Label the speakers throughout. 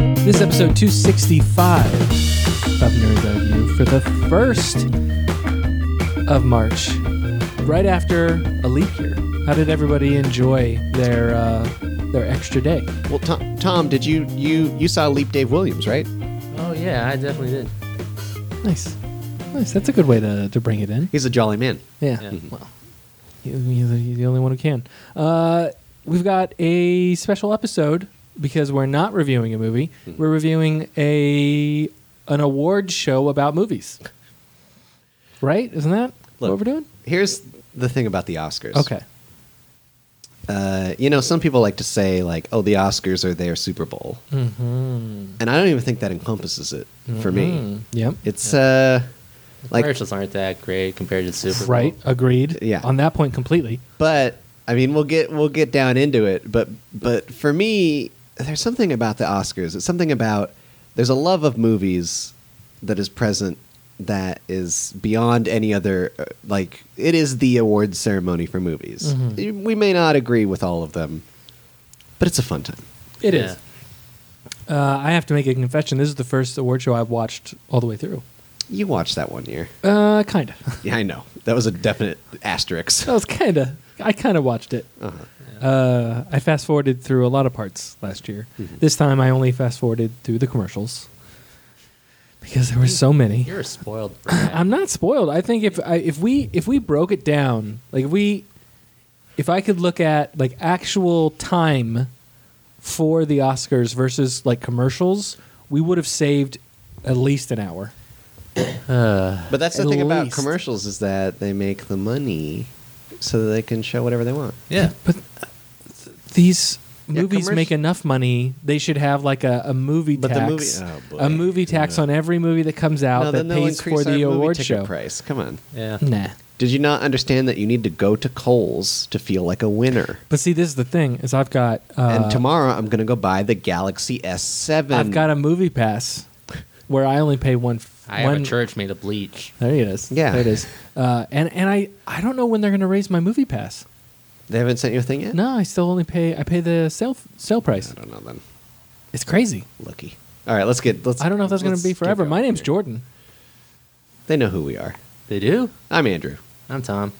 Speaker 1: episode 265 of Nerd Review for the 1st of March, right after a leap year. How did everybody enjoy their uh, their extra day?
Speaker 2: Well, Tom, Tom, did you you you saw Leap Dave Williams, right?
Speaker 3: Oh yeah, I definitely did.
Speaker 1: Nice. Nice. That's a good way to, to bring it in.
Speaker 2: He's a jolly man.
Speaker 1: Yeah. Mm-hmm.
Speaker 3: Yeah.
Speaker 1: Well, you- you're the, you're the only one who can. Uh, we've got a special episode because we're not reviewing a movie. We're reviewing a an award show about movies. Right? Isn't that what
Speaker 2: Look.
Speaker 1: we're doing?
Speaker 2: Here's the thing about the Oscars.
Speaker 1: Okay.
Speaker 2: Uh, you know, some people like to say like, "Oh, the Oscars are their Super Bowl,"
Speaker 1: Mm. Mm-hmm.
Speaker 2: and I don't even think that encompasses it for me.
Speaker 1: Yep.
Speaker 2: It's uh, like,
Speaker 3: Commercials aren't that great compared to the Super Bowl.
Speaker 1: Right. Agreed.
Speaker 2: Yeah.
Speaker 1: On that point, completely.
Speaker 2: but I mean, we'll get we'll get down into it. But but for me, there's something about the Oscars. It's something about there's a love of movies that is present that is beyond any other. uh, Like it is the awards ceremony for movies.
Speaker 1: Mm-hmm.
Speaker 2: We may not agree with all of them, but it's a fun time.
Speaker 1: It
Speaker 3: Yeah.
Speaker 1: is. Uh, I have to make a confession. This is the first award show I've watched all the way through.
Speaker 2: You watched that one year.
Speaker 1: Uh, kind of.
Speaker 2: Yeah, I know. That was a definite asterisk.
Speaker 1: that was kind of. I kind of watched it.
Speaker 2: Uh-huh.
Speaker 1: Uh, I fast forwarded through a lot of parts last year. This time I only fast forwarded through the commercials because there were so many.
Speaker 3: You're a spoiled. brat.
Speaker 1: I'm not spoiled. I think if I, if we if we broke it down, like if we if I could look at like actual time for the Oscars versus like commercials, we would have saved at least an hour.
Speaker 3: Uh,
Speaker 2: But that's the
Speaker 1: At
Speaker 2: thing about
Speaker 1: least.
Speaker 2: commercials is that they make the money so that they can show whatever they want.
Speaker 3: Yeah.
Speaker 1: But uh, these
Speaker 2: Yeah,
Speaker 1: movies
Speaker 2: commerc-
Speaker 1: make enough money; they should have like a, a movie
Speaker 2: But the
Speaker 1: tax,
Speaker 2: movie- oh, boy.
Speaker 1: a movie tax on every movie that comes out that
Speaker 2: they'll
Speaker 1: pays for
Speaker 2: increase
Speaker 1: the
Speaker 2: our movie
Speaker 1: award
Speaker 2: ticket
Speaker 1: show.
Speaker 2: price. Come on.
Speaker 3: Yeah.
Speaker 1: Nah,
Speaker 2: Did you not understand that you need to go to Kohl's to feel like a winner?
Speaker 1: but see, this is the thing: is I've got uh,
Speaker 2: and tomorrow I'm going to go buy the Galaxy S7.
Speaker 1: I've got a movie pass where I only pay one.
Speaker 3: I
Speaker 1: one
Speaker 3: have a church made of bleach.
Speaker 1: There it is.
Speaker 2: Yeah.
Speaker 1: there it is. Uh, and and I I don't know when they're going to raise my movie pass.
Speaker 2: They haven't sent you a thing yet?
Speaker 1: No, I still only pay I pay the sale sale price.
Speaker 2: I don't know then.
Speaker 1: It's crazy.
Speaker 2: Lucky. All right, let's get. Let's.
Speaker 1: I don't know if that's going to
Speaker 2: let's
Speaker 1: be
Speaker 2: get
Speaker 1: forever.
Speaker 2: going
Speaker 1: My name's
Speaker 2: here.
Speaker 1: Jordan.
Speaker 2: They know who we are.
Speaker 3: They do.
Speaker 2: I'm Andrew.
Speaker 3: I'm Tom.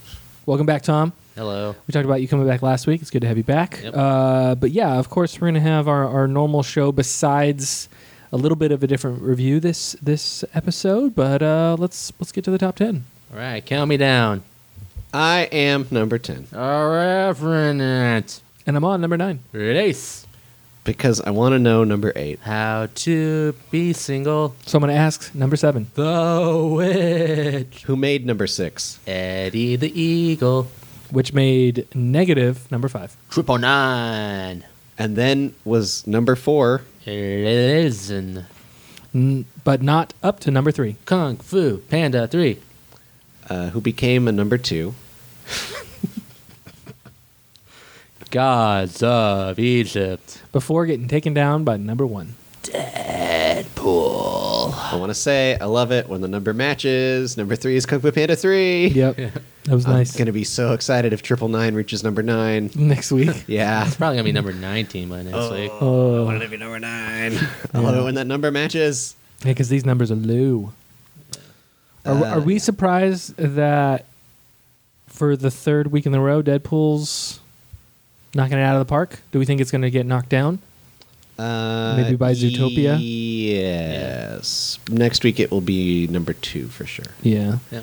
Speaker 1: Welcome back, Tom.
Speaker 3: Hello.
Speaker 1: We talked about you coming back last week. It's good to have you back.
Speaker 3: Yep.
Speaker 1: Uh, but yeah, of course, we're going to have our, our normal show besides a little bit of a different review this this episode. But uh, let's let's get to the top ten.
Speaker 3: All right, count me down.
Speaker 2: I am number 10
Speaker 3: All right, Revenant.
Speaker 1: And I'm on number nine.
Speaker 3: Release.
Speaker 2: because I want to know number 8.
Speaker 3: How to be single.
Speaker 1: Someone asks number seven.
Speaker 3: The witch.
Speaker 2: Who made number 6?
Speaker 3: Eddie the eagle.
Speaker 1: which made negative number five.
Speaker 3: Triple nine.
Speaker 2: and then was number four.
Speaker 3: Risen.
Speaker 1: N- but not up to number three.
Speaker 3: Kung Fu Panda 3.
Speaker 2: Uh, who became a number two?
Speaker 3: Gods of Egypt.
Speaker 1: Before getting taken down by number one.
Speaker 2: I want to say I love it when the number matches. Number three is Kung Fu Panda three.
Speaker 1: Yep. That was
Speaker 2: I'm
Speaker 1: nice.
Speaker 2: gonna be so excited if Triple Nine reaches number nine.
Speaker 1: Next week.
Speaker 2: Yeah,
Speaker 3: It's probably gonna be number 19 by next week.
Speaker 2: I
Speaker 1: Oh,
Speaker 2: want it to be number nine. I love it when that number matches.
Speaker 1: because these numbers are low. Are,
Speaker 2: Uh,
Speaker 1: are we surprised that for the third week in a row, Deadpool's knocking it out of the park? Do we think it's going to get knocked down?
Speaker 2: Uh,
Speaker 1: Maybe by Zootopia?
Speaker 2: Yes. Next week it will be number two for sure.
Speaker 1: Yeah.
Speaker 3: Yeah.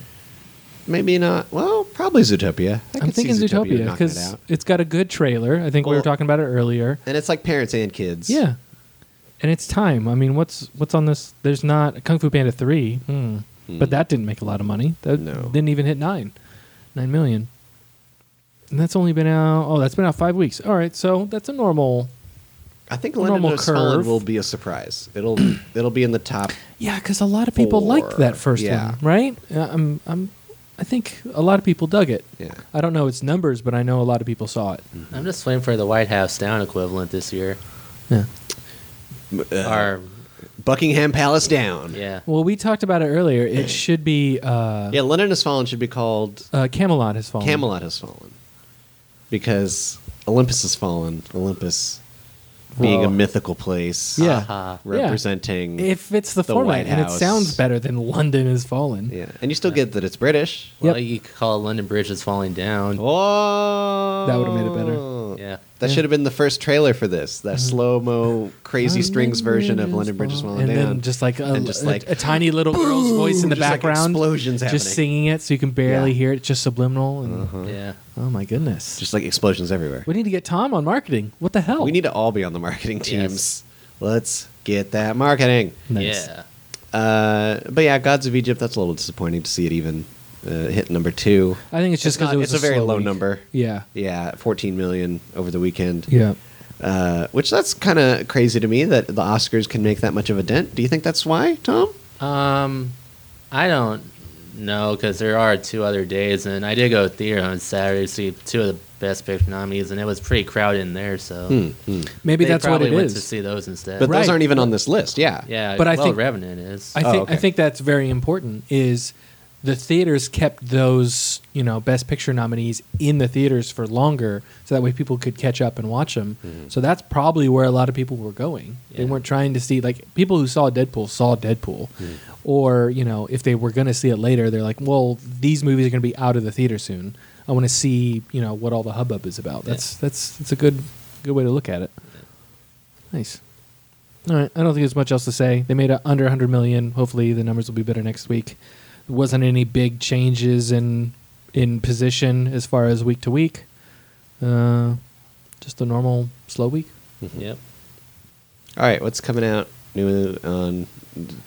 Speaker 2: Maybe not. Well, probably Zootopia. I
Speaker 1: I'm
Speaker 2: could see
Speaker 1: thinking Zootopia
Speaker 2: knocking it
Speaker 1: because
Speaker 2: out.
Speaker 1: it's got a good trailer. I think we were
Speaker 2: Well-
Speaker 1: talking about it earlier.
Speaker 2: and it's like parents and kids.
Speaker 1: Yeah, and it's time. I mean, what's what's on this? There's not Kung Fu Panda three, hmm. but that didn't make a lot of money. That
Speaker 2: No.
Speaker 1: didn't even hit nine, nine million. And that's only been out. Oh, that's been out five weeks. All right, so that's a normal.
Speaker 2: I think
Speaker 1: Normal
Speaker 2: Lennon Knows Holland
Speaker 1: curve.
Speaker 2: will be a surprise. It'll it'll be in the top.
Speaker 1: Yeah, because a lot of people liked
Speaker 2: Four.
Speaker 1: that first
Speaker 2: Yeah.
Speaker 1: one, right? Uh, I'm, I'm, I think a lot of people dug it.
Speaker 2: Yeah.
Speaker 1: I don't know its numbers, but I know a lot of people saw it.
Speaker 3: I'm just waiting for the White House down equivalent this year.
Speaker 1: Yeah.
Speaker 3: Or
Speaker 2: Buckingham Palace down.
Speaker 3: yeah,
Speaker 1: Well, we talked about it earlier. It should be uh,
Speaker 2: Yeah, Lennon Has Fallen should be called
Speaker 1: uh, Camelot has fallen.
Speaker 2: Camelot Has Fallen. Because Olympus has fallen. Olympus being
Speaker 1: Well,
Speaker 2: a mythical place.
Speaker 1: Yeah.
Speaker 2: Uh-huh.
Speaker 3: Aha.
Speaker 1: Yeah.
Speaker 2: representing.
Speaker 1: It fits the,
Speaker 2: the
Speaker 1: format
Speaker 2: White
Speaker 1: and it
Speaker 2: House.
Speaker 1: sounds better than London has fallen.
Speaker 2: Yeah, and you still get that it's British.
Speaker 1: Yep.
Speaker 3: Well, you could call it London Bridge that's falling down.
Speaker 2: Oh,
Speaker 1: That would've made it better.
Speaker 3: Yeah.
Speaker 2: That
Speaker 1: Yeah. Mm-hmm.
Speaker 2: should have been the first trailer for this. That slow mo, crazy strings version of London Bridge is Falling
Speaker 1: Mm. and
Speaker 2: Down.
Speaker 1: then just like a,
Speaker 2: And just
Speaker 1: a-
Speaker 2: like,
Speaker 1: a tiny little girl's voice in the
Speaker 2: Just like
Speaker 1: background,
Speaker 2: explosions
Speaker 1: just
Speaker 2: happening.
Speaker 1: singing it, so you can barely
Speaker 2: Yeah. Uh-huh.
Speaker 1: hear it. It's just subliminal. And,
Speaker 3: Yeah.
Speaker 1: Oh my goodness!
Speaker 2: just like explosions everywhere.
Speaker 1: we need to get Tom on marketing. What the hell?
Speaker 2: We need to all be on the marketing teams. Let's get that marketing.
Speaker 1: Nice.
Speaker 3: Yeah.
Speaker 2: Uh, but yeah, Gods of Egypt. That's a little disappointing to see it even uh, hit number two.
Speaker 1: I think it's just because
Speaker 2: not-
Speaker 1: it was
Speaker 2: it's a very
Speaker 1: slow
Speaker 2: low
Speaker 1: week.
Speaker 2: number.
Speaker 1: Yeah.
Speaker 2: Yeah, 14 million over the weekend.
Speaker 1: Yeah.
Speaker 2: Uh, which that's kind of crazy to me that the Oscars can make that much of a dent. Do you think that's why, Tom?
Speaker 3: Um, I don't know because there are two other days, and I did go to theater on Saturday to see two of the best picture nominees, and it was pretty crowded in there. So
Speaker 1: Hmm. Maybe
Speaker 3: they
Speaker 1: that's what
Speaker 3: probably
Speaker 1: it
Speaker 3: went
Speaker 1: is.
Speaker 3: to see those instead.
Speaker 2: But
Speaker 1: Right.
Speaker 2: those aren't even on this list. Yeah.
Speaker 3: yeah,
Speaker 1: But I
Speaker 3: well,
Speaker 1: think-
Speaker 3: Revenant is.
Speaker 1: I
Speaker 2: Oh,
Speaker 1: think I
Speaker 2: okay.
Speaker 1: think that's very important. Is the theaters kept those you know best picture nominees in the theaters for longer, so that way people could catch up and watch them. So that's probably where a lot of people were going. They
Speaker 3: Yeah.
Speaker 1: weren't trying to see like people who saw Deadpool saw Deadpool, or you know if they were going to see it later, they're like, well, these movies are going to be out of the theater soon. I want to see you know what all the hubbub is about. That's that's that's a good good way to look at it. Nice. All right. I don't think there's much else to say. They made a, under 100 million. Hopefully, the numbers will be better next week. There wasn't any big changes in in position as far as week to week. Uh, just a normal slow week.
Speaker 3: yep.
Speaker 2: All right, what's coming out new on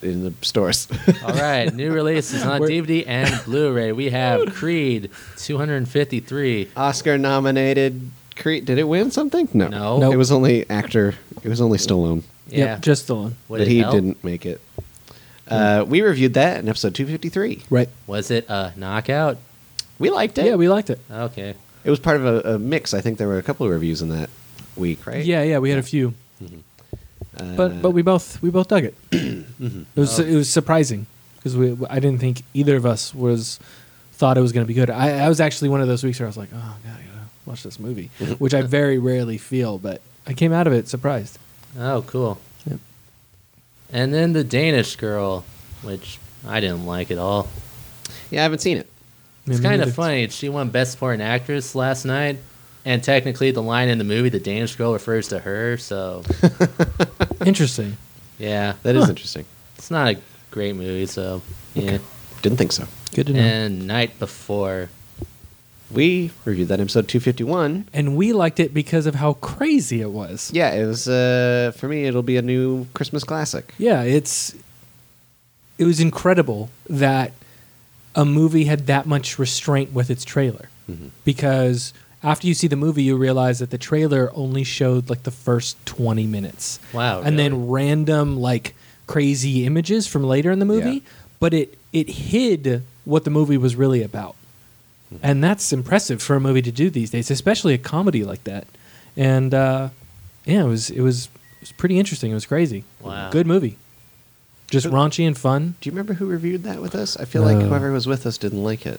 Speaker 2: in the stores?
Speaker 3: All right, new releases on
Speaker 1: We're-
Speaker 3: DVD and Blu-ray. We have Creed 253.
Speaker 1: Uh,
Speaker 2: Oscar nominated Creed. Did it win something? No.
Speaker 3: No.
Speaker 1: Nope.
Speaker 2: It was only actor. It was only Stallone.
Speaker 3: Yeah,
Speaker 1: Yep, just Stallone.
Speaker 3: Would
Speaker 2: but
Speaker 3: it
Speaker 2: he
Speaker 3: help?
Speaker 2: didn't make it. Uh, we reviewed that in episode 253.
Speaker 1: Right.
Speaker 3: Was it a knockout?
Speaker 2: We liked it.
Speaker 1: Yeah, we liked it.
Speaker 3: Okay.
Speaker 2: it was part of a, a mix. I think there were a couple of reviews in that week, right?
Speaker 1: Yeah, yeah, we had a few,
Speaker 2: Uh,
Speaker 1: but but we both we both dug it. it was it was surprising because we I didn't think either of us was thought it was going to be good. I, I was actually one of those weeks where I was like, oh god, I gotta watch this movie, which I very rarely feel, but I came out of it surprised.
Speaker 3: Oh, cool.
Speaker 1: Yep.
Speaker 3: And then the Danish girl, which I didn't like at all.
Speaker 2: yeah, I haven't seen it.
Speaker 3: It's
Speaker 1: Yeah, me
Speaker 3: kind
Speaker 1: neither.
Speaker 3: of funny. She won Best Supporting Actress last night, and technically, the line in the movie, the Danish girl, refers to her. So,
Speaker 1: Interesting.
Speaker 3: yeah,
Speaker 2: That is
Speaker 1: Huh.
Speaker 2: interesting.
Speaker 3: it's not a great movie. So, yeah.
Speaker 2: Didn't think so.
Speaker 1: Good to know. And,
Speaker 3: And Night Before,
Speaker 2: We reviewed that in episode 251.
Speaker 1: we liked it because of how crazy it was.
Speaker 2: Yeah, it was uh, for me. It'll be a new Christmas classic.
Speaker 1: Yeah, it's it was incredible that a movie had that much restraint with its trailer.
Speaker 3: Mm-hmm.
Speaker 1: Because after you see the movie you realize that the trailer only showed like the first 20 minutes.
Speaker 3: Wow,
Speaker 1: And then
Speaker 3: really?
Speaker 1: random like crazy images from later in the movie,
Speaker 2: Yeah.
Speaker 1: but it it hid what the movie was really about. and that's impressive for a movie to do these days, especially a comedy like that. And uh, yeah, it was it was it was pretty interesting. It was crazy.
Speaker 3: Wow.
Speaker 1: good movie, just raunchy and fun.
Speaker 2: Do you remember who reviewed that with us? I feel like
Speaker 1: No.
Speaker 2: whoever was with us didn't like it.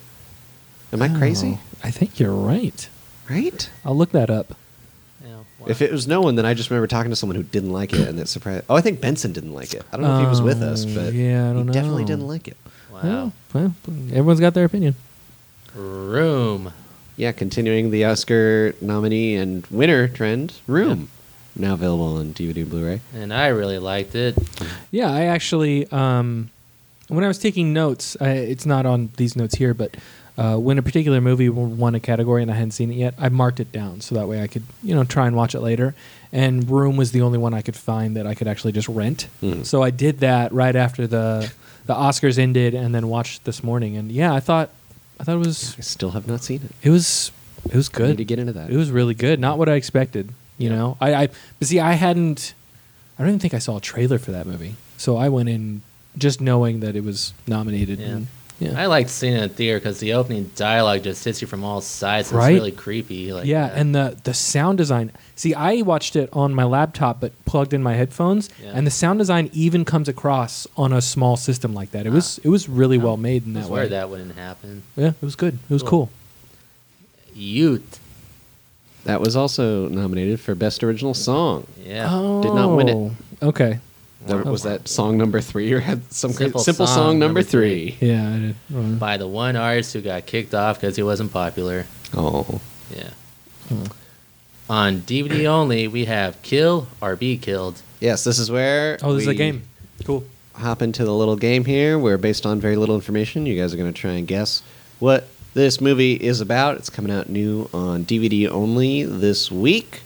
Speaker 2: Am I crazy?
Speaker 1: Oh, I think you're right.
Speaker 2: Right?
Speaker 1: I'll look that up.
Speaker 3: yeah, wow.
Speaker 2: If it was no one, then I just remember talking to someone who didn't like it, and it surprised. Oh, I think Benson didn't like it. I don't know if he was with us,
Speaker 1: Oh,
Speaker 2: but
Speaker 1: yeah, I
Speaker 2: he
Speaker 1: don't
Speaker 2: definitely
Speaker 1: know.
Speaker 2: didn't like it.
Speaker 3: wow.
Speaker 1: Well, well, everyone's got their opinion.
Speaker 3: Room.
Speaker 2: Yeah, continuing the Oscar nominee and winner trend, Room, now available on DVD, Blu-ray.
Speaker 3: And I really liked it.
Speaker 1: Yeah, I actually, um, when I was taking notes, I, it's not on these notes here, but uh, when a particular movie w- won a category and I hadn't seen it yet, I marked it down so that way I could, you know, try and watch it later. And Room was the only one I could find that I could actually just rent.
Speaker 2: Mhm.
Speaker 1: So I did that right after the the Oscars ended, and then watched this morning. And yeah, I thought, I thought it was
Speaker 2: I still have not seen it.
Speaker 1: it was it was good
Speaker 2: I need to get into that.
Speaker 1: it was really good not what i expected you
Speaker 3: Yeah.
Speaker 1: know I, I but see i hadn't i don't even think i saw a trailer for that movie so i went in just knowing that it was nominated
Speaker 3: Yeah.
Speaker 1: and, yeah
Speaker 3: I liked seeing it in theater because the opening dialogue just hits you from all sides. and
Speaker 1: Right?
Speaker 3: It's really creepy. Like,
Speaker 1: yeah
Speaker 3: that.
Speaker 1: and the the sound design see i watched it on my laptop but plugged in my headphones
Speaker 3: Yeah.
Speaker 1: and the sound design even comes across on a small system like that it was it was really well made in
Speaker 3: I
Speaker 1: that
Speaker 3: swear
Speaker 1: way
Speaker 3: that wouldn't happen.
Speaker 1: yeah it was good it was
Speaker 3: Cool.
Speaker 1: cool
Speaker 3: Youth.
Speaker 2: That was also nominated for Best Original Song.
Speaker 3: Yeah.
Speaker 1: Oh,
Speaker 2: Did not win it.
Speaker 1: Okay.
Speaker 2: That-
Speaker 1: Oh.
Speaker 2: was that song number three or had some cra-
Speaker 3: Simple
Speaker 2: simple
Speaker 3: Song
Speaker 2: song, number,
Speaker 3: number
Speaker 2: three?
Speaker 1: Yeah, I uh, did. Well,
Speaker 3: By the one artist who got kicked off because he wasn't popular.
Speaker 2: Oh,
Speaker 3: Yeah.
Speaker 1: Hmm.
Speaker 3: On DVD only, we have Kill or Be Killed.
Speaker 2: yes. This is where.
Speaker 1: Oh, this is a
Speaker 2: we
Speaker 1: game. Cool.
Speaker 2: Hop into the little game here. Where based on very little information, you guys are going to try and guess what this movie is about. It's coming out new on DVD only this week.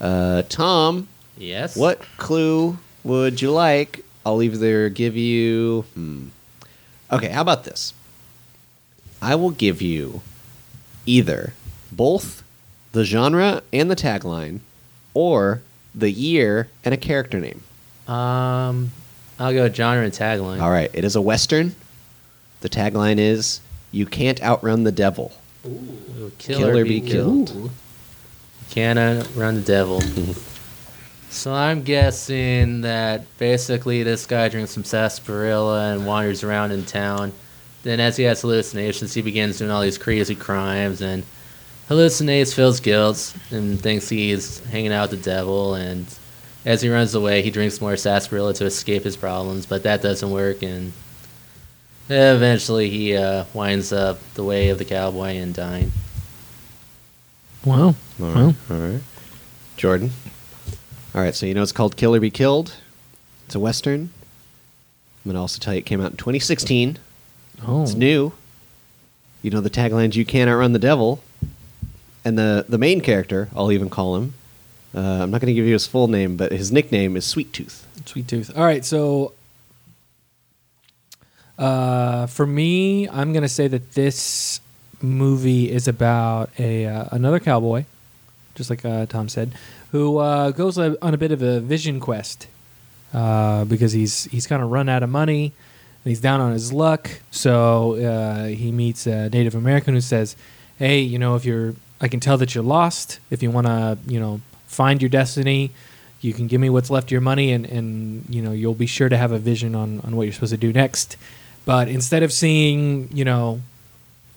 Speaker 2: Uh, Tom,
Speaker 3: Yes.
Speaker 2: What clue would you like? I'll either give you. Hmm. Okay, how about this? I will give you either both the genre and the tagline, or the year and a character name.
Speaker 3: Um, I'll go genre and tagline.
Speaker 2: All right, it is a Western. The tagline is You Can't Outrun the Devil.
Speaker 3: Ooh, Kill,
Speaker 2: Kill
Speaker 3: or Be Killed. Can I run the devil? so I'm guessing that basically this guy drinks some sarsaparilla and wanders around in town. Then, as he has hallucinations, he begins doing all these crazy crimes and hallucinates, feels guilt, and thinks he's hanging out with the devil. And as he runs away, he drinks more sarsaparilla to escape his problems, but that doesn't work. And eventually, he uh, winds up the way of the cowboy and dying.
Speaker 1: Wow.
Speaker 2: All
Speaker 1: Well.
Speaker 2: right. All right. Jordan. All right. So you know it's called Kill or Be Killed. It's a western. I'm gonna also tell you it came out in 2016.
Speaker 1: Oh.
Speaker 2: It's new. You know the taglines "You can't outrun the devil," and the the main character. I'll even call him. Uh, I'm not gonna give you his full name, but his nickname is Sweet Tooth.
Speaker 1: Sweet tooth. All right, so uh, for me, I'm gonna say that this movie is about a uh, another cowboy, just like uh, Tom said, who uh, goes a, on a bit of a vision quest uh, because he's he's kind of run out of money and he's down on his luck. So uh, he meets a Native American who says, "Hey, you know, if you're, I can tell that you're lost. If you want to, you know, find your destiny." you can give me what's left of your money and, and you know you'll be sure to have a vision on, on what you're supposed to do next but instead of seeing you know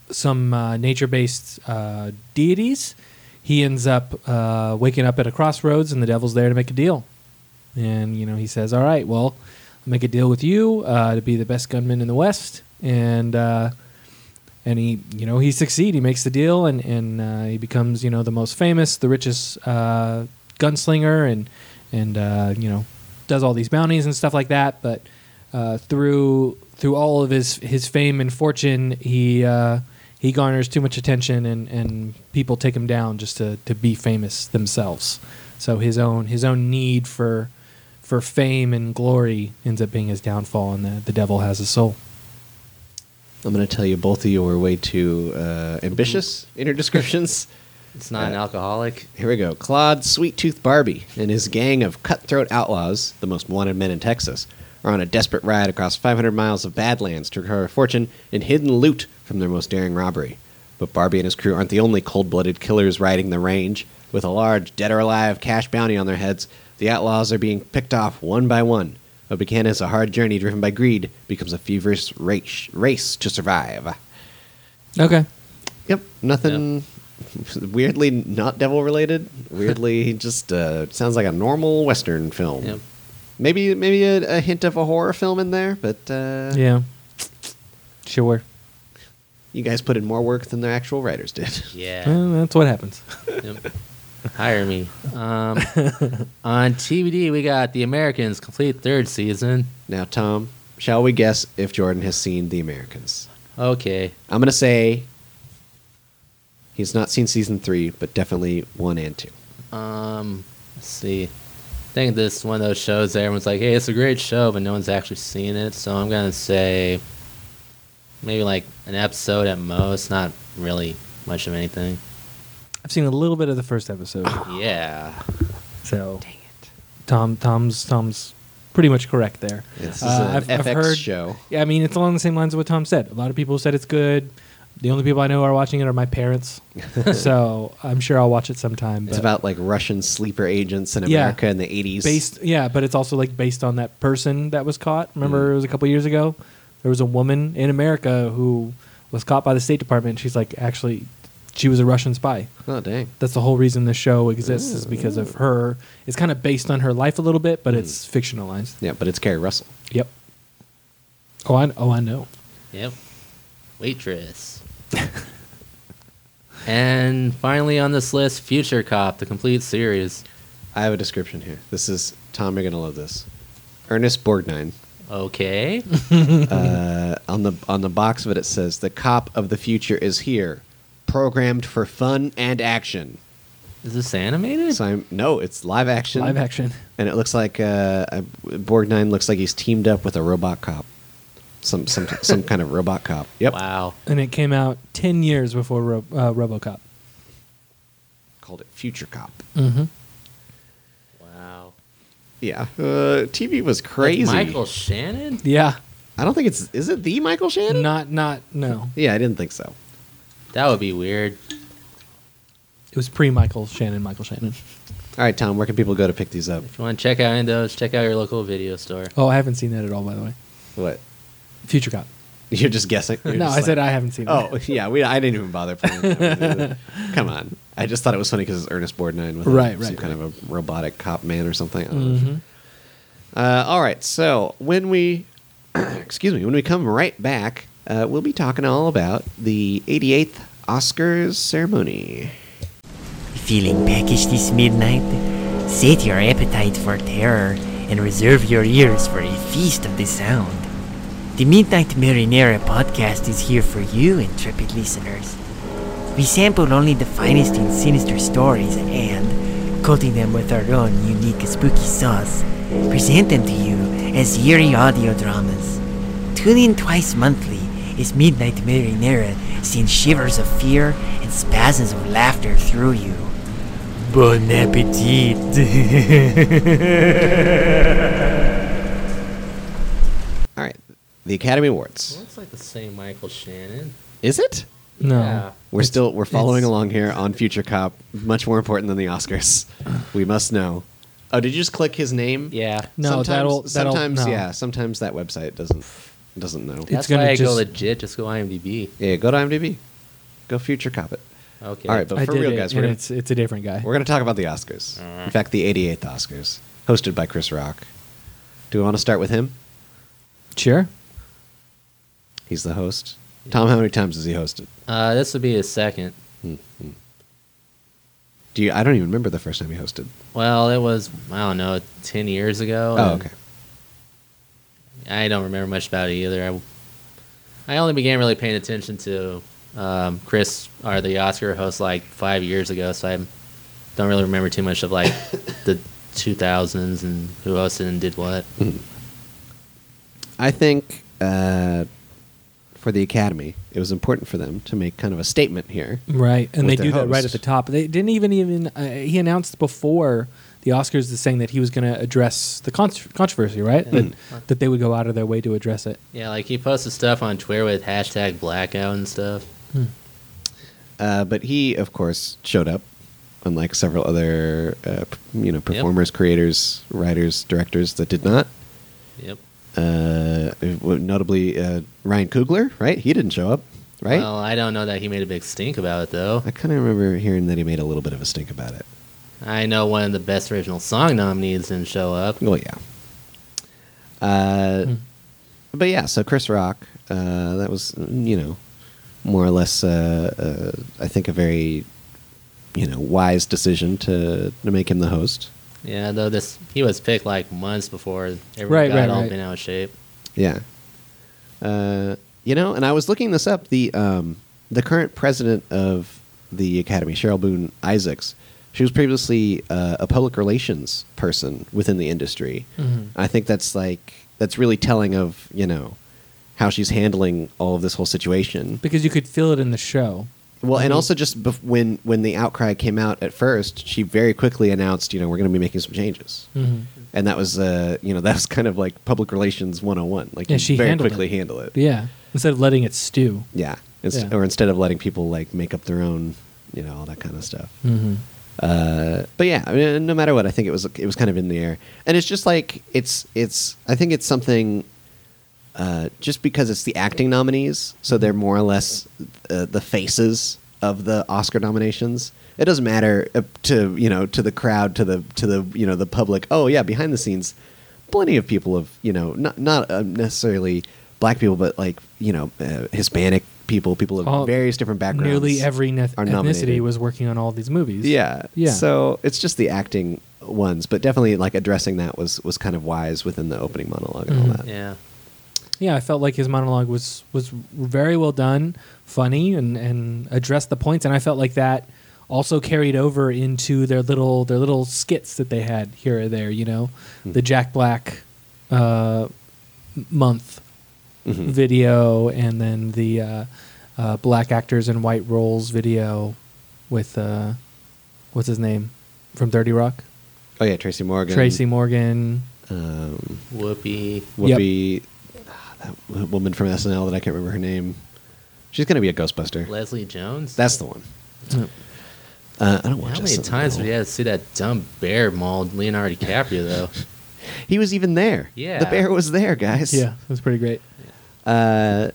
Speaker 1: some uh, nature-based uh, deities he ends up uh, waking up at a crossroads and the devil's there to make a deal and you know he says all right well i'll make a deal with you uh, to be the best gunman in the west and uh, and he you know he succeed he makes the deal and and uh, he becomes you know the most famous the richest uh, gunslinger and and uh, you know does all these bounties and stuff like that but uh, through through all of his his fame and fortune he uh, he garners too much attention and and people take him down just to to be famous themselves so his own his own need for for fame and glory ends up being his downfall and the, the devil has a soul
Speaker 2: I'm gonna tell you both of you are way too uh, ambitious in your descriptions.
Speaker 3: It's not an
Speaker 2: Uh,
Speaker 3: alcoholic.
Speaker 2: Here we go. Claude Sweet Tooth Barbie and his gang of cutthroat outlaws, the most wanted men in Texas, are on a desperate ride across 500 miles of Badlands to recover a fortune and hidden loot from their most daring robbery. But Barbie and his crew aren't the only cold blooded killers riding the range. With a large, dead or alive cash bounty on their heads, the outlaws are being picked off one by one. What began as a hard journey driven by greed becomes a feverish race, race to survive.
Speaker 1: okay
Speaker 2: Yep, nothing weirdly not devil related. Weirdly, just uh, sounds like a normal Western film.
Speaker 3: Yep.
Speaker 2: Maybe maybe a, a hint of a horror film in there, but uh,
Speaker 1: yeah sure
Speaker 2: you guys put in more work than the actual writers did.
Speaker 3: Yeah.
Speaker 1: Well, that's what happens
Speaker 3: Yep. Hire me. Um, on TBD, we got The Americans complete third season.
Speaker 2: Now, Tom, shall we guess if Jordan has seen The Americans?
Speaker 3: Okay.
Speaker 2: I'm gonna say he's not seen season three, but definitely one and two.
Speaker 3: Um, let's see. I think this is one of those shows that everyone's like, hey, it's a great show, but no one's actually seen it. So I'm going to say maybe like an episode at most, not really much of anything.
Speaker 1: I've seen a little bit of the first episode.
Speaker 3: Yeah.
Speaker 1: so dang it. Tom Tom's Tom's pretty much correct there.
Speaker 2: This
Speaker 1: Uh,
Speaker 2: is
Speaker 1: I've-
Speaker 2: an
Speaker 1: I've
Speaker 2: FX
Speaker 1: heard-
Speaker 2: show.
Speaker 1: Yeah, I mean it's along the same lines of what Tom said. A lot of people said it's good. The only people I know who are watching it are my parents. so I'm sure I'll watch it sometime.
Speaker 2: It's
Speaker 1: but
Speaker 2: about like Russian sleeper agents in
Speaker 1: Yeah.
Speaker 2: America in the 80s.
Speaker 1: based yeah, but it's also like based on that person that was caught. Remember
Speaker 2: Mm.
Speaker 1: it was a couple years ago? There was a woman in America who was caught by the State Department. She's like actually She was a Russian spy.
Speaker 2: Oh dang.
Speaker 1: That's the whole reason the show exists is because of her. It's kind of based on her life a little bit, but it's
Speaker 2: Hmm.
Speaker 1: fictionalized.
Speaker 2: Yeah, but it's Carrie Russell.
Speaker 1: Yep. Oh, I oh I know.
Speaker 3: Yep. Waitress. and finally on this list, Future Cop, the complete series.
Speaker 2: I have a description here. This is Tom. You're gonna love this. Ernest Borgnine.
Speaker 3: Okay.
Speaker 2: uh, on the on the box of it, it says the cop of the future is here, programmed for fun and action.
Speaker 3: Is this animated?
Speaker 2: So I'm no, it's live action.
Speaker 1: Live action.
Speaker 2: and it looks like uh, I- Borgnine looks like he's teamed up with a robot cop, some some some kind of robot cop. Yep,
Speaker 3: Wow.
Speaker 1: And it came out 10 years before Ro- uh, RoboCop.
Speaker 2: called it Future Cop.
Speaker 1: Mm-hmm.
Speaker 3: Wow.
Speaker 2: Yeah, uh, TV was crazy.
Speaker 3: Like Michael Shannon?
Speaker 1: Yeah.
Speaker 2: I don't think it's is it the Michael Shannon?
Speaker 1: Not not no.
Speaker 2: Yeah, I didn't think so.
Speaker 3: That would be weird.
Speaker 1: It was pre Michael Shannon, Michael Shannon.
Speaker 2: All right, Tom, where can people go to pick these up?
Speaker 3: If you want to check out any of those, check out your local video store.
Speaker 1: Oh, I haven't seen that at all by the way.
Speaker 2: What?
Speaker 1: Future Cop.
Speaker 2: You're just guessing. You're
Speaker 1: no, I
Speaker 2: just
Speaker 1: said
Speaker 2: like-
Speaker 1: I haven't seen
Speaker 2: Oh yeah, we. I didn't even bother playing. That one. Come on, I just thought it was funny because it's Ernest Borgnine with a-
Speaker 1: Right, right,
Speaker 2: some kind
Speaker 1: right.
Speaker 2: of a robotic cop man or something. I
Speaker 1: that.
Speaker 2: don't know.
Speaker 1: Mhm.
Speaker 2: Uh, all right. So when we, excuse me, when we come right back, uh, we'll be talking all about the 88th Oscars ceremony.
Speaker 4: Feeling peckish this midnight? Sate your appetite for terror and reserve your ears for a feast of the sound. The Midnight Marinera podcast is here for you, intrepid listeners. We sample only the finest in sinister stories and, coating them with our own unique spooky sauce, present them to you as eerie audio dramas. Tune in twice monthly as Midnight Marinera sends shivers of fear and spasms of laughter through you. Bon appetit!
Speaker 2: All right. The Academy Awards.
Speaker 3: Looks like the same Michael Shannon.
Speaker 2: Is it?
Speaker 1: No.
Speaker 3: Yeah.
Speaker 2: We're still we're following
Speaker 1: it's-
Speaker 2: along here on Future Cop. Much more important than the Oscars. We must know. Oh, did you just click his name?
Speaker 3: Yeah.
Speaker 1: No,
Speaker 2: sometimes,
Speaker 1: that'll- that'll-
Speaker 2: sometimes
Speaker 1: no.
Speaker 2: yeah. Sometimes that website doesn't doesn't know.
Speaker 1: Yeah.
Speaker 3: That's
Speaker 1: gonna
Speaker 3: why I go
Speaker 1: just-
Speaker 3: legit. Just go IMDb.
Speaker 2: Yeah. Go to IMDb. Go Future Cop it.
Speaker 3: Okay.
Speaker 2: All right, but
Speaker 1: I
Speaker 2: for
Speaker 1: did
Speaker 2: real,
Speaker 1: it,
Speaker 2: guys, we're
Speaker 1: and
Speaker 2: gonna-
Speaker 1: it's it's a different guy.
Speaker 2: We're going to talk about the Oscars. In fact, the 88th Oscars, hosted by Chris Rock. Do we want to start with him?
Speaker 1: Sure.
Speaker 2: He's the host. Tom, how many times has he hosted?
Speaker 3: uh, this would be his second.
Speaker 2: Do you? I don't even remember the first time he hosted.
Speaker 3: Well, it was I don't know, ten years ago.
Speaker 2: Oh,
Speaker 3: and
Speaker 2: okay.
Speaker 3: I don't remember much about it either. I, I only began really paying attention to um, Chris or the Oscar host like five years ago, so I don't really remember too much of like the 2000s and who hosted and did what.
Speaker 2: I think uh, for the Academy, it was important for them to make kind of a statement here.
Speaker 1: Right, and
Speaker 2: With
Speaker 1: they
Speaker 2: their
Speaker 1: do that right at
Speaker 2: host.
Speaker 1: the top. They didn't even even uh, he announced before the Oscars is saying that he was going to address the con- controversy, right?
Speaker 2: Mm.
Speaker 1: That, that they would go out of their way to address it.
Speaker 3: Yeah, like he posted stuff on Twitter with hashtag blackout and stuff.
Speaker 2: Uh, but he, of course, showed up, unlike several other uh, p- you know performers, creators, writers, directors that did not.
Speaker 3: Yep.
Speaker 2: Uh, notably, uh, Ryan Coogler, right? He didn't show up, right?
Speaker 3: Well, I don't know that he made a big stink about it though.
Speaker 2: I kind of remember hearing that he made a little bit of a stink about it.
Speaker 3: I know one of the best original song nominees didn't show up.
Speaker 2: Well, yeah. Uh, But yeah, so Chris Rock, uh, that was, you know, more or less, uh, uh, I think, a very, you know, wise decision to, to make him the host.
Speaker 3: Yeah, though this he was picked like months before everyone
Speaker 1: Right,
Speaker 3: got
Speaker 1: right,
Speaker 3: all
Speaker 1: right.
Speaker 3: bent out of shape.
Speaker 2: Yeah. Uh, you know, and I was looking this up. The um, the current president of the Academy, Cheryl Boone Isaacs, she was previously uh, a public relations person within the industry.
Speaker 1: Mhm.
Speaker 2: I think that's like that's really telling of you know how she's handling all of this whole situation.
Speaker 1: Because you could feel it in the show.
Speaker 2: Well,
Speaker 1: Mm-hmm.
Speaker 2: and also just bef- when when the outcry came out at first, she very quickly announced, you know, we're going to be making some changes.
Speaker 1: Mm-hmm.
Speaker 2: And that was, uh, you know, that was kind of like public relations 101. Like,
Speaker 1: Yeah,
Speaker 2: you
Speaker 1: she
Speaker 2: very
Speaker 1: handled
Speaker 2: quickly
Speaker 1: it.
Speaker 2: handle it.
Speaker 1: Yeah, instead of letting it stew.
Speaker 2: Yeah. Inst-
Speaker 1: Yeah.
Speaker 2: Or instead of letting people like make up their own, you know, all that kind of stuff.
Speaker 1: Mm-hmm.
Speaker 2: Uh, but yeah, I mean, no matter what, I think it was it was kind of in the air, and it's just like it's it's. I think it's something. Uh, just because it's the acting nominees, so they're more or less uh, the faces of the Oscar nominations. It doesn't matter uh, to you know to the crowd to the to the you know the public. Oh yeah, behind the scenes, plenty of people of you know not not uh, necessarily black people, but like you know uh, Hispanic people, people of
Speaker 1: All-
Speaker 2: various different backgrounds.
Speaker 1: Nearly every neth-
Speaker 2: are
Speaker 1: ethnicity
Speaker 2: nominated.
Speaker 1: was working on all these movies.
Speaker 2: Yeah.
Speaker 1: Yeah.
Speaker 2: So it's just the acting ones, but definitely like addressing that was was kind of wise within the opening monologue and all
Speaker 1: Mhm.
Speaker 2: that.
Speaker 3: Yeah.
Speaker 1: yeah, I felt like his monologue was was very well done, funny, and and addressed the points. And I felt like that also carried over into their little their little skits that they had here or there. You know, the Jack Black uh, m- month
Speaker 2: Mhm.
Speaker 1: video, and then the uh, uh, black actors in white roles video with uh, what's his name from Thirty Rock,
Speaker 2: Oh yeah, Tracy Morgan.
Speaker 1: Tracy Morgan.
Speaker 2: Um,
Speaker 3: Whoopi.
Speaker 2: would
Speaker 1: Yep.
Speaker 2: be ah, that w- woman from SNL that I can't remember her name. She's gonna be a Ghostbuster.
Speaker 3: Leslie Jones.
Speaker 2: That's the one. Uh, I don't watch
Speaker 3: How many
Speaker 2: SNL.
Speaker 3: times did we have to see that dumb bear mauled Leonardo DiCaprio though?
Speaker 2: He was even there.
Speaker 3: Yeah.
Speaker 2: the bear was there, guys.
Speaker 1: Yeah, it was pretty great.
Speaker 2: Uh,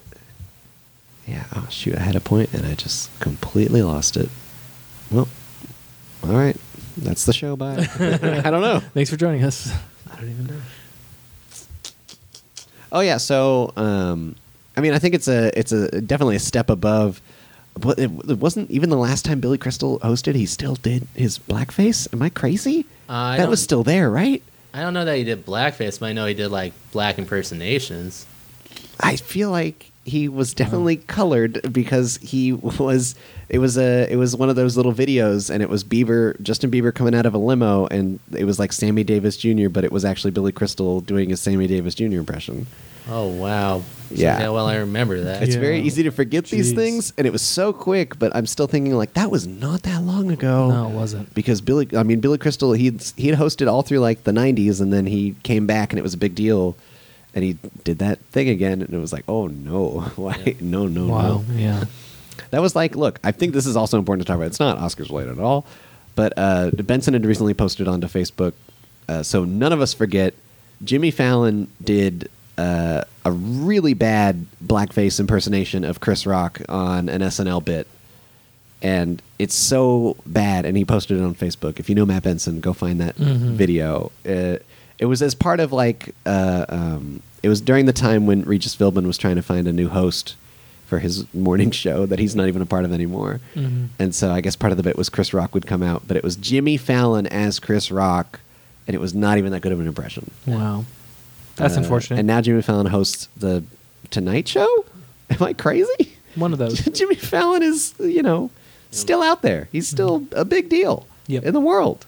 Speaker 2: yeah. Oh shoot, I had a point and I just completely lost it. Well, all right. That's the show. Bye. I don't know.
Speaker 1: Thanks for joining us.
Speaker 2: I don't even know. Oh yeah, so um, I mean, I think it's a it's a definitely a step above. But it, it wasn't even the last time Billy Crystal hosted. He still did his blackface. Am I crazy?
Speaker 3: Uh, I
Speaker 2: that
Speaker 3: don't-
Speaker 2: was still there, right?
Speaker 3: I don't know that he did blackface, but I know he did like black impersonations.
Speaker 2: I feel like he was
Speaker 3: Uh-huh.
Speaker 2: definitely colored because he was it was a it was one of those little videos and it was Bieber Justin Bieber coming out of a limo and it was like Sammy Davis Jr. but it was actually Billy Crystal doing his Sammy Davis Jr. impression.
Speaker 3: Oh wow.
Speaker 2: Yeah.
Speaker 3: well, I remember that.
Speaker 2: It's
Speaker 1: Yeah.
Speaker 2: very easy to forget these
Speaker 1: Jeez.
Speaker 2: things, and it was so quick. But I'm still thinking like that was not that long ago.
Speaker 1: No, it wasn't.
Speaker 2: because Billy. I mean, Billy Crystal. He he had hosted all through like the '90s, and then he came back, and it was a big deal. And he did that thing again, and it was like, oh no, why? No, no,
Speaker 1: Wow.
Speaker 2: no.
Speaker 1: Yeah.
Speaker 2: That was like, look, I think this is also important to talk about. It's not Oscars related at all, but uh, Benson had recently posted onto Facebook, uh, so none of us forget. Jimmy Fallon did uh, a really bad blackface impersonation of Chris Rock on an SNL bit, and it's so bad. And he posted it on Facebook. If you know Matt Benson, go find that video. It, it was as part of like, uh, um, it was during the time when Regis Philbin was trying to find a new host for his morning show that he's not even a part of anymore. And so I guess part of the bit was Chris Rock would come out, but it was Jimmy Fallon as Chris Rock, and it was not even that good of an impression.
Speaker 1: Wow. That's
Speaker 2: Uh,
Speaker 1: unfortunate.
Speaker 2: And now Jimmy Fallon hosts the Tonight Show. Am I crazy?
Speaker 1: one of those.
Speaker 2: Jimmy Fallon is, you know, still out there. He's still a big deal
Speaker 1: Yep.
Speaker 2: in the world.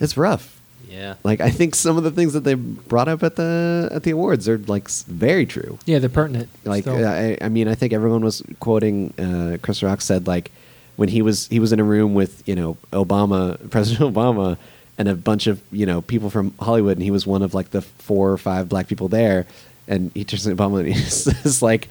Speaker 2: It's rough.
Speaker 3: Yeah.
Speaker 2: Like I think some of the things that they brought up at the at the awards are like s- very true.
Speaker 1: yeah, they're pertinent.
Speaker 2: Like uh,
Speaker 1: still.
Speaker 2: I, I mean, I think everyone was quoting uh, Chris Rock said like when he was he was in a room with you know Obama, President Obama, and a bunch of you know people from Hollywood, and he was one of like the four or five black people there, and he turns to Obama and he says like,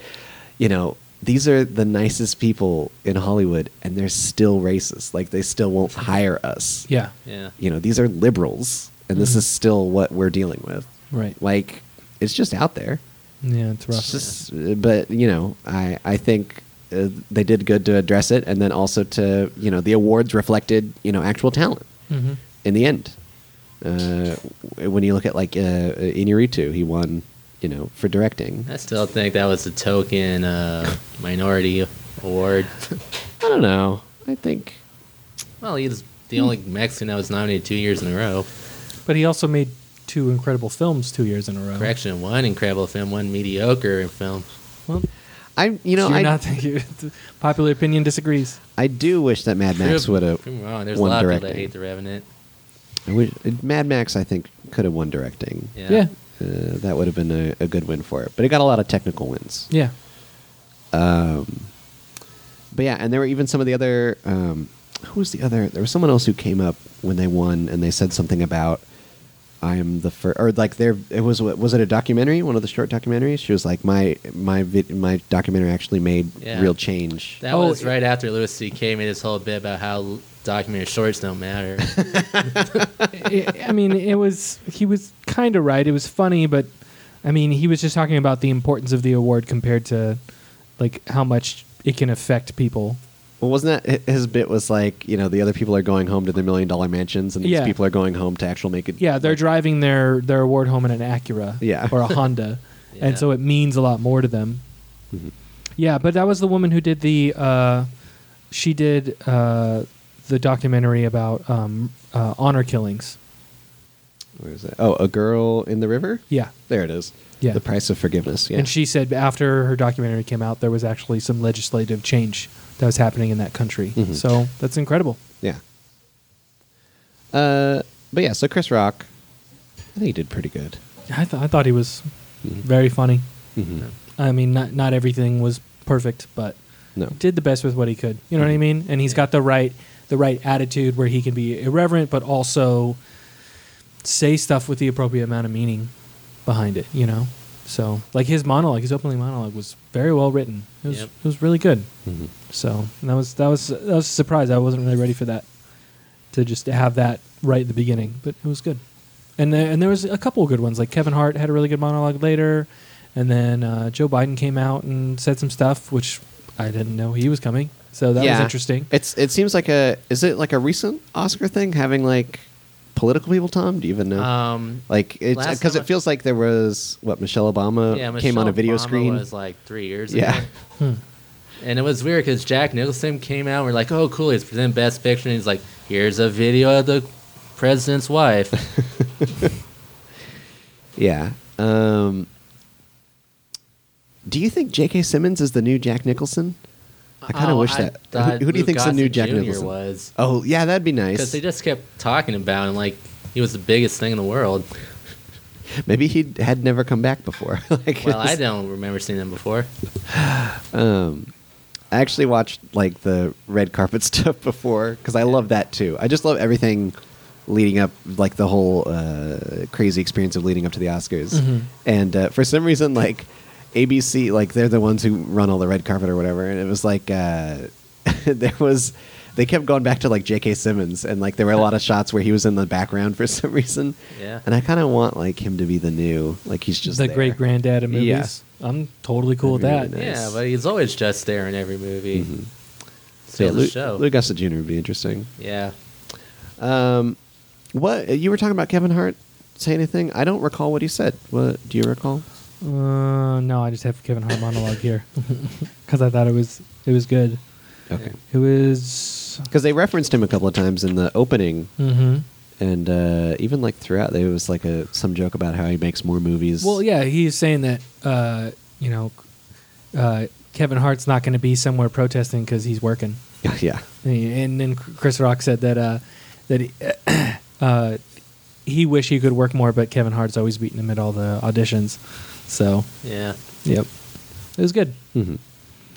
Speaker 2: you know. These are the nicest people in Hollywood, and they're still racist. Like they still won't hire us
Speaker 1: yeah. Mm-hmm.
Speaker 3: Yeah.
Speaker 2: you know these are liberals and this is still what we're dealing with
Speaker 1: Right.
Speaker 2: like it's just out there
Speaker 1: Yeah, it's rough.
Speaker 2: it's just, uh, but you know i i think uh, they did good to address it and then also to you know the awards reflected you know actual talent
Speaker 1: Mhm.
Speaker 2: in the end uh, w- when you look at like uh, Inarritu, he won you know for directing
Speaker 3: I still think that was a token uh, minority award.
Speaker 2: i don't know i think
Speaker 3: well, he's the only Mexican that was nominated two years in a row.
Speaker 1: But he also made two incredible films two years in a row.
Speaker 3: Correction, one incredible film, one mediocre film.
Speaker 1: Well,
Speaker 2: i you know
Speaker 1: you're
Speaker 2: I,
Speaker 1: not, you popular opinion disagrees.
Speaker 2: I do wish that mad max
Speaker 3: Prove-
Speaker 2: would have
Speaker 3: prove me wrong. There's a
Speaker 2: won
Speaker 3: lot of people that
Speaker 2: directing.
Speaker 3: hate The Revenant.
Speaker 2: I wish, mad max i think could have won directing
Speaker 3: Yeah.
Speaker 1: Yeah. Yeah.
Speaker 2: Uh, that would have been a, a good win for it. But it got a lot of technical wins. But yeah, and there were even some of the other. Um, who was the other? There was someone else who came up when they won, and they said something about I am the first, or like there. It was was it a documentary? One of the short documentaries. She was like, my my vid- my documentary actually made
Speaker 3: Yeah.
Speaker 2: real change.
Speaker 3: That
Speaker 1: Oh,
Speaker 3: was
Speaker 1: it-
Speaker 3: right after Louis C.K. made his whole bit about how documentary shorts don't matter.
Speaker 1: I I mean, it was, he was kind of right. It was funny, but I mean, he was just talking about the importance of the award compared to like how much it can affect people.
Speaker 2: Well, wasn't that his bit was like, you know, the other people are going home to their million dollar mansions and these
Speaker 1: Yeah.
Speaker 2: people are going home to actual make it.
Speaker 1: Yeah, they're driving their their award home in an Acura,
Speaker 2: Yeah.
Speaker 1: or a Honda,
Speaker 3: Yeah.
Speaker 1: and so it means a lot more to them.
Speaker 2: Mm-hmm.
Speaker 1: Yeah, but that was the woman who did the. Uh, she did uh, the documentary about um, uh, honor killings.
Speaker 2: Where is that? Oh, a girl in the river?
Speaker 1: Yeah,
Speaker 2: There it is.
Speaker 1: Yeah.
Speaker 2: The price of forgiveness. Yeah.
Speaker 1: And she said after her documentary came out, there was actually some legislative change that was happening in that country.
Speaker 2: Mhm.
Speaker 1: So that's incredible.
Speaker 2: Yeah. Uh, but yeah, so Chris Rock, I think he did pretty good.
Speaker 1: I, th- I thought he was very funny.
Speaker 2: Mm-hmm.
Speaker 1: I mean, not not everything was perfect, but
Speaker 2: No.
Speaker 1: did the best with what he could. You know what I mean? And he's
Speaker 3: Mm-hmm. Yeah.
Speaker 1: got the right the right attitude where he can be irreverent, but also say stuff with the appropriate amount of meaning behind it. You know, so like his monologue, his opening monologue was very well written. It was
Speaker 3: Yep. Mm-hmm.
Speaker 1: it was really good.
Speaker 2: Mhm.
Speaker 1: So and that was that was that was a surprise. I wasn't really ready for that to just have that right at the beginning, but it was good. And there, and there was a couple of good ones. Like Kevin Hart had a really good monologue later, and then uh, Joe Biden came out and said some stuff which I didn't know he was coming. So that was
Speaker 2: Yeah.
Speaker 1: interesting.
Speaker 2: It's it seems like a is it like a recent Oscar thing having like political people? Tom, do you even know?
Speaker 3: Um,
Speaker 2: like it's
Speaker 3: last
Speaker 2: because
Speaker 3: time
Speaker 2: it
Speaker 3: I-
Speaker 2: feels like there was what Michelle Obama
Speaker 3: yeah, Michelle
Speaker 2: uh, came on a video
Speaker 3: Obama
Speaker 2: screen.
Speaker 3: was like three years
Speaker 2: Yeah.
Speaker 3: ago. And it was weird because Jack Nicholson came out. We're like, oh, cool. He's presenting Best Picture. And he's like, here's a video of the president's wife.
Speaker 2: yeah. Um, do you think J.K. Simmons is the new Jack Nicholson? I kind of
Speaker 3: Oh,
Speaker 2: wish
Speaker 3: I
Speaker 2: that. Who,
Speaker 3: thought
Speaker 2: who do you
Speaker 3: Luke
Speaker 2: think's the new
Speaker 3: Gossett
Speaker 2: Jack
Speaker 3: Jr.
Speaker 2: Nicholson?
Speaker 3: was.
Speaker 2: Oh yeah, that'd be
Speaker 3: Because
Speaker 2: nice.
Speaker 3: they just kept talking about him like he was the biggest thing in the world.
Speaker 2: Maybe he had never come back before. like,
Speaker 3: Well, I
Speaker 2: it's-
Speaker 3: don't remember seeing him before.
Speaker 2: Um, I actually watched like the red carpet stuff before because I love that too. I just love everything leading up, like the whole uh, crazy experience of leading up to the Oscars.
Speaker 3: Mm-hmm.
Speaker 1: Mhm.
Speaker 2: And uh, for some reason, like ABC, like they're the ones who run all the red carpet or whatever. And it was like uh, there was. They kept going back to like J.K. Simmons, and like there were a lot of shots where he was in the background for some reason.
Speaker 3: Yeah.
Speaker 2: And I kind of want like him to be the new, like he's just
Speaker 1: the
Speaker 2: there.
Speaker 1: great granddad of movies.
Speaker 2: Yeah.
Speaker 1: I'm totally cool with
Speaker 2: That'd
Speaker 1: that.
Speaker 2: be really
Speaker 3: Yeah,
Speaker 2: Nice.
Speaker 3: but he's always just there in every movie.
Speaker 2: So
Speaker 3: So
Speaker 2: yeah,
Speaker 3: the
Speaker 2: Lou,
Speaker 3: show.
Speaker 2: Lou Gossett Jr. would be interesting.
Speaker 3: yeah.
Speaker 2: Um, what you were talking about Kevin Hart? Say anything? I don't recall what he said. What do you recall?
Speaker 1: Uh, no, I just have Kevin Hart monologue here because I thought it was it was good.
Speaker 2: Okay,
Speaker 1: It was.
Speaker 2: because they referenced him a couple of times in the opening,
Speaker 1: Mm-hmm.
Speaker 2: and uh, even like throughout, there was like a some joke about how he makes more movies.
Speaker 1: Well, yeah, he's saying that uh, you know uh, Kevin Hart's not going to be somewhere protesting because he's working,
Speaker 2: yeah,
Speaker 1: and then Chris Rock said that uh, that he, uh, he wish he could work more, but Kevin Hart's always beating him at all the auditions. So,
Speaker 3: Yeah.
Speaker 1: yep, it was good.
Speaker 2: hmm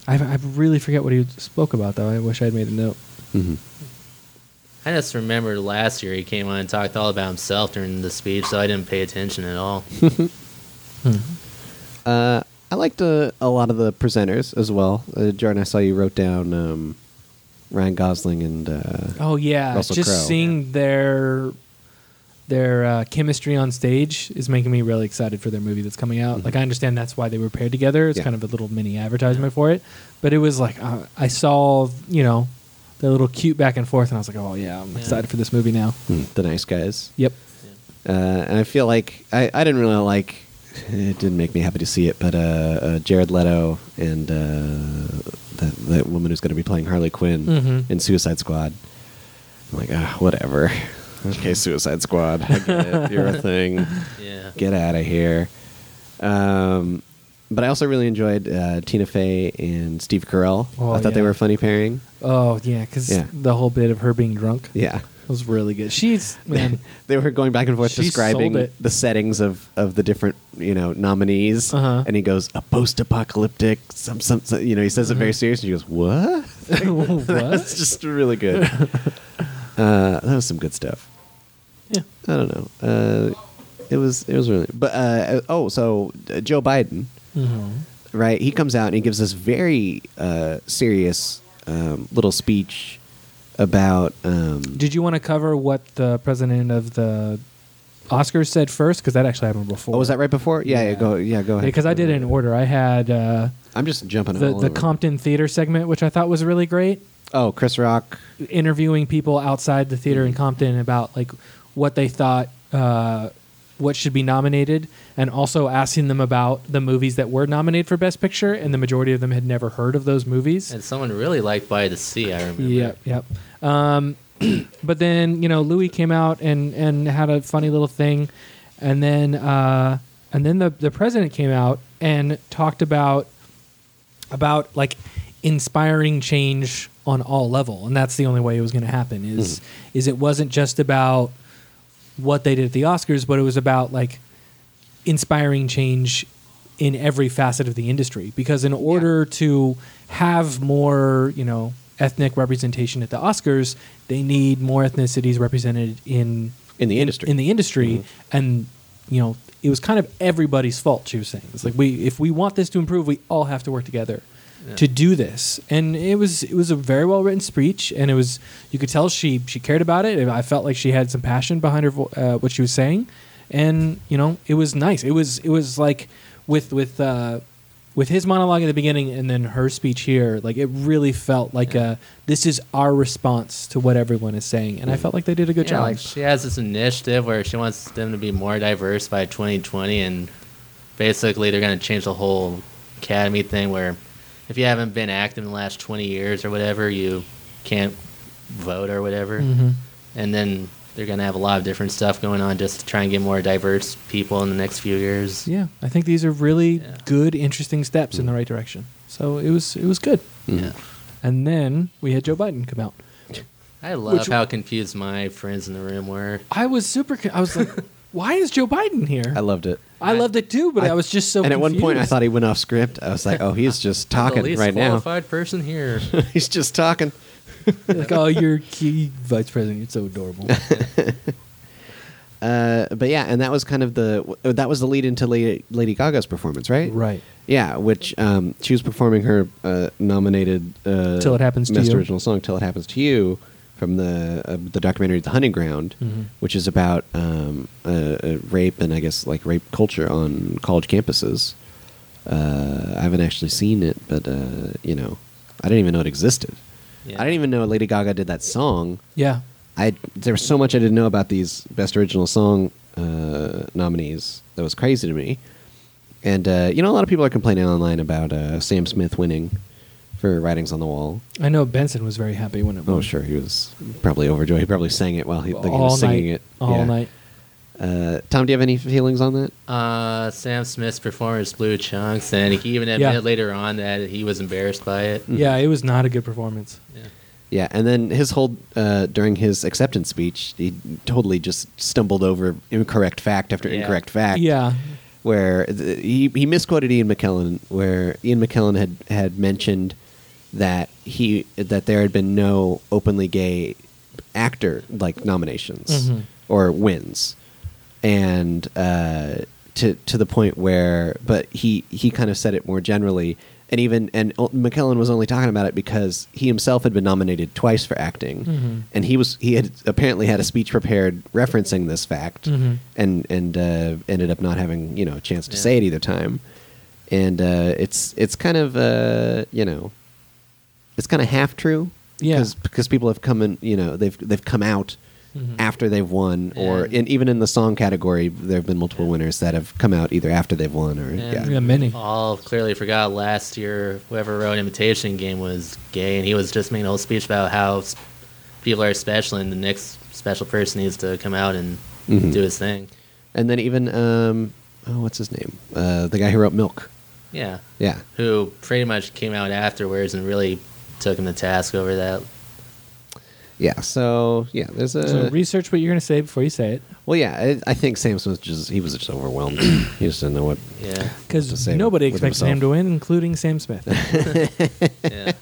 Speaker 1: I, I really forget what he spoke about though. I wish I'd made a note.
Speaker 2: hmm
Speaker 3: I just remember last year he came on and talked all about himself during the speech, so I didn't pay attention at all.
Speaker 2: Uh, I liked uh, a lot of the presenters as well. Uh, Jordan, I saw you wrote down um, Ryan Gosling and uh,
Speaker 1: Oh yeah,
Speaker 2: Russell
Speaker 1: just
Speaker 2: Crowe.
Speaker 1: seeing their their uh, chemistry on stage is making me really excited for their movie that's coming out. Like I understand that's why they were paired together. It's
Speaker 2: Mm-hmm. Yeah.
Speaker 1: kind of a little mini advertisement for it, but it was like uh, I saw you know the little cute back and forth, and I was like, oh yeah, I'm
Speaker 3: Yeah.
Speaker 1: excited for this movie now.
Speaker 2: hmm, the nice guys.
Speaker 1: Yep.
Speaker 2: Uh, and I feel like I, I didn't really like. It didn't make me happy to see it, but uh, uh, Jared Leto and uh, that that woman who's going to be playing Harley Quinn
Speaker 1: Mhm.
Speaker 2: in Suicide Squad. I'm like, ah, whatever. Okay, Suicide Squad. I get it. You're a thing.
Speaker 3: Yeah.
Speaker 2: Get out of here. Um, but I also really enjoyed uh, Tina Fey and Steve Carell.
Speaker 1: Oh,
Speaker 2: I thought they
Speaker 1: yeah.
Speaker 2: were a funny pairing.
Speaker 1: Oh yeah, because
Speaker 2: Yeah.
Speaker 1: the whole bit of her being drunk
Speaker 2: Yeah.
Speaker 1: was really good. She's man.
Speaker 2: they were going back and forth
Speaker 1: She sold
Speaker 2: describing
Speaker 1: it.
Speaker 2: the settings of, of the different you know nominees,
Speaker 1: Uh-huh.
Speaker 2: and he goes a post apocalyptic some, some some you know he says it
Speaker 1: Uh-huh.
Speaker 2: very serious, and she goes what?
Speaker 1: what?
Speaker 2: That's just really good. uh, that was some good stuff.
Speaker 1: Yeah.
Speaker 2: I don't know. Uh, it was it was really but uh, oh so uh, Joe Biden
Speaker 1: Mhm.
Speaker 2: right? He comes out and he gives this very uh, serious um, little speech about um,
Speaker 1: Did you want to cover what the president of the Oscars said first because that actually happened before.
Speaker 2: Oh, was that right before? Yeah, yeah,
Speaker 1: Yeah.
Speaker 2: go, yeah, go ahead.
Speaker 1: Because I did it in order. I had uh,
Speaker 2: I'm just jumping.
Speaker 1: the
Speaker 2: all
Speaker 1: the
Speaker 2: over.
Speaker 1: Compton Theater segment, which I thought was really great,
Speaker 2: Oh, Chris Rock.
Speaker 1: interviewing people outside the theater in
Speaker 2: Mm-hmm.
Speaker 1: Compton about like what they thought. Uh, what should be nominated, and also asking them about the movies that were nominated for Best Picture, and the majority of them had never heard of those movies.
Speaker 3: And someone really liked By the Sea, I remember.
Speaker 1: Yep, yep. Um, but then you know Louis came out and and had a funny little thing, and then uh, and then the the president came out and talked about about like inspiring change on all level, and that's the only way it was going to happen. Is is it wasn't just about what they did at the Oscars, but it was about like inspiring change in every facet of the industry because in order to have more you know ethnic representation at the oscars they need more ethnicities represented in
Speaker 2: In the industry.
Speaker 1: in the industry
Speaker 3: Mm-hmm.
Speaker 1: and you know it was kind of everybody's fault she was saying it's like we if we want this to improve we all have to work together to do this and it was it was a very well written speech and it was you could tell she she cared about it and i felt like she had some passion behind her vo- uh, what she was saying and you know it was nice it was it was like with with uh with his monologue at the beginning and then her speech here like it really felt like a this is our response to what everyone is saying and i felt like they did a good
Speaker 3: Mm. Yeah,
Speaker 1: job
Speaker 3: like she has this initiative where she wants them to be more diverse by 2020, and basically they're going to change the whole academy thing where if you haven't been active in the last 20 years or whatever, you can't vote or whatever.
Speaker 1: Mhm.
Speaker 3: And then they're going to have a lot of different stuff going on just to try and get more diverse people in the next few years.
Speaker 1: Yeah, I think these are really
Speaker 3: Yeah.
Speaker 1: good, interesting steps in the right direction. So it was it was good.
Speaker 2: Hmm.
Speaker 3: Yeah.
Speaker 1: And then we had Joe Biden come out.
Speaker 3: I love
Speaker 1: Which-
Speaker 3: how confused my friends in the room were.
Speaker 1: I was super. Con- I was like, why is Joe Biden here?
Speaker 2: I loved it.
Speaker 1: I loved it too, but I,
Speaker 2: I-
Speaker 1: was just so.
Speaker 2: and at one point, I
Speaker 1: confused.
Speaker 2: thought he went off script. I was like, oh, he's just talking
Speaker 3: the least
Speaker 2: right now.
Speaker 3: qualified person here.
Speaker 2: he's just talking.
Speaker 1: like, oh, you're key vice president. You're so adorable.
Speaker 2: Uh, but yeah, and that was kind of the that was the lead into Lady, Lady Gaga's performance, right?
Speaker 1: right.
Speaker 2: Yeah, which um, she was performing her uh, nominated uh,
Speaker 1: Till It Happens to
Speaker 2: Best
Speaker 1: You.
Speaker 2: Original Song "Till It Happens to You" from the uh, the documentary "The Hunting Ground,"
Speaker 1: Mm-hmm.
Speaker 2: which is about um, uh, uh, rape and I guess like rape culture on college campuses. Uh, I haven't actually seen it, but uh, you know, I didn't even know it existed.
Speaker 3: Yeah.
Speaker 2: I didn't even know Lady Gaga did that song.
Speaker 1: Yeah.
Speaker 2: I there was so much I didn't know about these best original song uh, nominees that was crazy to me. And uh, you know, a lot of people are complaining online about uh, Sam Smith winning for Writings on the Wall.
Speaker 1: I know Benson was very happy when it.
Speaker 2: Oh,
Speaker 1: won.
Speaker 2: sure, he was probably overjoyed. He probably sang it while he, like, he
Speaker 1: all
Speaker 2: was singing
Speaker 1: night,
Speaker 2: it
Speaker 1: all
Speaker 2: Yeah.
Speaker 1: night.
Speaker 2: Uh, Tom, do you have any feelings on that?
Speaker 3: Uh, Sam Smith's performance blew chunks, and he even admitted
Speaker 1: Yeah.
Speaker 3: later on that he was embarrassed by it.
Speaker 2: Mm. Hmm.
Speaker 1: Yeah, it was not a good performance.
Speaker 3: Yeah.
Speaker 2: Yeah, and then his whole uh, during his acceptance speech, he totally just stumbled over incorrect fact after
Speaker 3: Yeah.
Speaker 2: incorrect fact.
Speaker 1: Yeah.
Speaker 2: where the, he, he misquoted Ian McKellen, where Ian McKellen had, had mentioned that he that there had been no openly gay actor like nominations
Speaker 1: Mhm.
Speaker 2: or wins, and uh, to to the point where, but he he kind of said it more generally. And even and o- McKellen was only talking about it because he himself had been nominated twice for acting,
Speaker 1: Mhm.
Speaker 2: and he was he had apparently had a speech prepared referencing this fact,
Speaker 1: Mhm.
Speaker 2: and and uh, ended up not having you know a chance to
Speaker 3: Yeah.
Speaker 2: say it either time, and uh, it's it's kind of uh, you know it's kind of half true
Speaker 1: Yeah.
Speaker 2: because people have come in you know they've they've come out
Speaker 1: Mhm.
Speaker 2: after they've won or
Speaker 3: Yeah.
Speaker 2: in, even in the song category there have been multiple winners that have come out either after they've won or yeah,
Speaker 3: And
Speaker 1: Yeah, many.
Speaker 3: All clearly forgot last year. Whoever wrote Imitation Game was gay, and he was just making a whole speech about how s- people are special, and the next special person needs to come out and
Speaker 2: Mhm.
Speaker 3: do his thing.
Speaker 2: and then even um, oh what's his name uh, the guy who wrote Milk
Speaker 3: Yeah,
Speaker 2: yeah
Speaker 3: who pretty much came out afterwards and really took him to task over that.
Speaker 2: yeah so yeah there's a
Speaker 1: so research what you're going to say before you say it,
Speaker 2: well yeah I, I think Sam Smith just he was just overwhelmed he just didn't know what
Speaker 3: Yeah,
Speaker 2: Just
Speaker 1: because
Speaker 2: say it
Speaker 1: nobody
Speaker 2: with
Speaker 1: expected him
Speaker 2: himself.
Speaker 1: to win, including Sam Smith.
Speaker 3: yeah.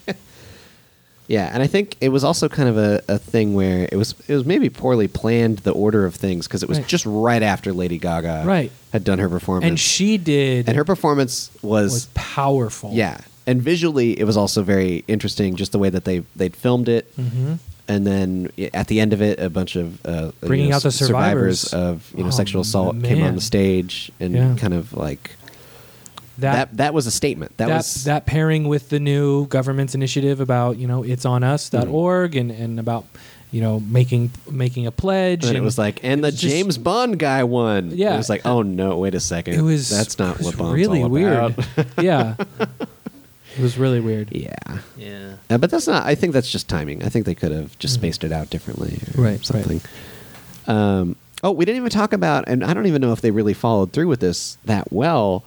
Speaker 2: Yeah, and I think it was also kind of a, a thing where it was it was maybe poorly planned the order of things because it was
Speaker 1: Right.
Speaker 2: just right after Lady Gaga
Speaker 1: Right.
Speaker 2: had done her performance,
Speaker 1: and she did.
Speaker 2: and her performance was,
Speaker 1: was powerful.
Speaker 2: yeah, and visually it was also very interesting just the way that they they'd filmed it,
Speaker 1: hmm
Speaker 2: and then y- at the end of it, a bunch of uh, you
Speaker 1: Bringing out the
Speaker 2: s-
Speaker 1: survivors.
Speaker 2: of you know
Speaker 1: Oh,
Speaker 2: sexual assault came on
Speaker 1: man.
Speaker 2: the stage and
Speaker 1: Yeah.
Speaker 2: kind of like
Speaker 1: That
Speaker 2: that, that. was a statement. That,
Speaker 1: that,
Speaker 2: was
Speaker 1: that pairing with the new government's initiative about you know it's on us.org and and about you know making making a pledge
Speaker 2: And then it was like, and the
Speaker 1: Just-
Speaker 2: James Bond guy won.
Speaker 1: Yeah.
Speaker 2: it was like, oh no, wait a second.
Speaker 1: it was
Speaker 2: that's not
Speaker 1: it was
Speaker 2: what Bond's
Speaker 1: really
Speaker 2: all
Speaker 1: weird
Speaker 2: about.
Speaker 1: yeah it was really weird
Speaker 2: yeah,
Speaker 3: Yeah.
Speaker 2: Uh, but that's not. I think that's just timing. I think they could have just spaced it out differently, or
Speaker 1: Mm-hmm. Right, right.
Speaker 2: Something. Um, oh, we didn't even talk about, and I don't even know if they really followed through with this that well.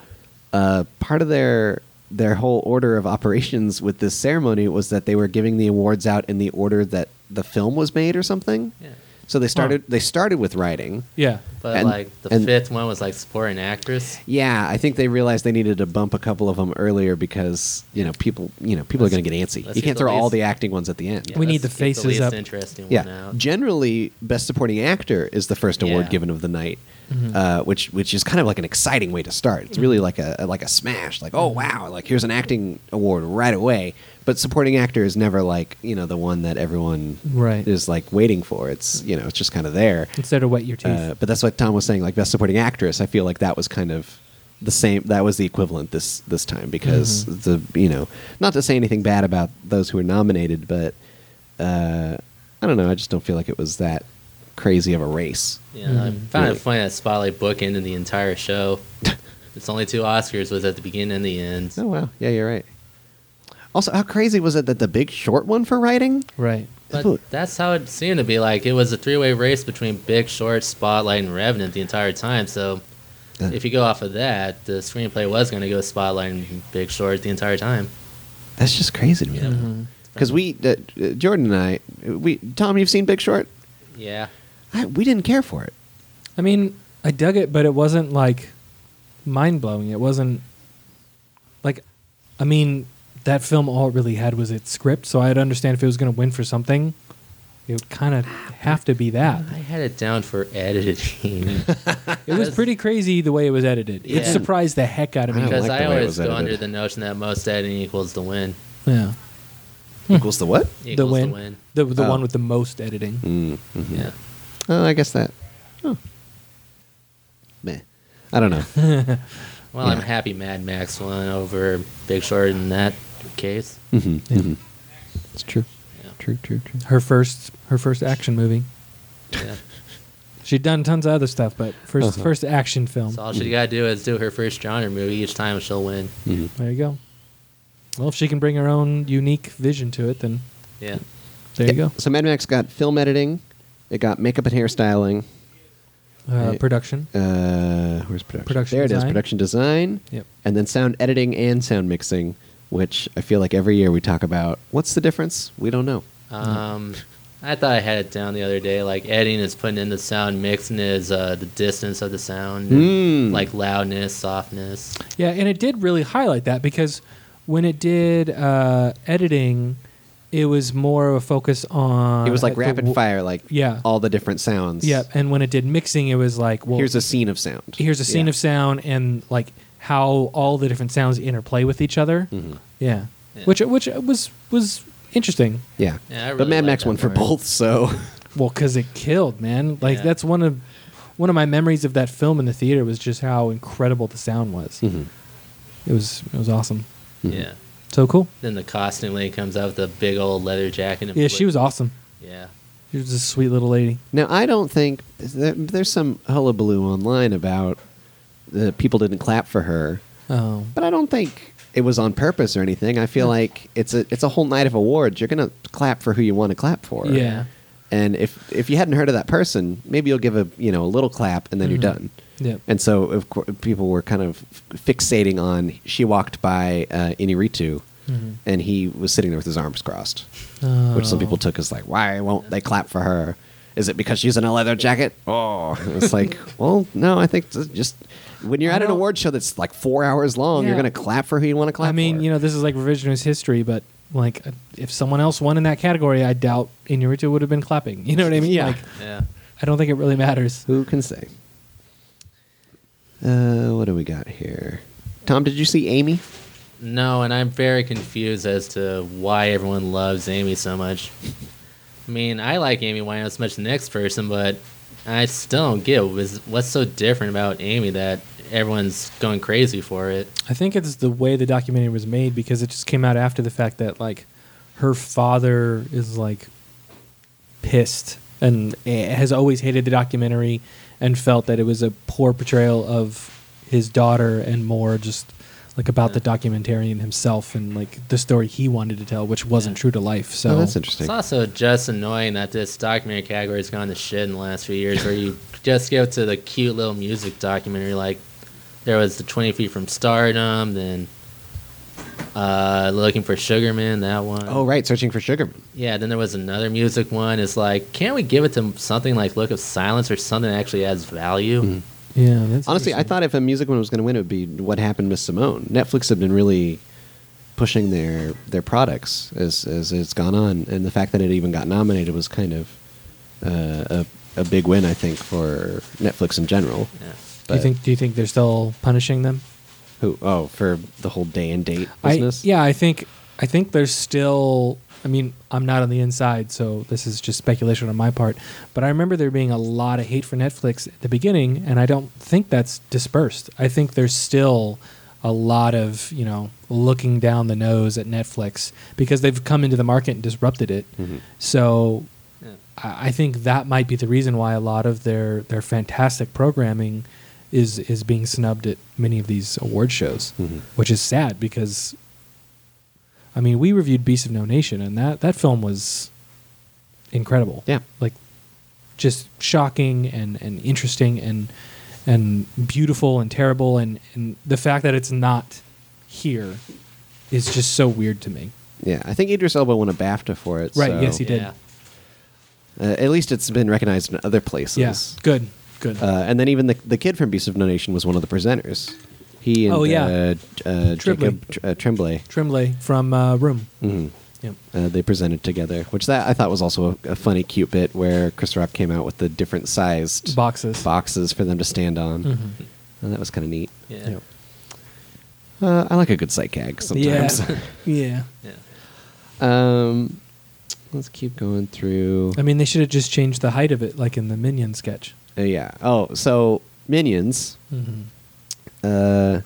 Speaker 2: Uh, part of their their whole order of operations with this ceremony was that they were giving the awards out in the order that the film was made, or something.
Speaker 3: Yeah.
Speaker 2: So they started they started with writing.
Speaker 1: yeah
Speaker 3: But
Speaker 2: And-
Speaker 3: like the
Speaker 2: and-
Speaker 3: fifth one was like supporting actress.
Speaker 2: Yeah, I think they realized they needed to bump a couple of them earlier because you know people you know people
Speaker 3: Let's-
Speaker 2: are going to get antsy.
Speaker 3: let's
Speaker 2: You
Speaker 3: get
Speaker 2: can't
Speaker 3: the
Speaker 2: throw all
Speaker 3: least-
Speaker 2: the acting ones at the end.
Speaker 3: Yeah,
Speaker 1: We need
Speaker 3: let's
Speaker 1: the
Speaker 3: get
Speaker 1: faces
Speaker 3: the least
Speaker 1: up.
Speaker 3: Interesting one
Speaker 2: Yeah.
Speaker 3: out.
Speaker 2: Generally, best supporting actor is the first award
Speaker 3: Yeah. Mm-hmm.
Speaker 2: given of the night, uh, which which is kind of like an exciting way to start. It's really like a like a smash. Like oh
Speaker 3: Mm-hmm.
Speaker 2: wow, like here's an acting award right away. But supporting actor is never like you know the one that everyone
Speaker 1: Right.
Speaker 2: is like waiting for. It's you know it's just kind of there.
Speaker 1: instead of wet your teeth
Speaker 2: Uh, but that's what Tom was saying. Like best supporting actress, I feel like that was kind of the same. That was the equivalent this this time because
Speaker 3: Mm-hmm.
Speaker 2: the you know not to say anything bad about those who were nominated, but uh, I don't know. I just don't feel like it was that crazy of a race.
Speaker 3: Yeah, I
Speaker 1: Mhm.
Speaker 3: found
Speaker 2: Really.
Speaker 3: it funny that Spotlight book ended the entire show. its only two Oscars was at the beginning and the end.
Speaker 2: Oh wow, yeah, you're right. Also, how crazy was it that the Big Short won for writing?
Speaker 1: right
Speaker 2: Who-
Speaker 3: But that's how it seemed to be. Like it was a three-way race between Big Short, Spotlight, and Revenant the entire time. So
Speaker 2: Uh,
Speaker 3: if you go off of that, the screenplay was going to go Spotlight and Big Short the entire time.
Speaker 2: That's just crazy to me.
Speaker 3: Yeah.
Speaker 1: Mhm.
Speaker 2: Because we, uh, uh, Jordan and I, we Tom, you've seen Big Short.
Speaker 3: Yeah,
Speaker 2: I, we didn't care for it.
Speaker 1: I mean, I dug it, but it wasn't like mind blowing. It wasn't like, I mean, that film all it really had was its script, so I'd understand if it was going to win for something. It would kind of have to be that.
Speaker 3: Ah, I had it down for editing
Speaker 1: It was pretty crazy the way it was edited. It
Speaker 3: Yeah.
Speaker 1: surprised the heck out of
Speaker 2: I
Speaker 1: me.
Speaker 2: don't
Speaker 3: because
Speaker 2: like
Speaker 3: I
Speaker 2: the way it
Speaker 3: always
Speaker 2: was
Speaker 3: go
Speaker 2: edited.
Speaker 3: under the notion that most editing equals the win.
Speaker 1: Yeah,
Speaker 3: Hmm.
Speaker 2: Equals the what?
Speaker 1: the
Speaker 3: Equals
Speaker 1: win,
Speaker 3: The win.
Speaker 1: the the
Speaker 2: Oh. Mm.
Speaker 1: one with the most editing.
Speaker 3: Yeah.
Speaker 2: Oh, I guess that. Oh. Meh. I don't know.
Speaker 3: Well, I'm
Speaker 2: Yeah.
Speaker 3: happy Mad Max won over Big Short in that case.
Speaker 2: Mm.
Speaker 1: Yeah.
Speaker 2: it's true.
Speaker 3: Yeah.
Speaker 2: True, true, true.
Speaker 1: Her first, her first action movie.
Speaker 3: Yeah.
Speaker 1: She'd done tons of other stuff, but 1st
Speaker 2: Uh-huh.
Speaker 1: first action film.
Speaker 3: So all she got to do is do her first genre movie each time she'll win.
Speaker 2: Mm-hmm.
Speaker 1: There you go. Well, if she can bring her own unique vision to it, then
Speaker 3: Yeah.
Speaker 1: there you go.
Speaker 2: So Mad Max got film editing, it got makeup and hairstyling.
Speaker 1: Uh,
Speaker 2: Hey.
Speaker 1: Production.
Speaker 2: Uh, where's production?
Speaker 1: Production
Speaker 2: there it is,
Speaker 1: design.
Speaker 2: production design.
Speaker 1: Yep.
Speaker 2: And then sound editing and sound mixing, which I feel like every year we talk about. What's the difference? We don't know.
Speaker 3: Um, I thought I had it down the other day. Like editing is putting in the sound, mixing is uh, the distance of the sound,
Speaker 2: Mm.
Speaker 3: like loudness, softness.
Speaker 1: Yeah, and it did really highlight that because when it did uh, editing, it was more of a focus on.
Speaker 2: it was like
Speaker 1: the
Speaker 2: rapid
Speaker 1: w-
Speaker 2: fire, like
Speaker 1: Uh, Yeah.
Speaker 2: all the different sounds.
Speaker 1: Yeah, and when it did mixing, it was like, well,
Speaker 2: Here's a scene of sound.
Speaker 1: here's a scene
Speaker 2: Yeah.
Speaker 1: of sound and like how all the different sounds interplay with each other.
Speaker 2: Mhm.
Speaker 1: Yeah.
Speaker 3: Yeah.
Speaker 1: which which was was interesting.
Speaker 2: Yeah.
Speaker 3: Yeah, I really
Speaker 2: but Mad
Speaker 3: like
Speaker 2: Max
Speaker 3: that
Speaker 2: won for
Speaker 3: part.
Speaker 2: both, so.
Speaker 1: Well, because it killed, man. Like
Speaker 3: Yeah.
Speaker 1: that's one of one of my memories of that film in the theater was just how incredible the sound was.
Speaker 2: Mm-hmm.
Speaker 1: It was it was awesome.
Speaker 3: Yeah.
Speaker 1: So cool.
Speaker 3: Then the costume lady comes out with a big old leather jacket. And
Speaker 1: Yeah,
Speaker 3: blue-
Speaker 1: she was awesome.
Speaker 3: Yeah.
Speaker 1: She was a sweet little lady.
Speaker 2: Now, I don't think there- there's some hullabaloo online about the people didn't clap for her,
Speaker 1: Oh,
Speaker 2: but I don't think it was on purpose or anything. I feel like it's a it's a whole night of awards. You're gonna clap for who you want to clap for.
Speaker 1: yeah,
Speaker 2: And if if you hadn't heard of that person, maybe you'll give a you know a little clap and then you're done.
Speaker 1: yeah.
Speaker 2: And so of course people were kind of fixating on she walked by uh, Iniritu,
Speaker 1: Hmm.
Speaker 2: and he was sitting there with his arms crossed
Speaker 1: Mm-hmm.
Speaker 2: which
Speaker 1: Uh,
Speaker 2: some
Speaker 1: Oh.
Speaker 2: people took as like, why won't they clap for her? Is it because she's in a leather jacket? Oh, it's like, well, no, I think th- just when you're
Speaker 1: I
Speaker 2: at an
Speaker 1: don't-
Speaker 2: award show that's like four hours long, you're
Speaker 1: Yeah.
Speaker 2: gonna clap for who you want to clap.
Speaker 1: I mean,
Speaker 2: for.
Speaker 1: you know, this is like revisionist history, but like uh, if someone else won in that category, I doubt Inuritu would have been clapping. You know what I mean? Like,
Speaker 3: Yeah.
Speaker 1: I don't think it really matters.
Speaker 2: who can say? Uh, what do we got here? Tom, did you see Amy?
Speaker 3: No, and I'm very confused as to why everyone loves Amy so much. I mean, I like Amy Winehouse as much as the next person, but I still don't get what's what's so different about Amy that everyone's going crazy for it.
Speaker 1: I think it's the way the documentary was made because it just came out after the fact that like her father is like pissed and eh, has always hated the documentary and felt that it was a poor portrayal of his daughter and more just like about the documentarian himself and like the story he wanted to tell which wasn't
Speaker 3: Yeah.
Speaker 1: true to life so
Speaker 2: oh, that's
Speaker 3: It's
Speaker 2: interesting.
Speaker 3: also just annoying that this documentary category has gone to shit in the last few years, where you just go to the cute little music documentary. Like there was the Twenty Feet from Stardom, then uh, Looking for Sugarman, that one.
Speaker 2: Oh, right, searching for Sugarman.
Speaker 3: Yeah, then there was another music one. It's like, can't we give it to something like Look of Silence or something that actually adds value?
Speaker 1: yeah that's
Speaker 2: Honestly, I
Speaker 1: interesting.
Speaker 2: thought if a music one was going to win, it would be What Happened, Miss Simone. Netflix have been really pushing their their products as as it's gone on, and the fact that it even got nominated was kind of uh, a a big win, I think, for Netflix in general.
Speaker 3: Yeah.
Speaker 1: do you
Speaker 2: but-
Speaker 1: think do you think they're still punishing them
Speaker 2: Who? Oh, for the whole day and date
Speaker 1: I,
Speaker 2: business.
Speaker 1: yeah, I think I think there's still. I mean, I'm not on the inside, so this is just speculation on my part. But I remember there being a lot of hate for Netflix at the beginning, and I don't think that's dispersed. I think there's still a lot of you know looking down the nose at Netflix because they've come into the market and disrupted it. So
Speaker 3: Yeah.
Speaker 1: I I think that might be the reason why a lot of their their fantastic programming is is being snubbed at many of these award shows,
Speaker 2: Mhm.
Speaker 1: which is sad because I mean we reviewed Beast of No Nation and that that film was incredible.
Speaker 2: Yeah.
Speaker 1: like just shocking and and interesting and and beautiful and terrible and and the fact that it's not here is just so weird to me.
Speaker 2: Yeah, I think Idris Elba won a BAFTA for it.
Speaker 1: Right,
Speaker 2: so,
Speaker 1: yes, he did.
Speaker 3: Yeah.
Speaker 2: Uh, at least it's been recognized in other places.
Speaker 1: Yeah, good, good.
Speaker 2: Uh, and then even the, the kid from Beast of No Nation was one of the presenters. He and
Speaker 1: Oh, yeah.
Speaker 2: uh, uh,
Speaker 1: Tremblay.
Speaker 2: Jacob uh, Tremblay,
Speaker 1: Tremblay from uh, Room.
Speaker 2: Mhm.
Speaker 1: Yep.
Speaker 2: uh, they presented together, which that I thought was also a, a funny, cute bit where Chris Rock came out with the different sized
Speaker 1: Boxes.
Speaker 2: boxes for them to stand on.
Speaker 1: Mhm.
Speaker 2: And that was kind of neat.
Speaker 3: Yeah.
Speaker 1: Yep.
Speaker 2: Uh, I like a good sight gag sometimes.
Speaker 1: Yeah. yeah.
Speaker 3: Yeah.
Speaker 2: um, let's keep going through.
Speaker 1: I mean, they should have just changed the height of it, like in the Minion sketch.
Speaker 2: Uh, yeah. Oh, so Minions.
Speaker 1: Mm-hmm.
Speaker 2: uh,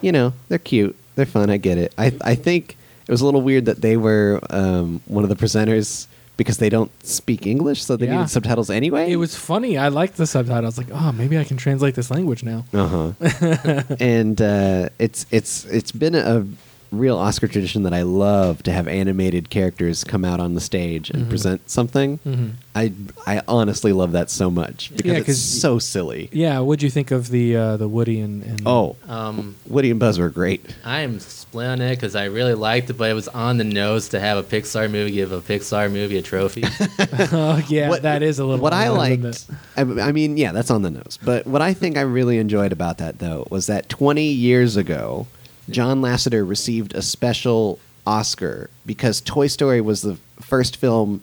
Speaker 2: you know, they're cute. They're fun. I get it. I, I think it was a little weird that they were um, one of the presenters because they don't speak English, so they
Speaker 1: Yeah.
Speaker 2: needed subtitles anyway.
Speaker 1: It was funny. I liked the subtitle. I was like, oh, maybe I can translate this language now.
Speaker 2: Uh huh. and uh, it's it's it's been a real Oscar tradition that I love to have animated characters come out on the stage
Speaker 1: Mm-hmm.
Speaker 2: and present something.
Speaker 1: Mhm.
Speaker 2: I I honestly love that so much because
Speaker 1: Yeah, 'cause-
Speaker 2: it's so silly.
Speaker 1: Yeah. What'd you think of the uh, the Woody and, and
Speaker 2: Oh,
Speaker 3: Um,
Speaker 2: Woody and Buzz were great.
Speaker 3: I am split on it because I really liked it, but it was on the nose to have a Pixar movie give a Pixar movie a trophy.
Speaker 1: Oh, yeah, that is a little.
Speaker 2: What I
Speaker 1: better than
Speaker 2: liked,
Speaker 1: the-
Speaker 2: I, I mean, yeah, that's on the nose. But what I think I really enjoyed about that though was that 20 years ago, John Lasseter received a special Oscar because Toy Story was the first film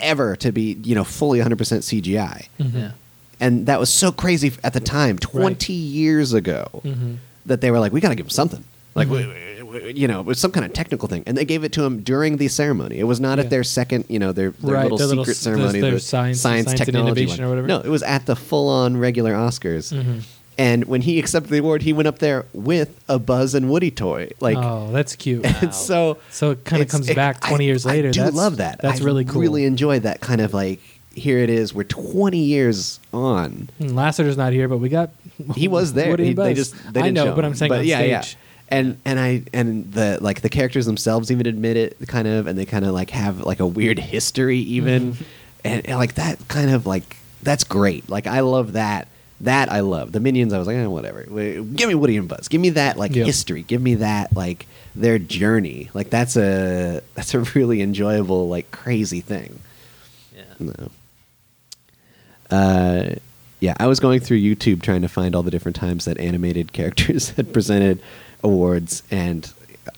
Speaker 2: ever to be, you know, fully 100% CGI.
Speaker 1: Mm-hmm.
Speaker 3: yeah.
Speaker 2: And that was so crazy f- at the time, 20 years ago,
Speaker 1: Mm-hmm.
Speaker 2: that they were like, we got to give him something. Like, we- we- we- you know, it was some kind of technical thing. And they gave it to him during the ceremony. It was not
Speaker 1: Yeah.
Speaker 2: at their second, you know, their, their
Speaker 1: Right,
Speaker 2: little
Speaker 1: their
Speaker 2: secret
Speaker 1: little s- their-
Speaker 2: ceremony,
Speaker 1: their
Speaker 2: the
Speaker 1: science- science and innovation or whatever. Mm-hmm.
Speaker 2: No, it was at the full-on regular Oscars. And when he accepted the award, he went up there with a Buzz and Woody toy. Like,
Speaker 1: oh, that's cute.
Speaker 2: and so
Speaker 1: so it kind of
Speaker 2: it's-
Speaker 1: comes
Speaker 2: it-
Speaker 1: back 20
Speaker 2: I-
Speaker 1: years later.
Speaker 2: I do
Speaker 1: that's,
Speaker 2: love that.
Speaker 1: That's
Speaker 2: I
Speaker 1: really cool.
Speaker 2: Really enjoyed that kind of like here it is. We're 20 years on.
Speaker 1: And Mm, Lasseter's not here, but we got.
Speaker 2: He was there.
Speaker 1: Woody
Speaker 2: He-
Speaker 1: and Buzz.
Speaker 2: they just they
Speaker 1: I
Speaker 2: didn't
Speaker 1: know,
Speaker 2: show
Speaker 1: but
Speaker 2: him.
Speaker 1: I'm saying on
Speaker 2: yeah, yeah.
Speaker 1: stage.
Speaker 2: And and I and the like the characters themselves even admit it kind of, and they kind of like have like a weird history even,
Speaker 1: Mm-hmm.
Speaker 2: and, and, like that kind of like that's great. Like I love that. That I love the minions. I was like, eh, whatever. Wa- Give me Woody and Buzz. Give me that like
Speaker 1: Yeah.
Speaker 2: history. Give me that like their journey. Like that's a that's a really enjoyable like crazy thing.
Speaker 3: Yeah.
Speaker 2: No. Uh, yeah, I was going through YouTube trying to find all the different times that animated characters had presented awards, and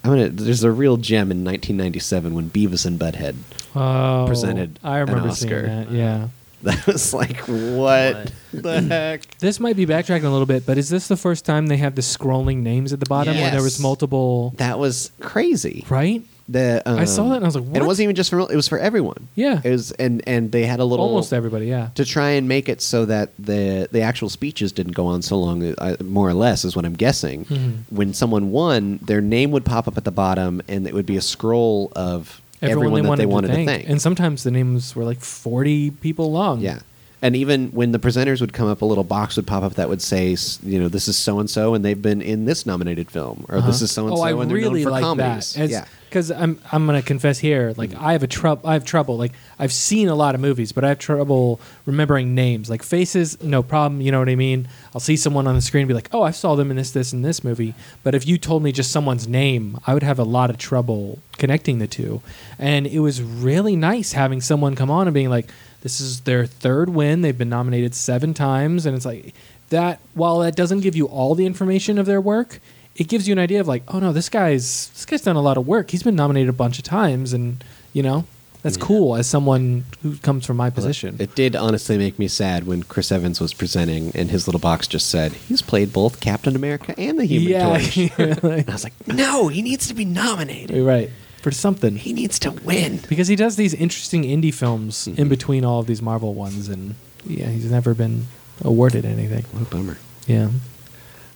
Speaker 2: I'm gonna. There's a real gem in 1997 when Beavis and Butthead.
Speaker 1: Oh,
Speaker 2: presented
Speaker 1: I
Speaker 2: an
Speaker 1: remember
Speaker 2: Oscar.
Speaker 1: seeing that. Yeah.
Speaker 2: That was like what, the heck?
Speaker 1: This might be backtracking a little bit, but is this the first time they have the scrolling names at the bottom, where there was
Speaker 2: Yes.
Speaker 1: multiple?
Speaker 2: That was crazy.
Speaker 1: Right?
Speaker 2: The,
Speaker 1: I saw
Speaker 2: um,
Speaker 1: that and I was like,
Speaker 2: And it
Speaker 1: "What?"
Speaker 2: wasn't even just for it was for everyone.
Speaker 1: Yeah.
Speaker 2: it was, and and they had a little
Speaker 1: Almost everybody, yeah.
Speaker 2: to try and make it so that the the actual speeches didn't go on so long, I, more or less, is what I'm guessing.
Speaker 1: Mhm.
Speaker 2: When someone won, their name would pop up at the bottom, and it would be a scroll of everyone, that they wanted to thank.
Speaker 1: And sometimes the names were like 40 people long.
Speaker 2: yeah, and even when the presenters would come up, a little box would pop up that would say, s- you know, this is so and so, and they've been in this nominated film, or this
Speaker 1: Uh-huh.
Speaker 2: is so and
Speaker 1: Oh, I
Speaker 2: so, and they're known
Speaker 1: really
Speaker 2: for
Speaker 1: like
Speaker 2: comedies.
Speaker 1: that.
Speaker 2: yeah. Hmm.
Speaker 1: Because I'm, I'm going to confess here, like I have a trouble. I have trouble. Like I've seen a lot of movies, but I have trouble remembering names. Like faces, no problem. You know what I mean? I'll see someone on the screen and be like, oh, I saw them in this, this, and this movie. But if you told me just someone's name, I would have a lot of trouble connecting the two. And it was really nice having someone come on and being like, this is their third win. They've been nominated seven times, and it's like that. While that doesn't give you all the information of their work, it gives you an idea of like, oh no, this guy's this guy's done a lot of work. He's been nominated a bunch of times, and you know that's cool as someone who comes from my position.
Speaker 2: It did honestly make me sad when Chris Evans was presenting and his little box just said, he's played both Captain America and the Human
Speaker 1: yeah,
Speaker 2: Torch.
Speaker 1: like-
Speaker 2: And I was like, no, he needs to be nominated.
Speaker 1: you're right for something
Speaker 2: He needs to win.
Speaker 1: because he does these interesting indie films
Speaker 3: Mm-hmm.
Speaker 1: in between all of these Marvel ones, and yeah, he's never been awarded anything.
Speaker 2: What a bummer.
Speaker 1: Yeah.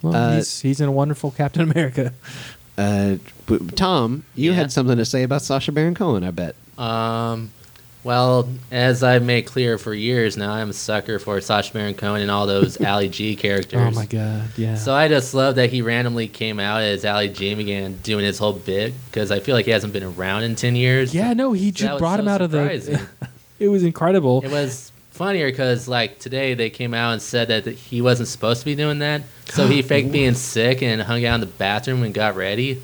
Speaker 1: Well,
Speaker 2: Uh,
Speaker 1: he's, he's in a wonderful Captain America. Oh
Speaker 2: Uh, w- Tom, you
Speaker 3: Yeah?
Speaker 2: had something to say about Sasha Baron Cohen, I bet.
Speaker 3: Um, well, as I've made clear for years now, I'm a sucker for Sacha Baron Cohen and all those Ali G characters.
Speaker 1: Oh my god! Yeah.
Speaker 3: So I just love that he randomly came out as Ali G again, doing his whole bit because I feel like he hasn't been around in ten years.
Speaker 1: yeah, no, he
Speaker 3: That
Speaker 1: just
Speaker 3: was
Speaker 1: brought
Speaker 3: so
Speaker 1: him out of
Speaker 3: surprising.
Speaker 1: the. it was incredible.
Speaker 3: It was funnier because like today they came out and said that he wasn't supposed to be doing that, so he faked being sick and hung out in the bathroom and got ready.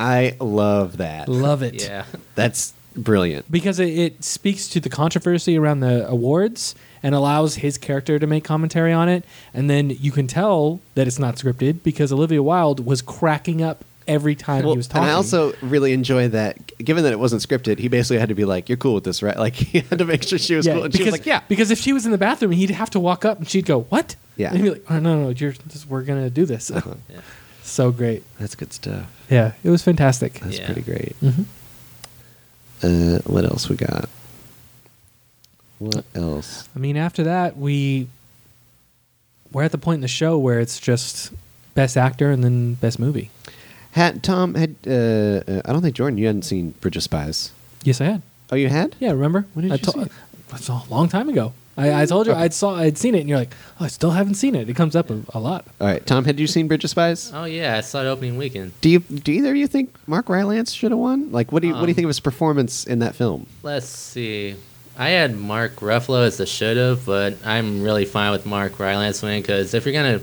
Speaker 2: I love that.
Speaker 1: Love it.
Speaker 3: Yeah,
Speaker 2: That's brilliant.
Speaker 1: because it, it speaks to the controversy around the awards and allows his character to make commentary on it and then you can tell that it's not scripted because olivia wilde was cracking up every time
Speaker 2: Well,
Speaker 1: he was talking
Speaker 2: and I also really enjoy that, g- given that it wasn't scripted, he basically had to be like, you're cool with this, right? Like, he had to make sure she was
Speaker 1: yeah,
Speaker 2: cool. And
Speaker 1: because,
Speaker 2: she was like, yeah.
Speaker 1: because if she was in the bathroom he'd have to walk up and she'd go what
Speaker 2: Yeah. Uh-huh.
Speaker 1: and he'd be like oh no no you're just, we're gonna do this
Speaker 3: yeah.
Speaker 1: so great
Speaker 2: That's good stuff.
Speaker 1: yeah it was fantastic
Speaker 2: That's
Speaker 3: Yeah.
Speaker 2: pretty great.
Speaker 1: Mhm.
Speaker 2: Uh, what else we got? What else?
Speaker 1: I mean, after that, we we're at the point in the show where it's just best actor and then best movie.
Speaker 2: Had Tom had? Uh, uh, I don't think Jordan. You hadn't seen Bridge of Spies.
Speaker 1: Yes, I had.
Speaker 2: Oh, you had?
Speaker 1: Yeah, remember?
Speaker 2: When did
Speaker 1: I
Speaker 2: you see it?
Speaker 1: That's a long time ago. I, I told you
Speaker 2: Okay.
Speaker 1: I'd saw I'd seen it, and you're like, oh, I still haven't seen it. It comes up a, a lot.
Speaker 2: All right, Tom. Had you seen Bridge of Spies?
Speaker 3: Oh yeah, I saw it opening weekend.
Speaker 2: Do you? Do either of you think Mark Rylance should have won? Like, what do you? what do you
Speaker 3: Um,
Speaker 2: think of his performance in that film?
Speaker 3: Let's see. I had Mark Ruffalo as the should have, but I'm really fine with Mark Rylance winning because if you're gonna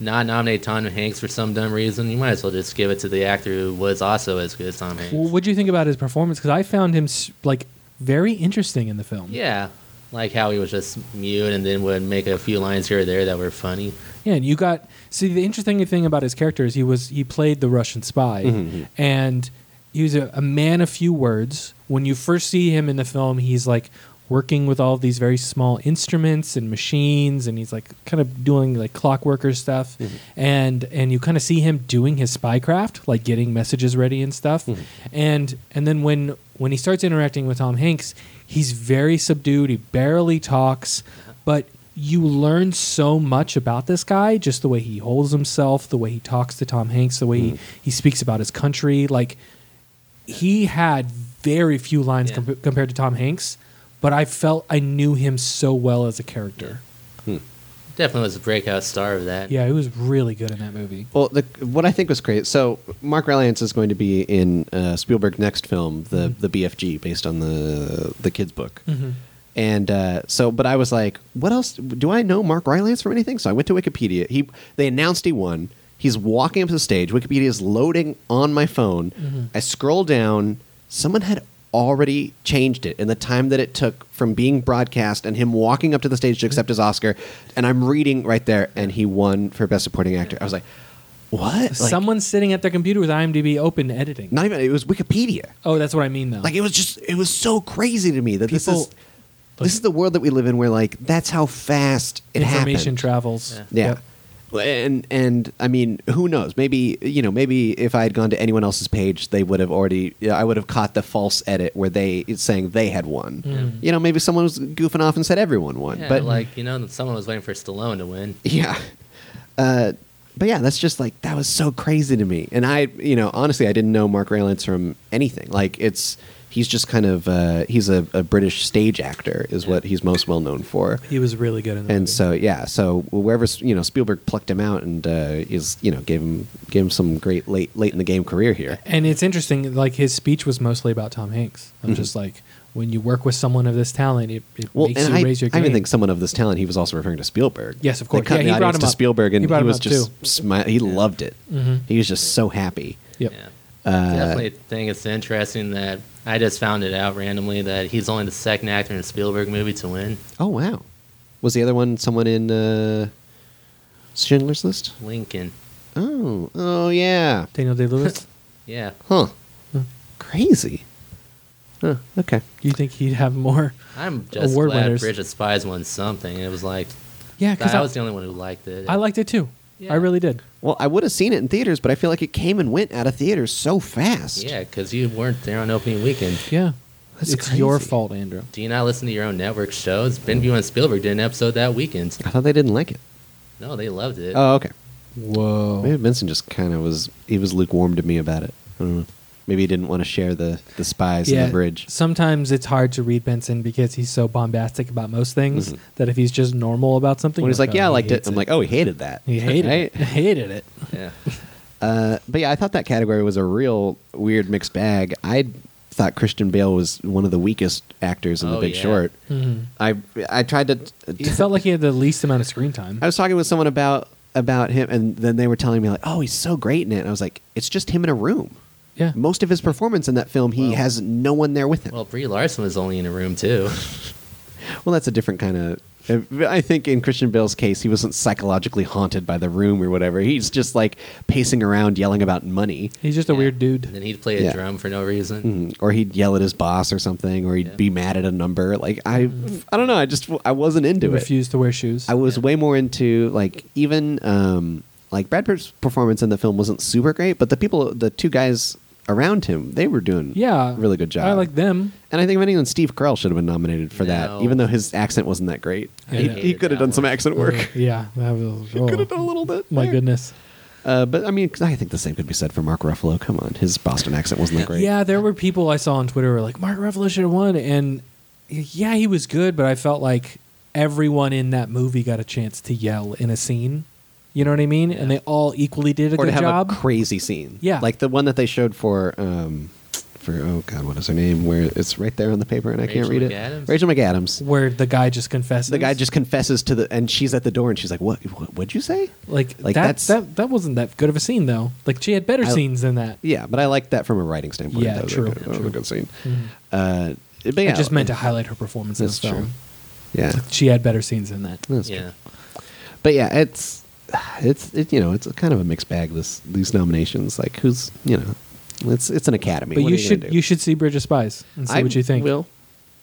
Speaker 3: not nominate Tom Hanks for some dumb reason, you might as well just give it to the actor who was also as good as Tom Hanks.
Speaker 1: Well, what do you think about his performance? Because I found him s- like very interesting in the film.
Speaker 3: Yeah, like how he was just mute and then would make a few lines here or there that were funny.
Speaker 1: Yeah, and you got see the interesting thing about his character is he was he played the Russian spy,
Speaker 2: Mhm.
Speaker 1: and he was a, a man of few words. When you first see him in the film, he's like working with all these very small instruments and machines, and he's like kind of doing like clockworker stuff, and and you kind of see him doing his spycraft, like getting messages ready and stuff, and and then when when he starts interacting with Tom Hanks, he's very subdued. He barely talks, but you learn so much about this guy just the way he holds himself the way he talks to tom hanks the way
Speaker 2: Mm.
Speaker 1: he, he speaks about his country like he had very few lines
Speaker 3: Yeah.
Speaker 1: comp- compared to tom hanks but i felt i knew him so well as a character
Speaker 3: Definitely was a breakout star of that.
Speaker 1: yeah he was really good in that movie
Speaker 2: Well, the, what I think was great. So Mark Rylance is going to be in uh, Spielberg's next film, the the BFG, based on the the kids book. And uh, so, but I was like, what else do I know Mark Rylance from anything? So I went to Wikipedia. He they announced he won. He's walking up to the stage. Wikipedia is loading on my phone. I scroll down. Someone had already changed it in the time that it took from being broadcast and him walking up to the stage to accept his Oscar. And I'm reading right there, and he won for Best Supporting Actor. I was like, what? Like,
Speaker 1: someone sitting at their computer with imdb open editing
Speaker 2: Not even. It was Wikipedia.
Speaker 1: oh that's what i mean though
Speaker 2: Like it was just. It was so crazy to me that this
Speaker 1: People-
Speaker 2: is. This is the world that we live in, where like that's how fast it
Speaker 1: information
Speaker 2: happened.
Speaker 1: travels
Speaker 3: Yeah.
Speaker 2: Yeah.
Speaker 1: Yep.
Speaker 2: and and I mean, who knows? Maybe you know, maybe if I had gone to anyone else's page, they would have already. yeah, I would have caught the false edit where they it's saying they had won. You know, maybe someone was goofing off and said everyone won.
Speaker 3: Yeah,
Speaker 2: but
Speaker 3: like you know, someone was waiting for Stallone to win.
Speaker 2: yeah, uh, but yeah, that's just like that was so crazy to me. And I, you know, honestly, I didn't know Mark Rylance from anything. Like it's he's just kind of uh, he's a, a British stage actor is what he's most well known for.
Speaker 1: He was really good in that.
Speaker 2: And so yeah, so wherever you know Spielberg plucked him out and uh, is you know gave him gave him some great late late in the game career here.
Speaker 1: And it's interesting, like his speech was mostly about Tom Hanks. I'm just like, when you work with someone of this talent, it, it
Speaker 2: Mm-hmm. Well,
Speaker 1: makes
Speaker 2: and
Speaker 1: you
Speaker 2: I,
Speaker 1: raise your
Speaker 2: I
Speaker 1: game.
Speaker 2: even think someone of this talent he was also referring to Spielberg.
Speaker 1: Yes, of
Speaker 2: They
Speaker 1: course.
Speaker 2: cut
Speaker 1: Yeah,
Speaker 2: the
Speaker 1: he brought
Speaker 2: audience
Speaker 1: him
Speaker 2: to
Speaker 1: up.
Speaker 2: Spielberg
Speaker 1: He
Speaker 2: and he,
Speaker 1: brought him
Speaker 2: was
Speaker 1: up,
Speaker 2: just smiling. He loved it.
Speaker 1: Mhm.
Speaker 2: He was just so happy.
Speaker 1: Yep.
Speaker 3: Yeah.
Speaker 2: Uh,
Speaker 3: Definitely think it's interesting that I just found it out randomly that he's only the second actor in a Spielberg movie to win.
Speaker 2: Oh wow, was the other one someone in uh, Schindler's List?
Speaker 3: Lincoln.
Speaker 2: Oh oh yeah,
Speaker 1: Daniel Day Lewis.
Speaker 3: Yeah.
Speaker 2: huh?
Speaker 1: Hmm.
Speaker 2: Crazy. Huh. Okay.
Speaker 1: you think he'd have more?
Speaker 3: I'm just
Speaker 1: Award
Speaker 3: glad
Speaker 1: winners.
Speaker 3: Bridge of Spies won something. It was like
Speaker 1: Yeah, because
Speaker 3: I
Speaker 1: I,
Speaker 3: was the only one who liked it.
Speaker 1: I liked it too. I
Speaker 3: Yeah.
Speaker 1: really did.
Speaker 2: Well, I would have seen it in theaters, but I feel like it came and went out of theaters so fast.
Speaker 3: Yeah, because you weren't there on opening weekend.
Speaker 1: Yeah,
Speaker 2: That's
Speaker 1: it's your
Speaker 2: crazy.
Speaker 1: fault, Andrew.
Speaker 3: Do you not listen to your own network shows? Benview and Spielberg did an episode that weekend.
Speaker 2: I thought they didn't like it.
Speaker 3: No, they loved it.
Speaker 2: Oh, okay. Maybe
Speaker 1: Whoa.
Speaker 2: Vincent just kind of was, he was lukewarm to me about it. I don't know. Maybe he didn't want to share the, the spies and the bridge.
Speaker 1: Sometimes it's hard to read Benson because he's so bombastic about most things that if he's just normal about something,
Speaker 2: Mm-hmm. When he's
Speaker 1: you're
Speaker 2: like, yeah, I
Speaker 1: "Oh, he
Speaker 2: liked it.
Speaker 1: hates
Speaker 2: I'm like, oh, he hated that.
Speaker 1: he hated it.
Speaker 2: Right?
Speaker 1: hated it.
Speaker 3: Yeah.
Speaker 2: Uh, but yeah, I thought that category was a real weird mixed bag. I thought Christian Bale was one of the weakest actors in The
Speaker 3: Oh,
Speaker 2: Big
Speaker 3: yeah.
Speaker 2: Short.
Speaker 1: Mhm.
Speaker 2: I I tried to
Speaker 1: He felt like he had the least amount of screen time.
Speaker 2: I was talking with someone about about him, and then they were telling me like, "Oh, he's so great in it." And I was like, "It's just him in a room."
Speaker 1: Yeah.
Speaker 2: Most of his performance in that film, he
Speaker 3: Well-
Speaker 2: has no one there with him.
Speaker 3: Well,
Speaker 2: Well,
Speaker 3: Brie Larson was only in a room too.
Speaker 2: that's a different kind of. I think in Christian Bale's case, he wasn't psychologically haunted by the room or whatever. He's just like pacing around yelling about money,
Speaker 1: He's just a
Speaker 3: Yeah.
Speaker 1: weird dude.
Speaker 3: And then he'd play a
Speaker 2: Yeah.
Speaker 3: drum for no reason.
Speaker 2: Mm, or he'd yell at his boss or something, or he'd
Speaker 3: Yeah.
Speaker 2: be mad at a number. Like I, I don't know. I just I wasn't into
Speaker 1: He
Speaker 2: it.
Speaker 1: refused to wear shoes.
Speaker 2: I was
Speaker 3: Yeah.
Speaker 2: way more into like even um, like Brad Pitt's performance in the film wasn't super great, but the people, the two guys around him, they were doing
Speaker 1: yeah,
Speaker 2: a really good job.
Speaker 1: I like them.
Speaker 2: and I think if anyone, Steve Carell should have been nominated for
Speaker 3: No.
Speaker 2: that, even though his accent wasn't that great.
Speaker 1: I
Speaker 2: He,
Speaker 1: hated
Speaker 2: could have
Speaker 3: that
Speaker 2: done some
Speaker 3: one.
Speaker 2: accent work.
Speaker 1: Yeah, that was.
Speaker 2: He could have
Speaker 1: oh,
Speaker 2: done a little bit.
Speaker 1: my
Speaker 2: there.
Speaker 1: goodness.
Speaker 2: Uh, but I mean, 'cause I think the same could be said for Mark Ruffalo. Come on, his Boston accent wasn't that great.
Speaker 1: Yeah, there were people I saw on Twitter who were like Mark Ruffalo should have won, and yeah, he was good, but I felt like everyone in that movie got a chance to yell in a scene. You know what I mean? And they all equally did a
Speaker 2: or
Speaker 1: good
Speaker 2: to have
Speaker 1: job.
Speaker 2: a crazy scene.
Speaker 1: Yeah.
Speaker 2: like the one that they showed for um, for oh god, what is her name? Where it's right there on the paper and I can't
Speaker 3: Rachel
Speaker 2: read
Speaker 3: McAdams?
Speaker 2: it. Rachel McAdams.
Speaker 1: where the guy just confesses.
Speaker 2: the guy just confesses to the and she's at the door and she's like what what would you say
Speaker 1: like,
Speaker 2: like,
Speaker 1: that,
Speaker 2: that's-
Speaker 1: that that wasn't that good of a scene though. Like she had better
Speaker 2: I-
Speaker 1: scenes than that.
Speaker 2: yeah but i like that from a writing standpoint
Speaker 1: Yeah,
Speaker 2: That was a
Speaker 1: true.
Speaker 2: good- that was
Speaker 1: True.
Speaker 2: a good scene
Speaker 1: Mhm.
Speaker 2: uh but yeah
Speaker 1: I just meant to highlight her performance in the
Speaker 2: that's
Speaker 1: film.
Speaker 2: true yeah
Speaker 1: She had better scenes than that.
Speaker 2: that's
Speaker 3: yeah.
Speaker 2: true but yeah it's it's it, you know it's kind of a mixed bag this these nominations like who's you know it's it's an academy
Speaker 1: But
Speaker 2: What
Speaker 1: you
Speaker 2: are gonna
Speaker 1: should
Speaker 2: do?
Speaker 1: you should see Bridge of Spies and see
Speaker 2: I
Speaker 1: what you think.
Speaker 2: will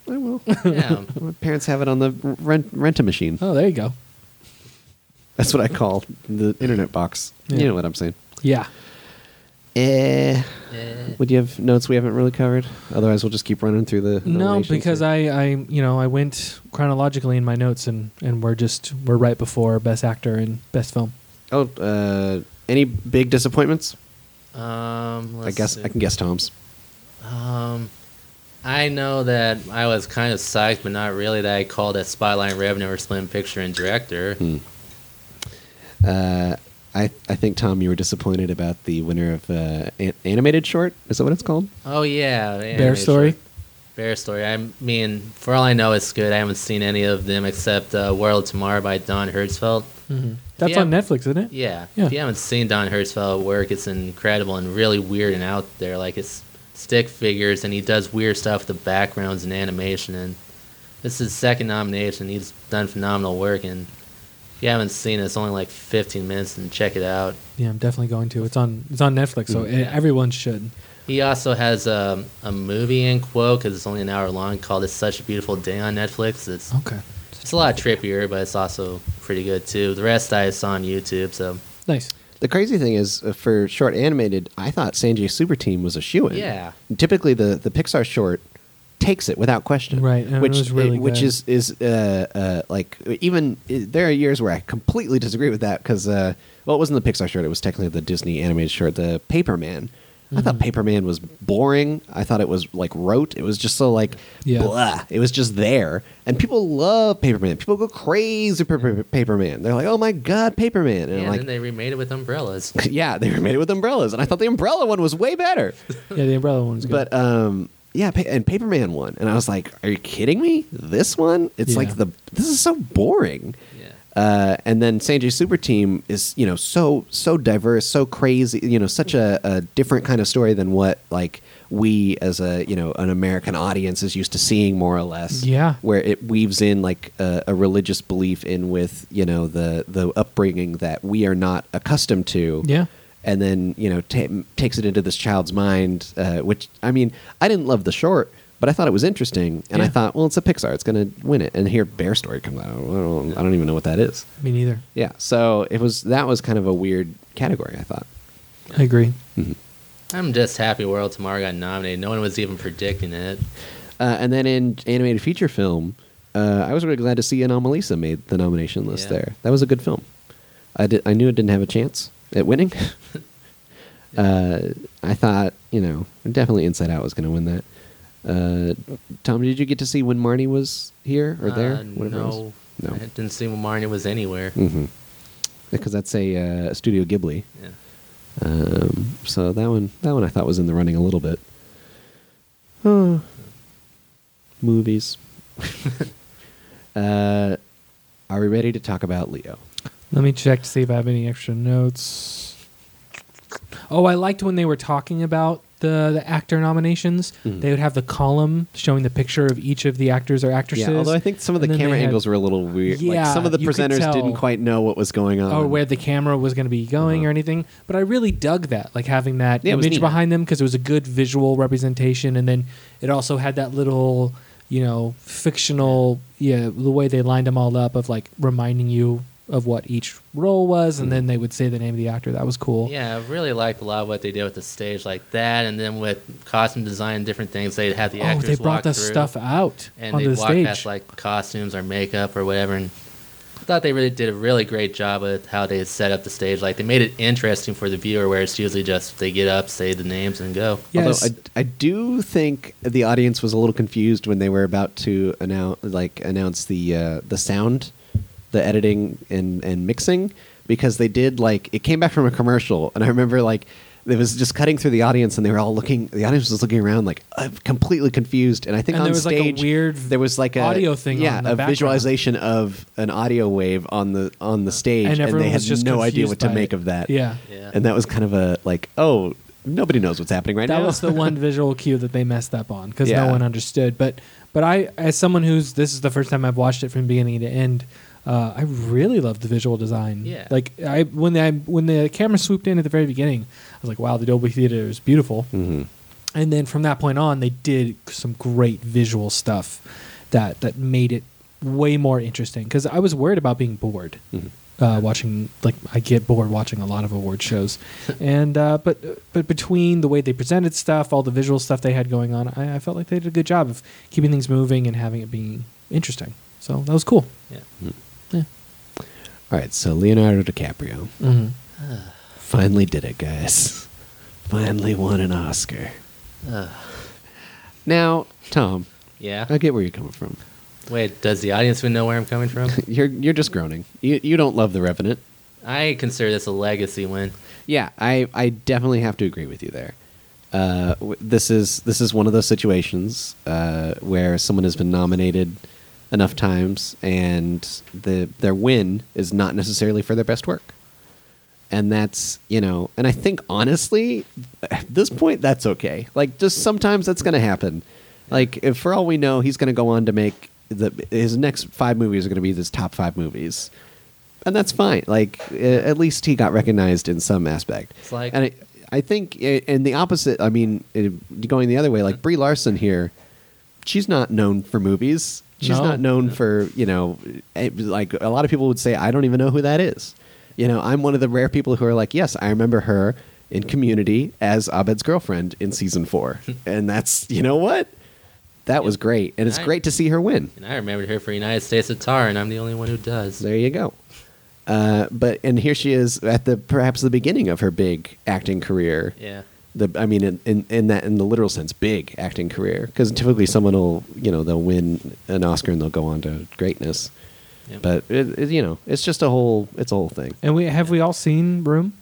Speaker 2: i will
Speaker 3: yeah.
Speaker 2: my parents have it on the rent rent a machine
Speaker 1: Oh, there you go.
Speaker 2: that's what i call the internet box
Speaker 1: Yeah.
Speaker 2: you know what i'm saying
Speaker 1: Yeah.
Speaker 2: eh
Speaker 3: Eh.
Speaker 2: Would you have notes we haven't really covered? Otherwise, we'll just keep running through the.
Speaker 1: No,
Speaker 2: nominations
Speaker 1: because
Speaker 2: here.
Speaker 1: I, I, you know, I went chronologically in my notes, and and we're just we're right before Best Actor and Best Film.
Speaker 2: Oh, uh, any big disappointments?
Speaker 3: Um,
Speaker 2: I
Speaker 3: let's
Speaker 2: guess
Speaker 3: see.
Speaker 2: I can guess Tom's.
Speaker 3: Um, I know that I was kind of psyched, but not really. That I called that Spotlight Revenue or Slim Picture and Director.
Speaker 2: Hmm. Uh, I I think Tom, you were disappointed about the winner of uh, an- animated short. Is that what it's called?
Speaker 3: Oh yeah,
Speaker 1: Bear
Speaker 3: animation.
Speaker 1: Story.
Speaker 3: Bear Story. I mean, for all I know, it's good. I haven't seen any of them except uh, World Tomorrow by Don Hertzfeldt.
Speaker 1: Mm-hmm. That's
Speaker 3: Yeah.
Speaker 1: on Netflix, isn't it?
Speaker 3: Yeah.
Speaker 1: Yeah.
Speaker 3: If you haven't seen Don Hertzfeldt work, it's incredible and really weird and out there. Like it's stick figures, and he does weird stuff with the backgrounds and animation. And this is his second nomination. He's done phenomenal work. And if you haven't seen it, it's only like 15 minutes, and check it out.
Speaker 1: Yeah, I'm definitely going to. It's on it's on Netflix, so
Speaker 2: Mm-hmm.
Speaker 1: eh, everyone should.
Speaker 3: He also has um, a movie in quote because it's only an hour long called "It's Such a Beautiful Day" on Netflix. It's
Speaker 1: Okay.
Speaker 3: It's a lot trippier, but it's also pretty good too. The rest I saw on YouTube, so
Speaker 1: Nice.
Speaker 2: The crazy thing is, uh, for short animated, I thought Sanjay Super Team was a shoe in.
Speaker 3: Yeah.
Speaker 2: Typically, the, the Pixar short takes it without question.
Speaker 1: Right, and it
Speaker 2: Which
Speaker 1: was really
Speaker 2: which
Speaker 1: good.
Speaker 2: is is uh, uh, like even uh, there are years where I completely disagree with that because uh, well, it wasn't the Pixar short; it was technically the Disney animated short, the Paperman. I
Speaker 1: Mm-hmm.
Speaker 2: thought Paperman was boring. I thought it was like rote. It was just so like
Speaker 1: Yeah.
Speaker 2: blah. It was just there, and people love Paperman. People go crazy for Paper- Paperman. They're like, "Oh my god, Paperman!" And
Speaker 3: Mm-hmm.
Speaker 2: I'm
Speaker 3: yeah, and
Speaker 2: like,
Speaker 3: then they remade it with umbrellas.
Speaker 2: yeah, they made it with umbrellas, and I thought the umbrella one was way better.
Speaker 1: Yeah, the umbrella one's good.
Speaker 2: But um, yeah, pa- and Paperman one, and I was like, "Are you kidding me? This one? It's
Speaker 1: Yeah.
Speaker 2: like the this is so boring."
Speaker 3: Yeah.
Speaker 2: Uh, and then Sanjay Super Team is you know so so diverse, so crazy, you know, such a, a different kind of story than what like we as a you know an American audience is used to seeing more or less.
Speaker 1: Yeah.
Speaker 2: where it weaves in like a, a religious belief in with you know the the upbringing that we are not accustomed to
Speaker 1: Yeah.
Speaker 2: and then you know ta takes it into this child's mind uh, which i mean i didn't love the short but i thought it was interesting and i
Speaker 1: Yeah.
Speaker 2: thought well it's a pixar it's going to win it and here bear story comes out I don't, I don't even know what that is
Speaker 1: Me neither.
Speaker 2: yeah so it was that was kind of a weird category i thought
Speaker 1: I agree.
Speaker 3: I'm just happy World Tomorrow got nominated. No one was even predicting it.
Speaker 2: uh, and then in animated feature film uh, i was really glad to see anomalisa made the nomination list
Speaker 3: Yeah.
Speaker 2: there that was a good film I, did, I knew it didn't have a chance at winning uh, I thought, you know, definitely Inside Out was going to win that. Uh, Tom, did you get to see when Marnie was here or there?
Speaker 3: Uh,
Speaker 2: Whatever it was?
Speaker 3: no,
Speaker 2: no,
Speaker 3: I didn't see when Marnie was anywhere.
Speaker 2: mm-hmm. because that's a uh, Studio Ghibli.
Speaker 3: Yeah.
Speaker 2: Um, so that one, that one, I thought was in the running a little bit. Oh, movies. uh, are we ready to talk about Leo?
Speaker 1: Let me check to see if I have any extra notes. Oh, I liked when they were talking about the, the actor nominations.
Speaker 2: Mhm.
Speaker 1: They would have the column showing the picture of each of the actors or actresses.
Speaker 2: Yeah, although I think some of the
Speaker 1: And then
Speaker 2: camera
Speaker 1: they had-
Speaker 2: angles were a little weird. like
Speaker 1: Yeah,
Speaker 2: some of the
Speaker 1: you could
Speaker 2: presenters
Speaker 1: tell.
Speaker 2: didn't quite know what was going on.
Speaker 3: Um,
Speaker 1: or where the camera was going to be going
Speaker 2: Uh-huh.
Speaker 1: or anything. But I really dug that, like having that
Speaker 2: Yeah, it was
Speaker 1: image
Speaker 2: neat.
Speaker 1: behind them because it was a good visual representation, and then it also had that little, you know, fictional, yeah, the way they lined them all up of like reminding you of what each role was, and then they would say the name of the actor. That was cool.
Speaker 3: Hmm. Yeah, I really liked a lot of what they did with the stage, like that, and then with costume design and different things. They'd have the
Speaker 1: oh,
Speaker 3: actors
Speaker 1: they brought
Speaker 3: walk
Speaker 1: the
Speaker 3: through,
Speaker 1: stuff out
Speaker 3: and
Speaker 1: on
Speaker 3: they'd
Speaker 1: the
Speaker 3: walk
Speaker 1: stage.
Speaker 3: past like costumes or makeup or whatever. And I thought they really did a really great job with how they set up the stage. Like they made it interesting for the viewer, where it's usually just they get up, say the names, and go.
Speaker 1: yes,
Speaker 2: Although I, I do think the audience was a little confused when they were about to announce, like announce the uh, the sound, the editing and and mixing, because they did like it came back from a commercial, and I remember like it was just cutting through the audience, and they were all looking. The audience was looking around like uh, completely confused, and I think
Speaker 1: And
Speaker 2: on
Speaker 1: there was, like, a
Speaker 2: stage
Speaker 1: weird
Speaker 2: there was like a
Speaker 1: audio thing
Speaker 2: yeah,
Speaker 1: on the
Speaker 2: a
Speaker 1: background.
Speaker 2: visualization of an audio wave on the on the stage,
Speaker 1: and
Speaker 2: and,
Speaker 1: everyone
Speaker 2: they had
Speaker 1: was just
Speaker 2: no idea
Speaker 1: confused
Speaker 2: what to
Speaker 1: by
Speaker 2: make
Speaker 1: it.
Speaker 2: of that.
Speaker 1: Yeah.
Speaker 3: Yeah.
Speaker 2: and that was kind of a like oh. Nobody knows what's happening right
Speaker 1: that
Speaker 2: now.
Speaker 1: was the one visual cue that they messed up on because
Speaker 2: Yeah.
Speaker 1: no one understood. But but I, as someone who's this is the first time I've watched it from beginning to end, uh, I really loved the visual design.
Speaker 3: Yeah.
Speaker 1: Like I when I when the camera swooped in at the very beginning, I was like, wow, the Dolby Theater is beautiful.
Speaker 2: Mm-hmm.
Speaker 1: And then from that point on, they did some great visual stuff that that made it way more interesting because I was worried about being bored
Speaker 2: Mm-hmm.
Speaker 1: uh, watching like I get bored watching a lot of award shows, and uh, but but between the way they presented stuff, all the visual stuff they had going on, I, I felt like they did a good job of keeping things moving and having it being interesting. So that was cool.
Speaker 3: Yeah.
Speaker 2: Hmm.
Speaker 1: Yeah.
Speaker 2: All right, so Leonardo DiCaprio
Speaker 1: Mm-hmm.
Speaker 2: finally did it, guys. Finally won an Oscar.
Speaker 3: Ugh.
Speaker 2: Now, Tom,
Speaker 3: yeah.
Speaker 2: I get where you're coming from.
Speaker 3: Wait, does the audience even know where I'm coming from?
Speaker 2: You're you're just groaning. You you don't love The Revenant.
Speaker 3: I consider this a legacy win.
Speaker 2: Yeah, I, I definitely have to agree with you there. Uh, w- this is this is one of those situations uh, where someone has been nominated enough times, and the their win is not necessarily for their best work, and that's you know, and I think honestly, at this point, that's okay. Like, just sometimes that's going to happen. Like, if for all we know, he's going to go on to make the his next five movies are going to be his top five movies and that's fine. Like uh, at least he got recognized in some aspect.
Speaker 3: It's like-
Speaker 2: and I, eh, I think, i and the opposite. I mean, it, going the other way, like Brie Larson here she's not known for movies. She's
Speaker 1: No.
Speaker 2: not known for you know, it was like a lot of people would say, I don't even know who that is. You know, I'm one of the rare people who are like, yes, I remember her in Community as Abed's girlfriend in season four, and that's you know what, that was great, and it's
Speaker 3: I-
Speaker 2: great to see her win.
Speaker 3: And I remembered her for United States of Tar, and I'm the only one who does.
Speaker 2: There you go. Uh, but and here she is at the perhaps the beginning of her big acting career.
Speaker 3: Yeah.
Speaker 2: The I mean in, in, in that in the literal sense, big acting career because typically someone will you know they'll win an Oscar and they'll go on to greatness.
Speaker 3: Yep.
Speaker 2: But it, it, you know it's just a whole it's a whole thing.
Speaker 1: And we have we all seen Room?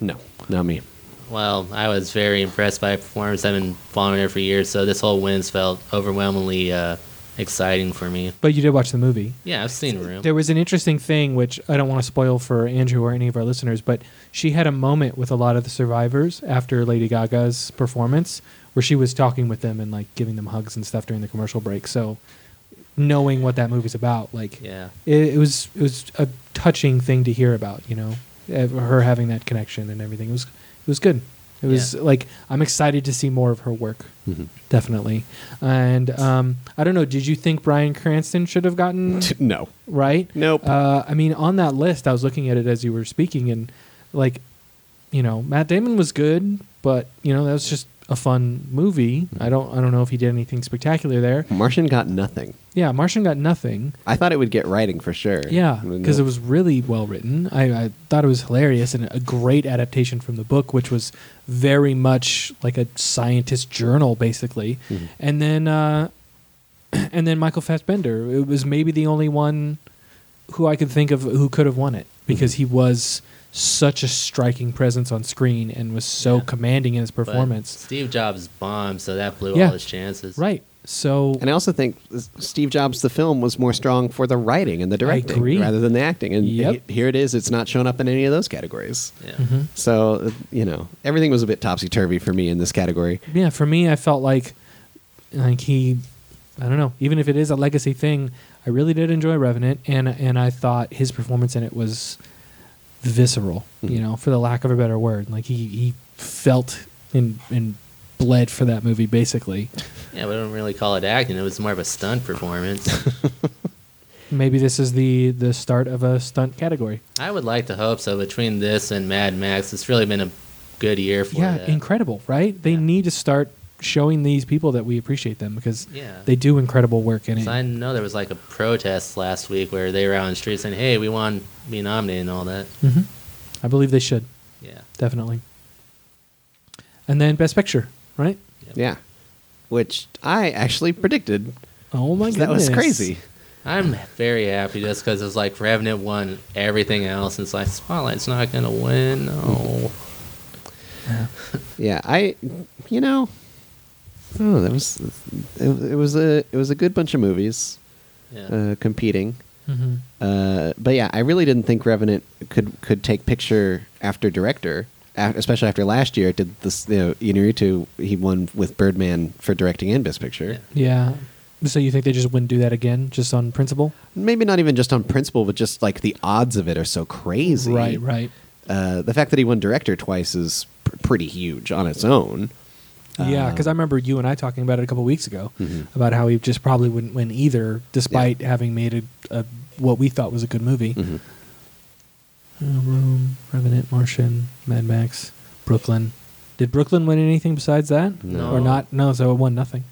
Speaker 2: No, not me.
Speaker 3: Well, I was very impressed by her performance. I've been following her for years, so this whole wins felt overwhelmingly uh, exciting for me.
Speaker 1: But you did watch the movie.
Speaker 3: Yeah, I've seen Room.
Speaker 1: There was an interesting thing which I don't want to spoil for Andrew or any of our listeners, but she had a moment with a lot of the survivors after Lady Gaga's performance where she was talking with them and like giving them hugs and stuff during the commercial break. So knowing what that movie's about, like
Speaker 3: Yeah.
Speaker 1: it, it was it was a touching thing to hear about, you know, eh, her having that connection and everything. It was it was good. It was
Speaker 3: Yeah. Mm-hmm.
Speaker 1: like I'm excited to see more of her work, definitely. And um, I don't know. Did you think Brian Cranston should have gotten
Speaker 2: No.
Speaker 1: right?
Speaker 2: Nope.
Speaker 1: Uh, I mean, on that list, I was looking at it as you were speaking, and like, you know, Matt Damon was good, but you know, that was just a fun movie. I don't, I don't know if he did anything spectacular there.
Speaker 2: Martian got nothing.
Speaker 1: Yeah, Martian got nothing.
Speaker 2: I thought it would get writing for sure.
Speaker 1: Yeah,
Speaker 2: Nope.
Speaker 1: because it was really well written. I, I thought it was hilarious and a great adaptation from the book, which was very much like a scientist journal, basically.
Speaker 3: Mm-hmm.
Speaker 1: And then, uh, and then Michael Fassbender. It was maybe the only one who I could think of who could have won it
Speaker 3: Mm-hmm.
Speaker 1: because he was such a striking presence on screen and was so
Speaker 3: Yeah.
Speaker 1: commanding in his
Speaker 3: But
Speaker 1: performance.
Speaker 3: Steve Jobs bombed, so that blew
Speaker 1: Yeah.
Speaker 3: all his chances.
Speaker 1: Right. So
Speaker 2: And I also think Steve Jobs, the film, was more strong for the writing and the directing
Speaker 1: agree.
Speaker 2: rather than the acting. And
Speaker 1: Yep.
Speaker 2: he- here it is; it's not shown up in any of those categories.
Speaker 3: Yeah.
Speaker 1: Mm-hmm.
Speaker 2: So uh, you know, everything was a bit topsy turvy for me in this category.
Speaker 1: yeah, for me, I felt like like he, I don't know. Even if it is a legacy thing, I really did enjoy Revenant, and and I thought his performance in it was visceral. You
Speaker 2: Mhm.
Speaker 1: know, for the lack of a better word, like he he felt and and bled for that movie basically.
Speaker 3: Yeah, we don't really call it acting. It was more of a stunt performance.
Speaker 1: Maybe this is the the start of a stunt category.
Speaker 3: I would like to hope so. Between this and Mad Max, it's really been a good year for
Speaker 1: yeah,
Speaker 3: that.
Speaker 1: incredible, right? They
Speaker 3: Yeah.
Speaker 1: need to start showing these people that we appreciate them because
Speaker 3: Yeah.
Speaker 1: they do incredible work in it.
Speaker 3: So I know there was like a protest last week where they were out on the street saying, "Hey, we want to be nominated and all that."
Speaker 1: Mhm. I believe they should.
Speaker 3: Yeah.
Speaker 1: definitely. And then Best Picture, right?
Speaker 2: Yeah, which I actually predicted.
Speaker 1: Oh my goodness,
Speaker 2: that was crazy.
Speaker 3: I'm very happy just because it's like Revenant won everything else. And it's like Spotlight's not gonna win. No.
Speaker 2: Yeah, I, you know, oh, that was it, it was a it was a good bunch of movies
Speaker 3: Yeah.
Speaker 2: uh, competing.
Speaker 1: Mm-hmm.
Speaker 2: Uh, but yeah, I really didn't think Revenant could could take picture after director, af- especially after last year. It Did this you know Inarritu he won with Birdman for directing and best picture.
Speaker 3: Yeah.
Speaker 1: Yeah. So you think they just wouldn't do that again, just on principle?
Speaker 2: Maybe not even just on principle, but just like the odds of it are so crazy.
Speaker 1: Right, right.
Speaker 2: Uh, the fact that he won director twice is pr- pretty huge on its own. Um,
Speaker 1: yeah, because I remember you and I talking about it a couple weeks ago
Speaker 2: Mm-hmm.
Speaker 1: about how he just probably wouldn't win either, despite having made a, a what we thought was a good movie.
Speaker 2: Mm-hmm.
Speaker 1: Uh, Room, Revenant, Martian, Mad Max, Brooklyn. Did Brooklyn win anything besides that?
Speaker 2: No.
Speaker 1: Or not? No, so it won nothing.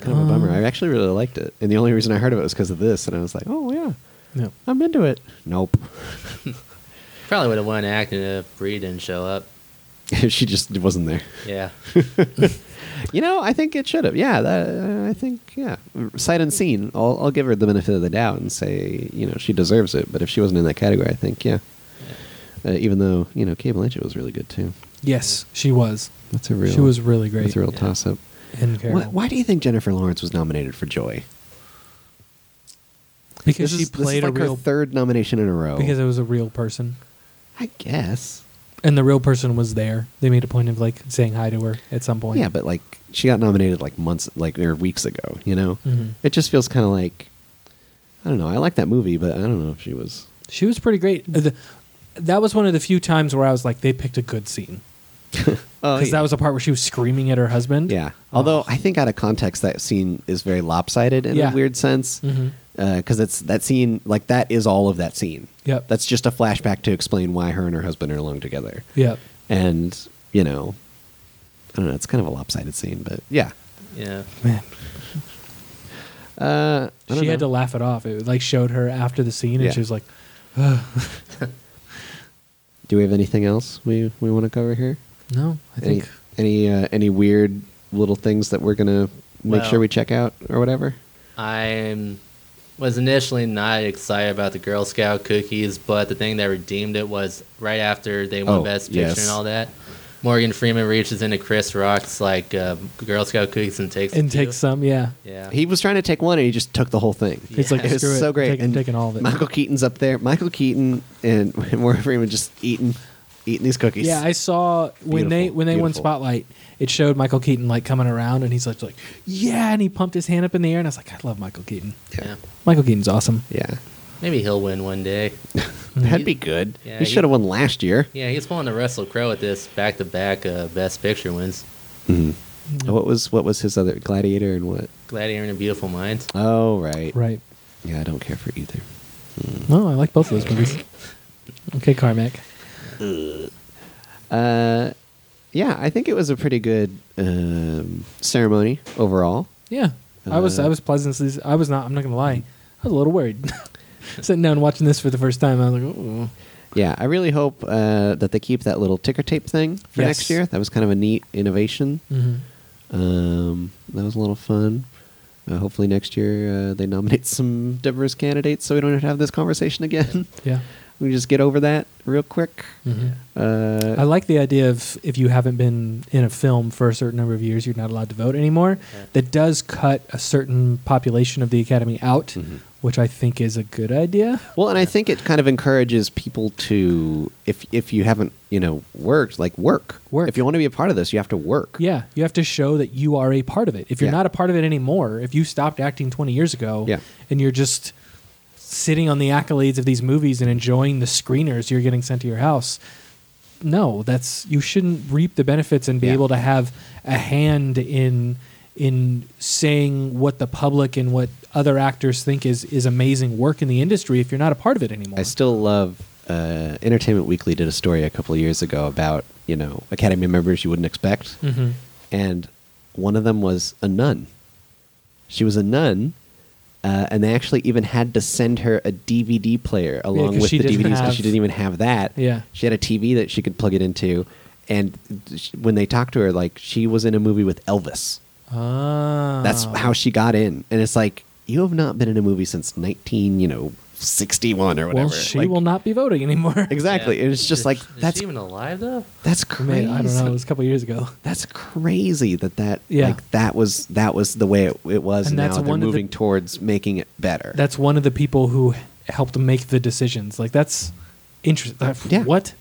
Speaker 2: Kind of a bummer. I actually really liked it, and the only reason I heard of it was because of this, and I was like, oh yeah,
Speaker 1: No.
Speaker 2: I'm into it. Nope,
Speaker 3: Probably would have won acting if Bree didn't show up.
Speaker 2: she just wasn't there.
Speaker 3: Yeah.
Speaker 2: You know, I think it should have. Yeah, that, uh, I think yeah. Sight unseen. I'll, I'll give her the benefit of the doubt and say you know she deserves it. But if she wasn't in that category, I think yeah. Uh, even though you know Kate Blanchett was really good too.
Speaker 1: Yes, she was.
Speaker 2: That's a real.
Speaker 1: She was really great.
Speaker 2: That's a real
Speaker 3: Yeah.
Speaker 2: toss up.
Speaker 1: And Carol.
Speaker 2: Why, why do you think Jennifer Lawrence was nominated for Joy?
Speaker 1: Because
Speaker 2: This
Speaker 1: she
Speaker 2: is- this is
Speaker 1: played
Speaker 2: like
Speaker 1: a
Speaker 2: her
Speaker 1: real
Speaker 2: third nomination in a row.
Speaker 1: because it was a real person,
Speaker 2: I guess.
Speaker 1: and the real person was there. They made a point of like saying hi to her at some point.
Speaker 2: Yeah, but like she got nominated like months, like or weeks ago. You know,
Speaker 1: Mhm.
Speaker 2: it just feels kind of like I don't know. I like that movie, but I don't know if she was.
Speaker 1: she was pretty great. Uh, the- that was one of the few times where I was like, they picked a good scene.
Speaker 2: Oh,
Speaker 1: because
Speaker 2: yeah.
Speaker 1: that was Oh. the part where she was screaming at her husband.
Speaker 2: Yeah. Although I think out of context, that scene is very lopsided in
Speaker 1: Yeah.
Speaker 2: a weird sense. Because
Speaker 1: Mhm.
Speaker 2: it's that scene, like, that is all of that scene.
Speaker 1: Yep.
Speaker 2: That's just a flashback to explain why her and her husband are alone together.
Speaker 1: Yep.
Speaker 2: And, you know, I don't know. It's kind of a lopsided scene, but yeah.
Speaker 3: Yeah.
Speaker 1: Man,
Speaker 2: Uh, I don't
Speaker 1: she had
Speaker 2: know.
Speaker 1: to laugh it off. It like showed her after the scene, and
Speaker 2: Yeah.
Speaker 1: she was like,
Speaker 2: Do we have anything else we, we want to cover here?
Speaker 1: "No, I think
Speaker 2: any any, uh, any weird little things that we're gonna make
Speaker 3: Well-
Speaker 2: sure we check out or whatever.
Speaker 3: I was initially not excited about the Girl Scout cookies, but the thing that redeemed it was right after they won
Speaker 2: Oh,
Speaker 3: Best Picture
Speaker 2: yes.
Speaker 3: and all that. Morgan Freeman reaches into Chris Rock's like uh, Girl Scout cookies and takes a
Speaker 1: and
Speaker 3: few.
Speaker 1: take some. Yeah,
Speaker 3: Yeah,
Speaker 2: He was trying to take one and he just took the whole thing.
Speaker 1: it's like
Speaker 2: It was
Speaker 1: screw
Speaker 2: so great.
Speaker 1: Take,
Speaker 2: and
Speaker 1: taking all of it.
Speaker 2: Michael Keaton's up there. Michael Keaton and Morgan Freeman just eating eating these cookies.
Speaker 1: Yeah, I saw when they
Speaker 2: Beautiful,
Speaker 1: when they won
Speaker 2: beautiful.
Speaker 1: Spotlight, it showed Michael Keaton like coming around, and he's like, like, yeah, and he pumped his hand up in the air, and I was like, I love Michael Keaton.
Speaker 3: yeah.
Speaker 1: Michael Keaton's awesome.
Speaker 2: yeah.
Speaker 3: Maybe he'll win one day.
Speaker 1: Mm-hmm.
Speaker 2: That'd be good.
Speaker 3: Yeah,
Speaker 2: he
Speaker 3: he-
Speaker 2: should have won last year.
Speaker 3: Yeah, he's pulling the Russell Crowe at this back-to-back uh, Best Picture wins.
Speaker 2: What was what was his other Gladiator and what?
Speaker 3: Gladiator and a Beautiful Mind.
Speaker 2: Oh right.
Speaker 1: Right.
Speaker 2: Yeah, I don't care for either.
Speaker 1: No, I like both of those movies. Okay, Carmack.
Speaker 2: Uh, yeah, I think it was a pretty good um, ceremony overall.
Speaker 1: Yeah, I was
Speaker 2: Uh,
Speaker 1: I was pleasantly I was not I'm not gonna lie I was a little worried sitting down watching this for the first time I was like oh
Speaker 2: Yeah, I really hope uh, that they keep that little ticker tape thing for
Speaker 1: Yes.
Speaker 2: next year. That was kind of a neat innovation.
Speaker 1: mm-hmm.
Speaker 2: Um, that was a little fun. Uh, hopefully next year uh, they nominate some diverse candidates, so we don't have to have this conversation again.
Speaker 1: yeah
Speaker 2: we can just get over that real quick.
Speaker 1: Mhm.
Speaker 2: Uh,
Speaker 1: I like the idea of if you haven't been in a film for a certain number of years you're not allowed to vote anymore
Speaker 3: Yeah.
Speaker 1: that does cut a certain population of the Academy out which I think is a good idea
Speaker 2: Well, and I think it kind of encourages people to, if if you haven't, you know, worked, like work.
Speaker 1: Work.
Speaker 2: If you want to be a part of this, you have to work.
Speaker 1: yeah you have to show that you are a part of it if you're
Speaker 2: Yeah.
Speaker 1: not a part of it anymore if you stopped acting 20 years ago
Speaker 2: Yeah.
Speaker 1: and you're just sitting on the accolades of these movies and enjoying the screeners you're getting sent to your house no that's you shouldn't reap the benefits and be
Speaker 2: Yeah.
Speaker 1: able to have a hand in in saying what the public and what other actors think is is amazing work in the industry if you're not a part of it anymore
Speaker 2: I still love. Uh, Entertainment Weekly did a story a couple of years ago about you know Academy members you wouldn't expect,
Speaker 1: Mhm.
Speaker 2: and one of them was a nun. She was a nun, uh, and they actually even had to send her a DVD player along
Speaker 1: 'cause
Speaker 2: with
Speaker 1: she
Speaker 2: the
Speaker 1: didn't
Speaker 2: DVDs because
Speaker 1: have-
Speaker 2: she didn't even have that.
Speaker 1: Yeah.
Speaker 2: she had a TV that she could plug it into, and sh- when they talked to her, like she was in a movie with Elvis.
Speaker 1: ah
Speaker 2: That's how she got in, and it's like you have not been in a movie since nineteen, you know, sixty one or whatever.
Speaker 1: well she
Speaker 2: Like,
Speaker 1: will not be voting anymore
Speaker 2: Exactly,
Speaker 3: Yeah.
Speaker 2: and it's just
Speaker 3: Is-
Speaker 2: like
Speaker 3: is she
Speaker 2: that's
Speaker 3: even alive though.
Speaker 2: that's
Speaker 1: I
Speaker 2: crazy.
Speaker 1: mean, I don't know it was a couple years ago
Speaker 2: That's crazy that that
Speaker 1: Yeah.
Speaker 2: like that was that was the way it, it was.
Speaker 1: And
Speaker 2: And
Speaker 1: that's
Speaker 2: now they're
Speaker 1: one of the-
Speaker 2: moving towards making it better.
Speaker 1: that's one of the people who helped make the decisions. Like that's interesting.
Speaker 2: Yeah.
Speaker 1: What?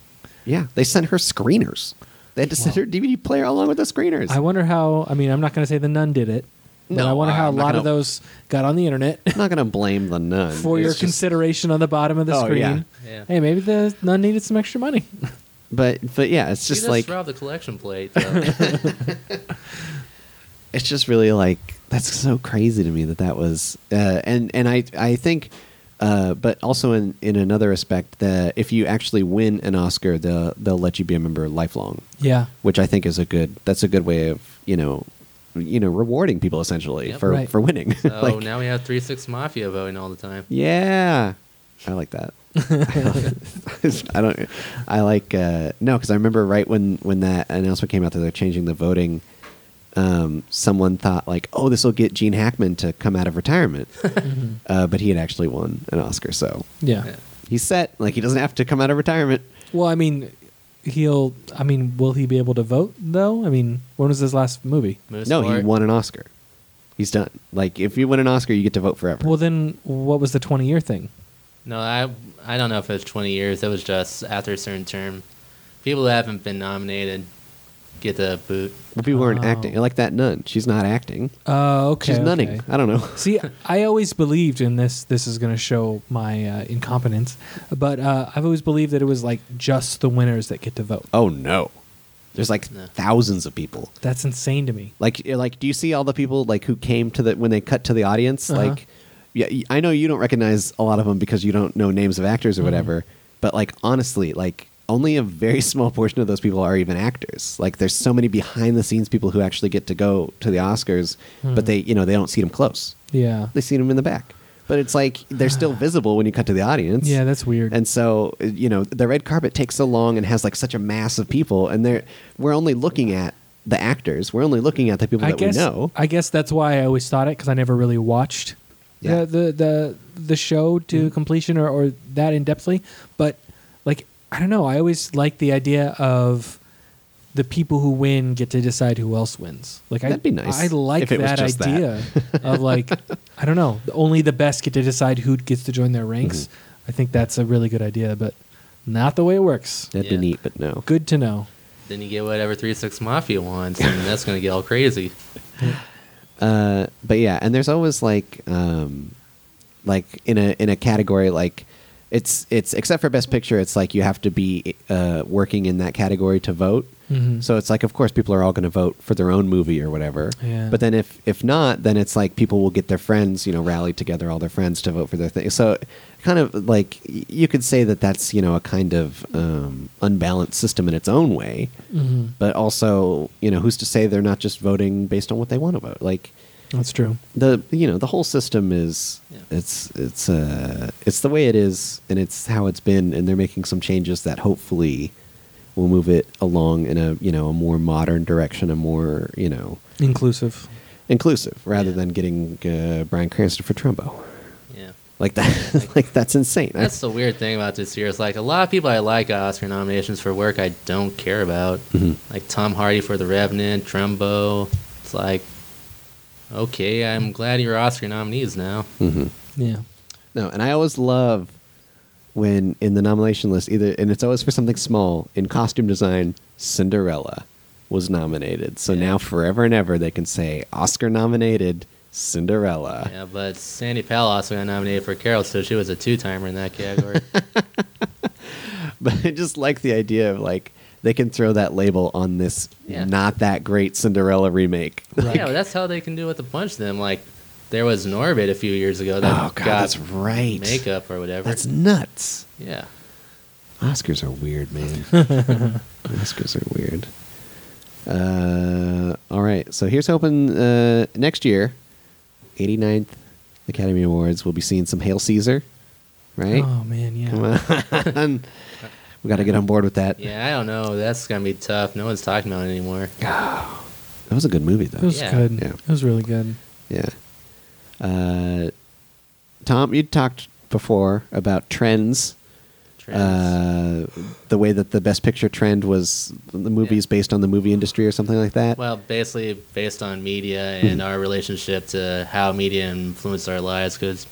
Speaker 2: yeah. They sent her screeners. They had to send
Speaker 1: Wow.
Speaker 2: her DVD player along with the screeners.
Speaker 1: I wonder how. I mean, I'm not going to say the nun did it. But
Speaker 2: No,
Speaker 1: I wonder how a
Speaker 2: I'm not
Speaker 1: lot of
Speaker 2: gonna-
Speaker 1: those got on the internet
Speaker 2: I'm not gonna blame the nun
Speaker 1: for
Speaker 2: It's
Speaker 1: your
Speaker 2: just-
Speaker 1: consideration on the bottom of the
Speaker 2: Oh,
Speaker 1: screen.
Speaker 2: yeah.
Speaker 3: Yeah.
Speaker 1: Hey, maybe the nun needed some extra money.
Speaker 2: But but yeah, it's
Speaker 3: She
Speaker 2: just
Speaker 3: does
Speaker 2: like
Speaker 3: rob the collection plate. Though.
Speaker 2: it's just really like that's so crazy to me that that was uh, and and I I think uh, but also in in another respect that if you actually win an Oscar they'll they'll let you be a member lifelong
Speaker 1: yeah.
Speaker 2: which I think is a good that's a good way of you know you know rewarding people essentially
Speaker 3: Yep.
Speaker 2: for
Speaker 1: Right.
Speaker 2: for winning
Speaker 3: So
Speaker 2: Like,
Speaker 3: Oh, now we have three six mafia voting all the time.
Speaker 2: yeah I like that Mm-hmm. I don't I like uh, no because I remember right when when that announcement came out that they're changing the voting um, someone thought like oh this will get Gene Hackman to come out of retirement
Speaker 1: Mhm.
Speaker 2: uh, but he had actually won an Oscar so
Speaker 1: yeah.
Speaker 3: Yeah.
Speaker 2: he's set like he doesn't have to come out of retirement
Speaker 1: Well, I mean, he'll. I mean, will he be able to vote though? I mean, when was his last movie?
Speaker 3: Moose
Speaker 2: no he
Speaker 3: Fort.
Speaker 2: won an Oscar he's done like if you win an Oscar you get to vote forever
Speaker 1: Well, then what was the 20 year thing?
Speaker 3: No, I I don't know if it was 20 years. It was just after a certain term. People that haven't been nominated get the boot.
Speaker 2: Well, people aren't
Speaker 1: Oh.
Speaker 2: acting. Like that nun. She's not acting.
Speaker 1: Oh, okay.
Speaker 2: She's nunning.
Speaker 1: okay.
Speaker 2: I don't know.
Speaker 1: See, I always believed in this. This is going to show my uh, incompetence, but uh, I've always believed that it was like just the winners that get to vote.
Speaker 2: Oh, no. There's like
Speaker 3: No.
Speaker 2: thousands of people.
Speaker 1: That's insane to me.
Speaker 2: Like, you're like, do you see all the people like who came to the when they cut to the audience?
Speaker 1: Uh-huh.
Speaker 2: Like, yeah, y- I know you don't recognize a lot of them because you don't know names of
Speaker 1: Mm-hmm.
Speaker 2: actors or whatever. But like, honestly, like only a very small portion of those people are even actors. Like, there's so many behind the scenes people who actually get to go to the Oscars,
Speaker 1: Hmm.
Speaker 2: but they, you know, they don't see them close.
Speaker 1: Yeah.
Speaker 2: They see them in the back. But it's like they're still visible when you cut to the audience.
Speaker 1: Yeah, that's weird.
Speaker 2: And so, uh, you know, the red carpet takes so long and has like such a mass of people, and they're we're only looking at the actors. We're only looking at the people
Speaker 1: I
Speaker 2: that
Speaker 1: guess
Speaker 2: we know.
Speaker 1: I guess that's why I always thought it because I never really watched
Speaker 2: Yeah. Mm-hmm.
Speaker 1: the, the the the show to completion or, or that in depthly. But like I don't know, I always like the idea of the people who win get to decide who else wins. Like I,
Speaker 2: That'd be nice
Speaker 1: I like
Speaker 2: if it was
Speaker 1: that
Speaker 2: just that.
Speaker 1: idea of like I don't know, only the best get to decide who gets to join their
Speaker 2: Mm-hmm.
Speaker 1: ranks. I think that's a really good idea, but not the way it works.
Speaker 2: That'd be
Speaker 3: Yeah.
Speaker 2: neat, but no.
Speaker 1: Good to know.
Speaker 3: Then you get whatever Three Six Mafia wants, and that's gonna get all crazy.
Speaker 2: Uh, but yeah, and there's always like, um, like in a in a category like. It's it's except for best picture, it's like you have to be uh, working in that category to vote.
Speaker 1: Mhm.
Speaker 2: So it's like, of course, people are all going to vote for their own movie or whatever.
Speaker 1: Yeah.
Speaker 2: But then if if not, then it's like people will get their friends, you know, rally together all their friends to vote for their thing. So kind of like y- you could say that that's you know a kind of um, unbalanced system in its own way.
Speaker 1: Mhm.
Speaker 2: But also, you know, who's to say they're not just voting based on what they want to vote? Like
Speaker 1: That's true.
Speaker 2: the you know the whole system is
Speaker 3: Yeah.
Speaker 2: it's it's uh it's the way it is and it's how it's been and they're making some changes that hopefully will move it along in a you know a more modern direction a more you know
Speaker 1: Inclusive.
Speaker 2: inclusive rather
Speaker 3: Yeah.
Speaker 2: than getting uh, Brian Cranston for Trumbo
Speaker 3: Yeah.
Speaker 2: like that like that's insane I-
Speaker 3: That's the weird thing about this year. It's like a lot of people I like got Oscar nominations for work I don't care about,
Speaker 2: Mhm.
Speaker 3: like Tom Hardy for The Revenant, Trumbo. It's like, okay, I'm glad you're Oscar nominees now.
Speaker 2: Mhm.
Speaker 1: Yeah.
Speaker 2: No, and I always love when in the nomination list either and it's always for something small in costume design Cinderella was nominated. So
Speaker 3: Yeah.
Speaker 2: now forever and ever they can say Oscar nominated Cinderella.
Speaker 3: Yeah, but Sandy Powell also got nominated for Carol, so she was a two timer in that category.
Speaker 2: But I just like the idea of like they can throw that label on this
Speaker 3: Yeah. Oh,
Speaker 2: not that great Cinderella remake.
Speaker 1: Right.
Speaker 3: Yeah, but that's how they can do with a bunch of them. Like, there was Norbit a few years ago that
Speaker 2: oh god,
Speaker 3: got
Speaker 2: that's right.
Speaker 3: makeup or whatever.
Speaker 2: That's nuts.
Speaker 3: yeah.
Speaker 2: Oscars are weird, man. Oscars are weird. Uh, all right, so here's hoping uh, next year, 89th Academy Awards, we'll be seeing some Hail Caesar, right?
Speaker 1: Oh man, yeah.
Speaker 2: Come on. we got to get on board with that.
Speaker 3: Yeah, I don't know. That's going to be tough. No one's talking about it anymore.
Speaker 2: That was a good movie,
Speaker 1: It
Speaker 2: though.
Speaker 1: was
Speaker 3: Yeah.
Speaker 1: good.
Speaker 2: Yeah.
Speaker 1: It was really good.
Speaker 2: Yeah. Uh, Tom, you talked before about trends.
Speaker 3: Trends.
Speaker 2: Uh, the way that the best picture trend was the movies based on the movie industry or something like that.
Speaker 3: Well, basically, based on media
Speaker 2: Hmm.
Speaker 3: and our relationship to how media influenced our lives, because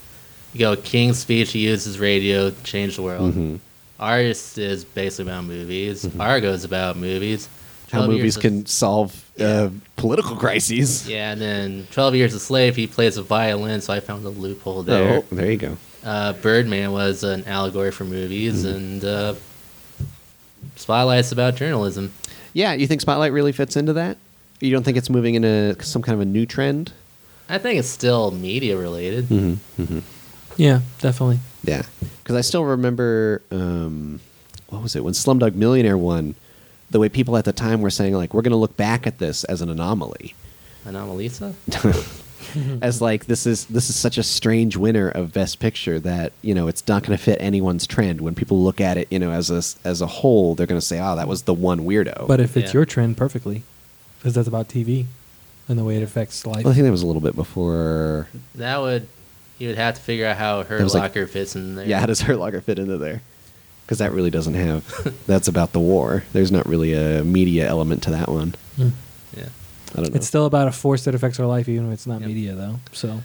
Speaker 3: you go King's speech, he uses radio, to change the world.
Speaker 2: Mhm.
Speaker 3: Artist is basically about movies. Argo's about movies.
Speaker 2: Mm-hmm. how
Speaker 3: 12
Speaker 2: movies
Speaker 3: Years of-
Speaker 2: can solve
Speaker 3: Yeah.
Speaker 2: uh, political crises.
Speaker 3: Yeah, and then Twelve Years a Slave, he plays a violin, so I found a loophole there.
Speaker 2: Oh, there you go.
Speaker 3: Uh, Birdman was an allegory for movies,
Speaker 2: Mm-hmm.
Speaker 3: and uh, Spotlight's about journalism.
Speaker 2: Yeah, you think Spotlight really fits into that? You don't think it's moving in a some kind of a new trend?
Speaker 3: I think it's still media related.
Speaker 2: Mm-hmm.
Speaker 1: Yeah, definitely.
Speaker 2: Yeah, because I still remember um, what was it when Slumdog Millionaire won. The way people at the time were saying, like, we're going to look back at this as an anomaly,
Speaker 3: Anomalisa?
Speaker 2: as like this is this is such a strange winner of Best Picture that you know it's not going to fit anyone's trend. When people look at it, you know, as a s- as a whole, they're going to say, oh, that was the one weirdo.
Speaker 1: But if it's
Speaker 3: Yeah.
Speaker 1: your trend, perfectly, because that's about TV and the way it affects life.
Speaker 2: Well, I think that was a little bit before.
Speaker 3: That would you would have to figure out how her
Speaker 2: That was like-
Speaker 3: locker fits in there.
Speaker 2: Yeah, how does Hurt Locker fit into there? Because that really doesn't have. that's about the war. There's not really a media element to that one.
Speaker 1: Mm.
Speaker 3: yeah.
Speaker 2: I don't know.
Speaker 1: It's still about a force that affects our life, even if it's not
Speaker 3: uh, Yep.
Speaker 1: media, though. So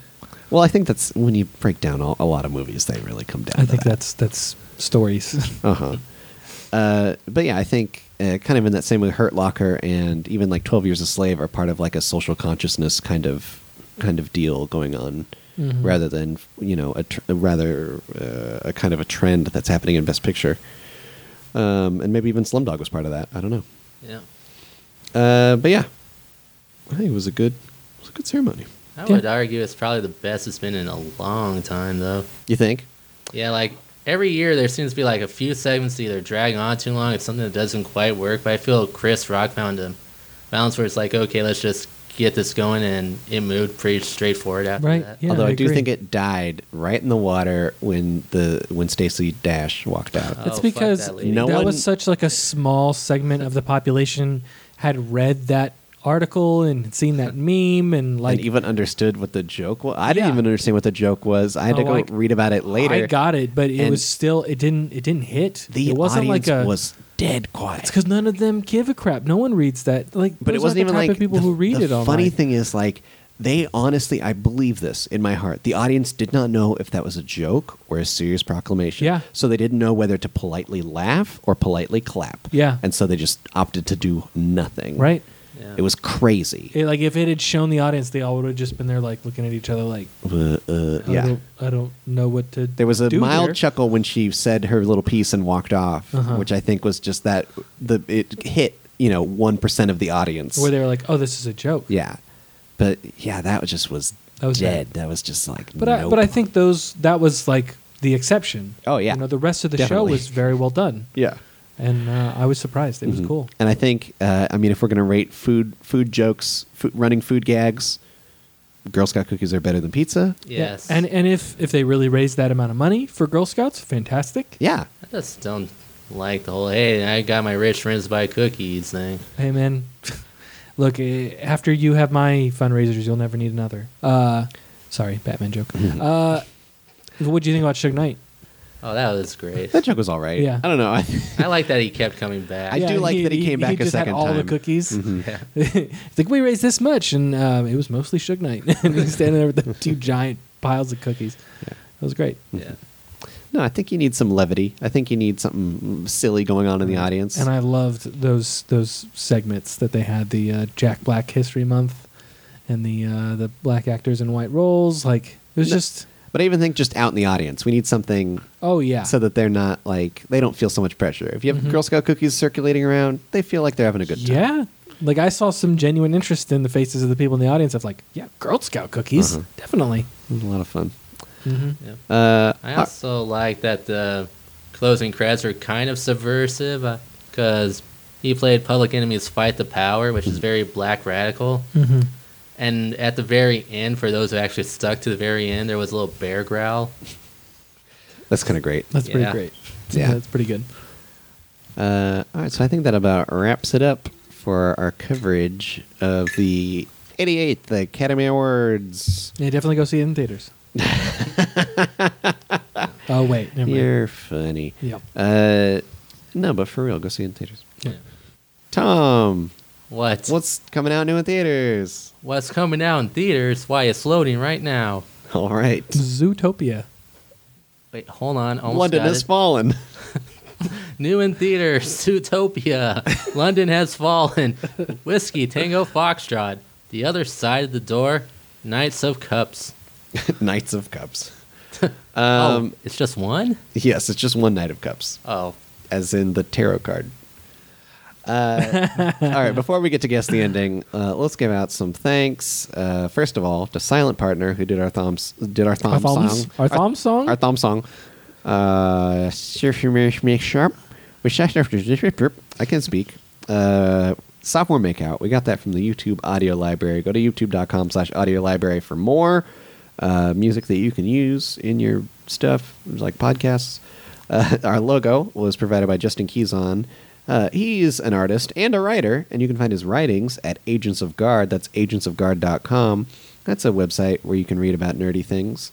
Speaker 2: well, I think that's when you break down all, a lot of movies, they really come down.
Speaker 1: I
Speaker 2: to
Speaker 1: think
Speaker 2: that.
Speaker 1: that's that's stories.
Speaker 2: Uh-huh. Uh But yeah, I think uh, kind of in that same way, Hurt Locker and even like Twelve Years a Slave are part of like a social consciousness kind of kind of deal going on,
Speaker 1: Mhm.
Speaker 2: rather than you know a tr- rather uh, a kind of a trend that's happening in Best Picture. Um, and maybe even Slumdog was part of that. I don't know.
Speaker 3: Yeah.
Speaker 2: Uh, but yeah, I think it was a good, it was a good ceremony.
Speaker 3: I
Speaker 1: Yeah.
Speaker 3: would argue it's probably the best it's been in a long time, though.
Speaker 2: You think?
Speaker 3: Yeah, like every year there seems to be like a few segments that either drag on too long, it's something that doesn't quite work. But I feel Chris Rock found a balance where it's like, okay, let's just get this going, and it moved pretty straightforward after
Speaker 1: Right,
Speaker 3: that.
Speaker 1: yeah.
Speaker 2: Although I,
Speaker 1: I
Speaker 2: do
Speaker 1: agree.
Speaker 2: think it died right in the water when the when Stacy Dash walked out.
Speaker 3: Oh,
Speaker 1: That's
Speaker 3: fuck
Speaker 1: because
Speaker 3: that
Speaker 1: that,
Speaker 3: lady.
Speaker 2: No one-
Speaker 1: was such like a small segment of the population had read that article and seen that meme and like
Speaker 2: and even understood what the joke was. I didn't
Speaker 1: Yeah.
Speaker 2: even understand what the joke was. I had to
Speaker 1: Oh,
Speaker 2: go
Speaker 1: like,
Speaker 2: read about it later.
Speaker 1: I got it, but it
Speaker 2: And-
Speaker 1: was still it didn't it didn't hit.
Speaker 2: the
Speaker 1: it wasn't
Speaker 2: audience
Speaker 1: like a
Speaker 2: was dead quiet.
Speaker 1: it's because none of them give a crap. No one reads that. Like,
Speaker 2: but it
Speaker 1: those aren't
Speaker 2: wasn't
Speaker 1: the
Speaker 2: even
Speaker 1: type
Speaker 2: like
Speaker 1: of people
Speaker 2: the-
Speaker 1: who read
Speaker 2: the
Speaker 1: it. Online.
Speaker 2: Funny thing is, like they honestly, I believe this in my heart. The audience did not know if that was a joke or a serious proclamation.
Speaker 1: Yeah.
Speaker 2: So they didn't know whether to politely laugh or politely clap.
Speaker 1: Yeah.
Speaker 2: And so they just opted to do nothing.
Speaker 1: right?
Speaker 3: Yeah.
Speaker 2: It was crazy.
Speaker 1: It, like, if it had shown the audience, they all would have just been there, like looking at each other, like,
Speaker 2: Uh, uh,
Speaker 1: I
Speaker 2: yeah.
Speaker 1: don't, I don't know what to.
Speaker 2: There was a
Speaker 1: do
Speaker 2: mild
Speaker 1: here.
Speaker 2: chuckle when she said her little piece and walked off,
Speaker 1: Uh-huh.
Speaker 2: which I think was just that the it hit you know one percent of the audience.
Speaker 1: where they were like, "Oh, this is a joke."
Speaker 2: yeah, but yeah, that was just was
Speaker 1: That was
Speaker 2: dead.
Speaker 1: bad.
Speaker 2: That was just like
Speaker 1: But I, but I think those that was like the exception.
Speaker 2: Oh, yeah.
Speaker 1: you know the rest of the show
Speaker 2: Definitely.
Speaker 1: was very well done,
Speaker 2: yeah,
Speaker 1: and uh, I was surprised. It was cool.
Speaker 2: and I think uh, I mean if we're gonna rate food food jokes, food, running food gags, Girl Scout cookies are better than pizza.
Speaker 3: yes.
Speaker 1: Yeah. And and if if they really raised that amount of money for Girl Scouts, fantastic.
Speaker 2: Yeah,
Speaker 3: I just don't like the whole hey, I got my rich friends to buy cookies thing.
Speaker 1: Hey man, look, eh, after you have my fundraisers, you'll never need another. Uh, sorry, Batman joke.
Speaker 2: Mm-hmm.
Speaker 1: uh, what do you think about Suge Knight?
Speaker 3: Oh, that was great.
Speaker 2: that joke was all right.
Speaker 1: Yeah.
Speaker 2: I don't know. I,
Speaker 3: I like that he kept coming back.
Speaker 2: I do like that he came back a
Speaker 1: just
Speaker 2: second
Speaker 1: had all the
Speaker 2: time. Mm-hmm.
Speaker 1: cookies.
Speaker 3: Yeah.
Speaker 1: It's like we raised this much, and um, it was mostly Suge Knight. and he's standing there with the two giant piles of cookies. It was great.
Speaker 3: yeah.
Speaker 2: no, I think you need some levity. I think you need something silly going on in the audience.
Speaker 1: And I loved those those segments that they had the uh, Jack Black History Month and the uh, the black actors in white roles. Like it was
Speaker 2: No.
Speaker 1: just
Speaker 2: but I even think just out in the audience, we need something
Speaker 1: oh yeah.
Speaker 2: so that they're not like they don't feel so much pressure. If you have
Speaker 1: Mhm.
Speaker 3: Mm-hmm.
Speaker 2: Girl Scout cookies circulating around, they feel like they're having a good time.
Speaker 1: yeah. Like I saw some genuine interest in the faces of the people in the audience of like yeah Girl Scout cookies
Speaker 2: Uh-huh.
Speaker 1: definitely.
Speaker 2: It was a lot of fun.
Speaker 1: Mhm.
Speaker 3: yeah.
Speaker 2: Uh,
Speaker 3: I
Speaker 2: all-
Speaker 3: also like that the closing credits are kind of subversive because he played Public Enemy's Fight the Power, which
Speaker 2: Hmm.
Speaker 3: is very black radical.
Speaker 1: Mhm.
Speaker 3: And at the very end, for those who actually stuck to the very end, there was a little bear growl.
Speaker 2: that's kind of great.
Speaker 1: That's pretty
Speaker 3: Yeah.
Speaker 1: great.
Speaker 2: Yeah.
Speaker 1: that's pretty good.
Speaker 2: Uh, all right, so I think that about wraps it up for our coverage of the 88th Academy Awards.
Speaker 1: Yeah, definitely go see it in theaters. oh wait, never mind.
Speaker 2: You're funny.
Speaker 1: Yeah.
Speaker 2: Uh, no, but for real, go see it in theaters.
Speaker 1: Yeah.
Speaker 2: Tom,
Speaker 3: What?
Speaker 2: what's coming out new in theaters?
Speaker 3: What's coming out in theaters? Why it's loading right now?
Speaker 2: All right.
Speaker 1: Zootopia.
Speaker 3: Wait, hold on. Almost
Speaker 2: London
Speaker 3: got
Speaker 2: has
Speaker 3: it.
Speaker 2: fallen.
Speaker 3: New in theaters, Zootopia. London has fallen. Whiskey, Tango, Foxtrot. The other side of the door, Knights of Cups.
Speaker 2: Knights of Cups.
Speaker 3: oh, it's just one?
Speaker 2: Yes, it's just one Knight of Cups.
Speaker 3: Oh,
Speaker 2: as in the tarot card. Uh, all right, before we get to guess the ending, uh, let's give out some thanks. Uh, first of all, to Silent Partner who did our thumbs did our thumb
Speaker 1: Our thumbs?
Speaker 2: song,
Speaker 1: Our thumb song?
Speaker 2: our thumb song. Uh, Surf your Mirror, make sharp. We shot after- I can speak. Uh, sophomore makeout. We got that from the YouTube audio library. Go to youtube.com slash audio library for more uh, music that you can use in your stuff, like podcasts. Uh, our logo was provided by Justin Keyson. Uh, he's an artist and a writer, and you can find his writings at Agents of Guard. That's agentsofguard.com. That's a website where you can read about nerdy things.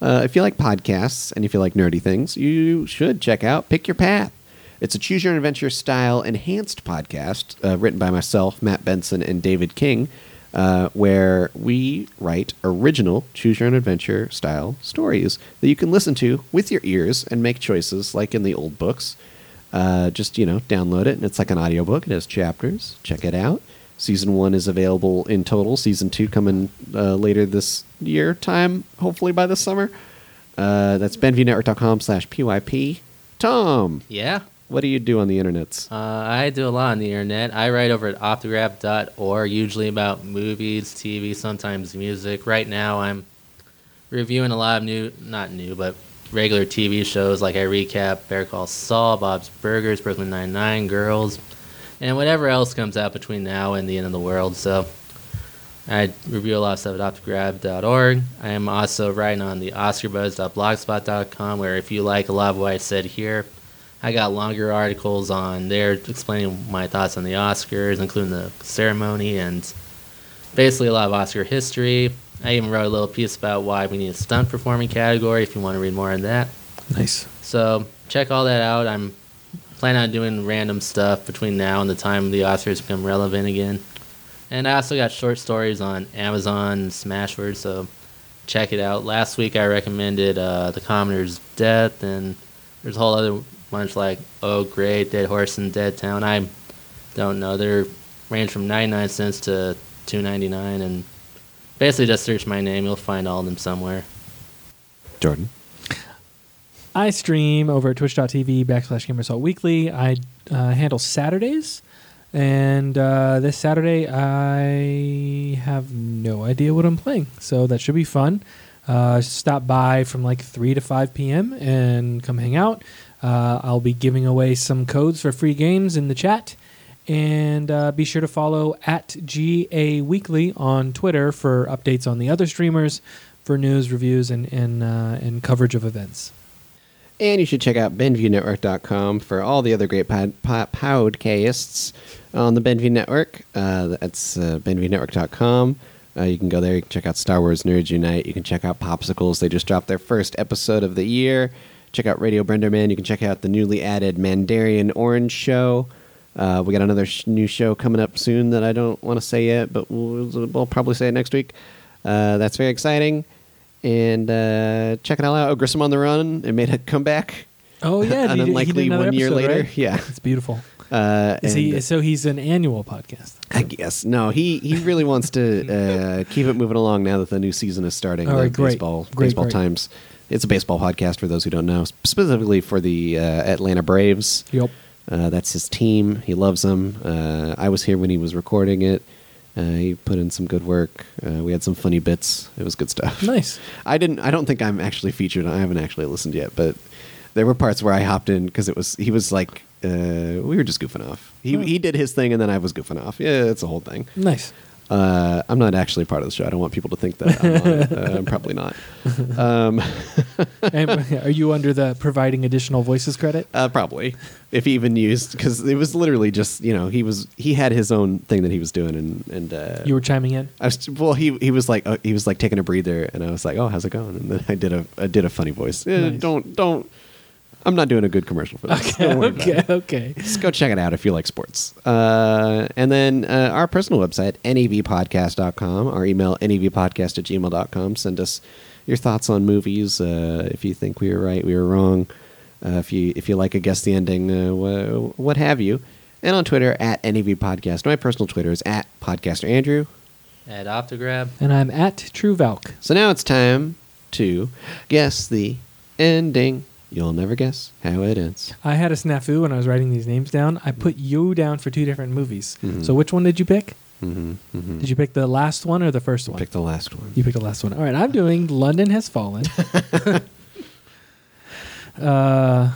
Speaker 2: Uh, if you like podcasts and if you like nerdy things, you should check out Pick Your Path. It's a choose your own adventure style enhanced podcast uh, written by myself, Matt Benson, and David King, uh, where we write original choose your own adventure style stories that you can listen to with your ears and make choices like in the old books. Uh, just, you know, download it, and it's like an audiobook. It has chapters. Check it out. Season one is available in total. Season two coming uh, later this year time, hopefully by this summer. Uh, that's benvnetwork.com slash PYP. Tom,
Speaker 3: yeah?
Speaker 2: What do you do on the internets?
Speaker 3: Uh, I do a lot on the internet. I write over at optograph.org, usually about movies, TV, sometimes music. Right now, I'm reviewing a lot of new, not new, but regular TV shows. Like I recap Bear Call Saul, Bob's Burgers, Brooklyn Nine-Nine, Girls, and whatever else comes out between now and the end of the world. So I review a lot of stuff at optograph.org. I am also writing on the oscarbuzz.blogspot.com, where if you like a lot of what I said here, I got longer articles on there explaining my thoughts on the Oscars, including the ceremony and basically a lot of Oscar history. I even wrote a little piece about why we need a stunt performing category if you want to read more on that.
Speaker 1: Nice.
Speaker 3: So check all that out. I'm planning on doing random stuff between now and the time the Oscars become relevant again. And I also got short stories on Amazon and Smashwords, so check it out. Last week I recommended uh, The Commoner's Death, and there's a whole other bunch like Oh Great, Dead Horse, and Dead Town. I don't know. They range from 99 cents to 2.99, and basically just search my name. You'll find all of them somewhere.
Speaker 2: Jordan.
Speaker 1: I stream over at twitch.tv backslash gamersault weekly. I uh, handle Saturdays. And uh, this Saturday, I have no idea what I'm playing. So that should be fun. Uh, stop by from like 3 to 5 p.m. and come hang out. Uh, I'll be giving away some codes for free games in the chat. And uh, be sure to follow at GA Weekly on Twitter for updates on the other streamers, for news, reviews, and, and, uh, and coverage of events.
Speaker 2: And you should check out BenviewNetwork.com for all the other great pod, pod, podcasts on the Benview Network. Uh, that's uh, BenviewNetwork.com. Uh, you can go there. You can check out Star Wars Nerds Unite. You can check out Popsicles. They just dropped their first episode of the year. Check out Radio Brenderman. You can check out the newly added Mandarian Orange Show. Uh, we got another sh- new show coming up soon that I don't want to say yet, but we'll, we'll probably say it next week. Uh, that's very exciting. And uh, check it all out. Oh, Grissom on the Run. It made a comeback.
Speaker 1: Oh, yeah.
Speaker 2: An
Speaker 1: he did- he did
Speaker 2: unlikely
Speaker 1: another
Speaker 2: one year
Speaker 1: episode,
Speaker 2: later.
Speaker 1: right?
Speaker 2: Yeah.
Speaker 1: It's beautiful.
Speaker 2: Uh,
Speaker 1: Is he,
Speaker 2: and-
Speaker 1: so he's an annual podcast.
Speaker 2: I guess no. He he really wants to uh, keep it moving along now that the new season is starting.
Speaker 1: All
Speaker 2: the
Speaker 1: right, great.
Speaker 2: baseball
Speaker 1: Great,
Speaker 2: baseball
Speaker 1: great.
Speaker 2: times. It's a baseball podcast for those who don't know, specifically for the uh, Atlanta Braves.
Speaker 1: Yep.
Speaker 2: Uh, that's his team. He loves them. Uh, I was here when he was recording it. Uh, he put in some good work. Uh, we had some funny bits. It was good stuff.
Speaker 1: Nice.
Speaker 2: I didn't. I don't think I'm actually featured. I haven't actually listened yet, but there were parts where I hopped in because it was. He was like, uh, we were just goofing off. He
Speaker 1: Hmm.
Speaker 2: he did his thing, and then I was goofing off. Yeah, it's a whole thing.
Speaker 1: Nice.
Speaker 2: Uh, I'm not actually part of the show. I don't want people to think that. I'm, on it. uh, I'm probably not. Um,
Speaker 1: and are you under the providing additional voices credit?
Speaker 2: Uh, probably, if he even used, because it was literally just you know he was he had his own thing that he was doing, and and uh,
Speaker 1: You were chiming in.
Speaker 2: I was, well he he was like uh, he was like taking a breather, and I was like, oh, how's it going? And then I did a I did a funny voice. Eh,
Speaker 1: Nice.
Speaker 2: Don't don't. I'm not doing a good commercial for this. Don't worry about it.
Speaker 1: Okay. Okay.
Speaker 2: Just go check it out if you like sports. Uh, and then uh, our personal website, E nevpodcast.com, our email, nevpodcast at gmail.com. Send us your thoughts on movies. Uh, if you think we were right, we were wrong. Uh, if you if you like a guess the ending, uh, wha- what have you. And on Twitter, at nevpodcast. My personal Twitter is at podcaster Andrew.
Speaker 3: At Optograb.
Speaker 1: And I'm at TrueValk.
Speaker 2: So now it's time to guess the ending. You'll never guess how it ends.
Speaker 1: I had a snafu when I was writing these names down. I
Speaker 2: Mm.
Speaker 1: put you down for two different movies. So which one did you pick?
Speaker 2: Mm-hmm, mm-hmm.
Speaker 1: Did you pick the last one or the first one?
Speaker 2: Pick the last one.
Speaker 1: you picked the last one. All right. I'm doing London Has Fallen. uh,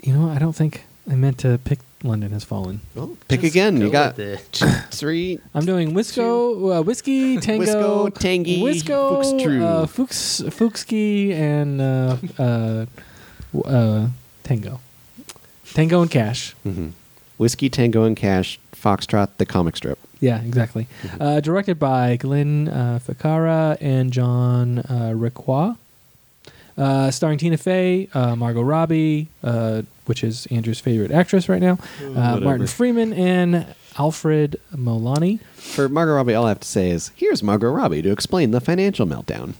Speaker 1: you know, I don't think I meant to pick London Has Fallen.
Speaker 2: Well, Oh, pick
Speaker 3: Just
Speaker 2: again.
Speaker 3: go
Speaker 2: You got
Speaker 3: with it.
Speaker 2: three.
Speaker 1: I'm doing Wisco, uh, Whiskey, Tango,
Speaker 2: Wisco, Tangy,
Speaker 1: Wisco,
Speaker 2: Fuchstru.
Speaker 1: uh, Fuchs, Fuchski, and uh, uh, w- uh, Tango. Tango and Cash.
Speaker 2: Whiskey, Tango, and Cash, Foxtrot, the comic strip.
Speaker 1: Yeah, exactly. Uh, directed by Glenn uh, Ficarra and John uh, Requa. Uh, starring Tina Fey, uh, Margot Robbie, uh, which is Andrew's favorite actress right now, uh, Martin
Speaker 2: whatever.
Speaker 1: Freeman, and Alfred Molani.
Speaker 2: For Margot Robbie, all I have to say is here's Margot Robbie to explain the financial meltdown.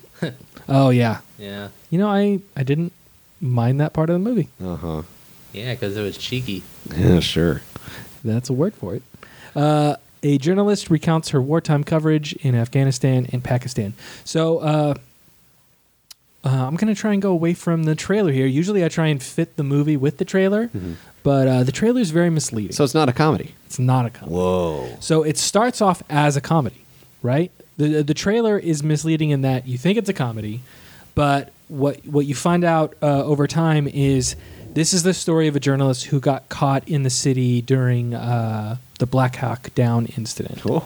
Speaker 1: Oh, yeah.
Speaker 3: Yeah.
Speaker 1: You know, I, I didn't mind that part of the movie.
Speaker 2: Uh huh.
Speaker 3: Yeah, because it was cheeky.
Speaker 2: Yeah, sure.
Speaker 1: That's a word for it. Uh, a journalist recounts her wartime coverage in Afghanistan and Pakistan. So, uh, Uh, I'm gonna try and go away from the trailer here. Usually, I try and fit the movie with the trailer, but uh, the trailer is very misleading.
Speaker 2: So it's not a comedy.
Speaker 1: it's not a comedy.
Speaker 2: Whoa.
Speaker 1: So it starts off as a comedy, right? The the trailer is misleading in that you think it's a comedy, but what what you find out uh, over time is this is the story of a journalist who got caught in the city during uh, the Black Hawk Down incident
Speaker 2: Whoa.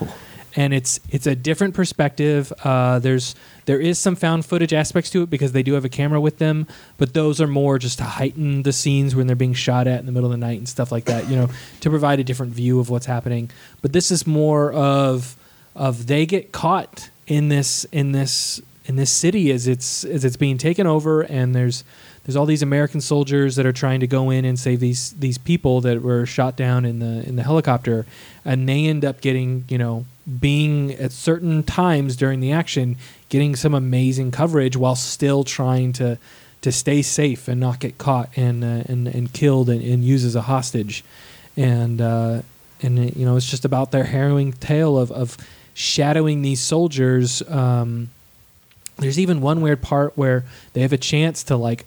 Speaker 1: and it's it's a different perspective. Uh, there's there is some found footage aspects to it because they do have a camera with them, but those are more just to heighten the scenes when they're being shot at in the middle of the night and stuff like that. You know, to provide a different view of what's happening. But this is more of of they get caught in this in this in this city as it's as it's being taken over, and there's there's all these American soldiers that are trying to go in and save these these people that were shot down in the in the helicopter, and they end up getting you know being at certain times during the action getting some amazing coverage while still trying to to stay safe and not get caught and uh, and and killed and, and used as a hostage, and uh, and uh, you know it's just about their harrowing tale of of shadowing these soldiers. Um, there's even one weird part where they have a chance to like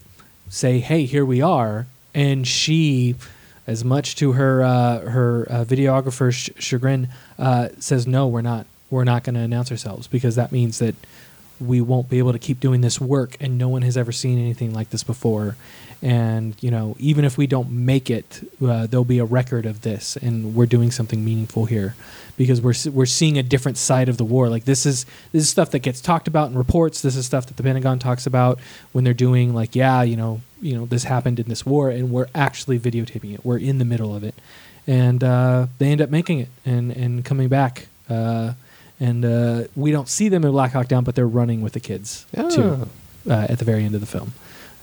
Speaker 1: say, "Hey, here we are," and she, as much to her uh, her uh, videographer's sh- chagrin, uh, says, "No, we're not. We're not going to announce ourselves because that means that we won't be able to keep doing this work, and no one has ever seen anything like this before." And you know, even if we don't make it, uh, there'll be a record of this, and we're doing something meaningful here because we're s- we're seeing a different side of the war. Like this is this is stuff that gets talked about in reports. This is stuff that the Pentagon talks about when they're doing like, yeah, you know, you know, this happened in this war, and we're actually videotaping it. We're in the middle of it, and uh, they end up making it and and coming back. Uh, and uh, we don't see them in Black Hawk Down, but they're running with the kids too uh, at the very end of the film.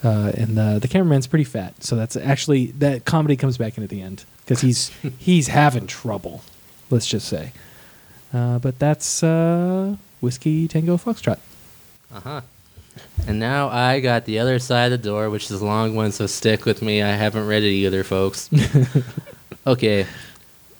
Speaker 1: Uh, and the, the cameraman's pretty fat, so that's actually that comedy comes back in at the end because he's he's having trouble. Let's just say. Uh, but that's uh, whiskey tango foxtrot.
Speaker 3: Uh huh. And now I got the other side of the door, which is a long one, so stick with me. I haven't read it either, folks. okay.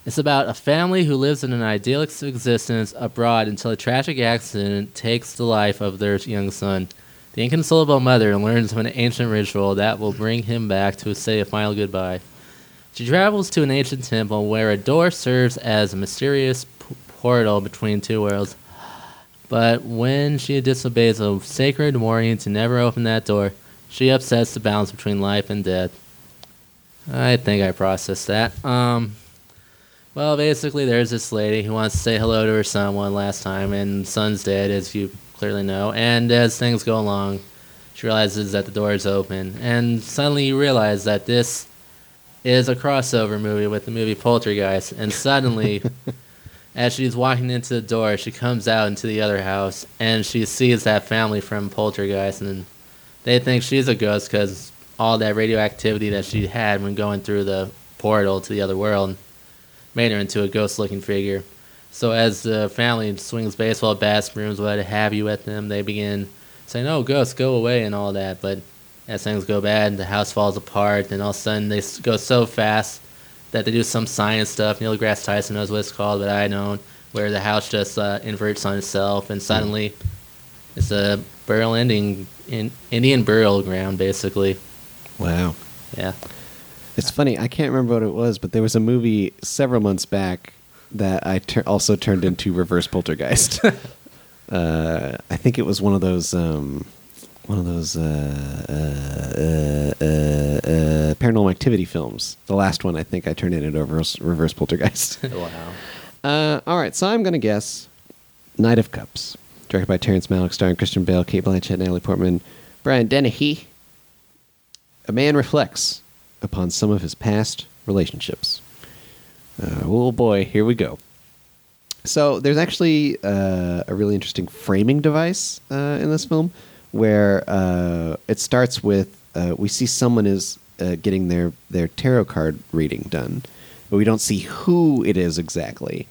Speaker 3: It's about a family who lives in an idyllic existence abroad until a tragic accident takes the life of their young son. The inconsolable mother learns of an ancient ritual that will bring him back to say a final goodbye. She travels to an ancient temple where a door serves as a mysterious p- portal between two worlds. But when she disobeys a sacred warning to never open that door, she upsets the balance between life and death. I think I processed that. Um, well, basically, there's this lady who wants to say hello to her son one last time, and son's dead, as you clearly know. And as things go along, she realizes that the door is open, and suddenly you realize that this is a crossover movie with the movie Poltergeist, and suddenly. As she's walking into the door, she comes out into the other house and she sees that family from Poltergeist, and they think she's a ghost because all that radioactivity that she had when going through the portal to the other world made her into a ghost-looking figure. So as the family swings baseball bats, brooms, what have you at them, they begin saying, "Oh, ghosts, go away," and all that. But as things go bad, the house falls apart, and all of a sudden they s- go so fast that they do some science stuff. Neil deGrasse Tyson knows what it's called, but I don't. Where the house just uh, inverts on itself, and suddenly it's a burial ending, in Indian burial ground, basically.
Speaker 2: Wow.
Speaker 3: Yeah.
Speaker 2: It's funny. I can't remember what it was, but there was a movie several months back that I tur- also turned into Reverse Poltergeist. uh, I think it was one of those, um, one of those uh, uh, uh, uh, uh, Paranormal Activity films. The last one, I think, I turned into a reverse, reverse Poltergeist.
Speaker 3: Wow.
Speaker 2: Uh, all right, so I'm going to guess Knight of Cups, directed by Terrence Malick, starring Christian Bale, Kate Blanchett, Natalie Portman, Brian Dennehy. A man reflects upon some of his past relationships. Uh, oh boy, here we go. So there's actually uh, a really interesting framing device uh, in this film, where uh, it starts with uh, we see someone is uh, getting their their tarot card reading done, but we don't see who it is exactly.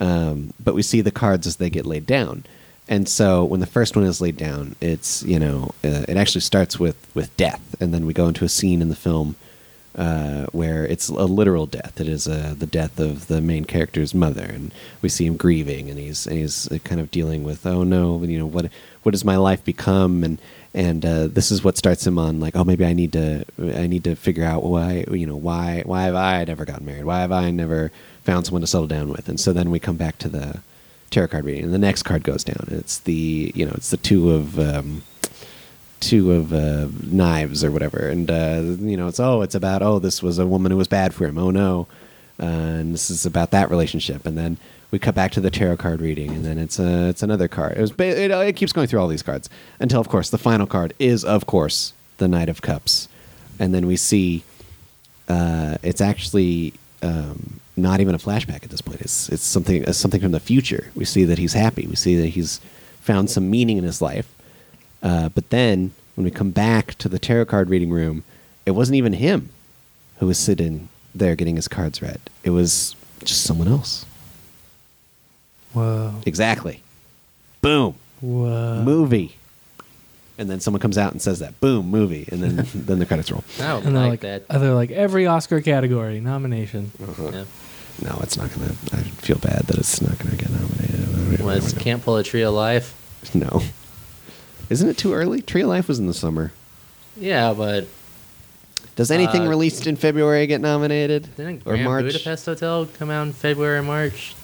Speaker 2: Um, but we see the cards as they get laid down, and so when the first one is laid down, it's you know uh, it actually starts with with death, and then we go into a scene in the film uh, where it's a literal death. It is uh, the death of the main character's mother, and we see him grieving, and he's and he's uh, kind of dealing with, oh no, you know what what does my life become, and and uh, this is what starts him on like, oh maybe I need to I need to figure out why you know why why have I never gotten married? Why have I never found someone to settle down with? And so then we come back to the tarot card reading, and the next card goes down. and It's the you know it's the two of um, two of uh, knives or whatever, and uh, you know it's oh it's about oh this was a woman who was bad for him. Oh no, uh, and this is about that relationship, and then. We cut back to the tarot card reading, and then it's uh, it's another card. It was ba- it, it keeps going through all these cards until, of course, the final card is, of course, the Knight of Cups, and then we see uh, it's actually um, not even a flashback at this point. It's it's something it's something from the future. We see that he's happy. We see that he's found some meaning in his life. Uh, but then when we come back to the tarot card reading room, it wasn't even him who was sitting there getting his cards read. It was just someone else.
Speaker 1: Whoa.
Speaker 2: Exactly. Boom.
Speaker 1: Whoa.
Speaker 2: movie. And then someone comes out and says that. Boom. Movie. And then then the credits roll.
Speaker 3: I would
Speaker 1: And they're
Speaker 3: like,
Speaker 1: like, uh,
Speaker 3: that.
Speaker 1: they're like every Oscar category nomination.
Speaker 3: Yeah.
Speaker 2: No, it's not gonna. I feel bad that it's not gonna get nominated.
Speaker 3: When it's Can't Pull a Tree Alive.
Speaker 2: No. Isn't it too early? Tree of Life was in the summer.
Speaker 3: Yeah, but
Speaker 2: Does anything
Speaker 3: Uh,
Speaker 2: released in February get nominated?
Speaker 3: didn't
Speaker 2: or
Speaker 3: Grand
Speaker 2: March?
Speaker 3: Budapest Hotel come out in February, March?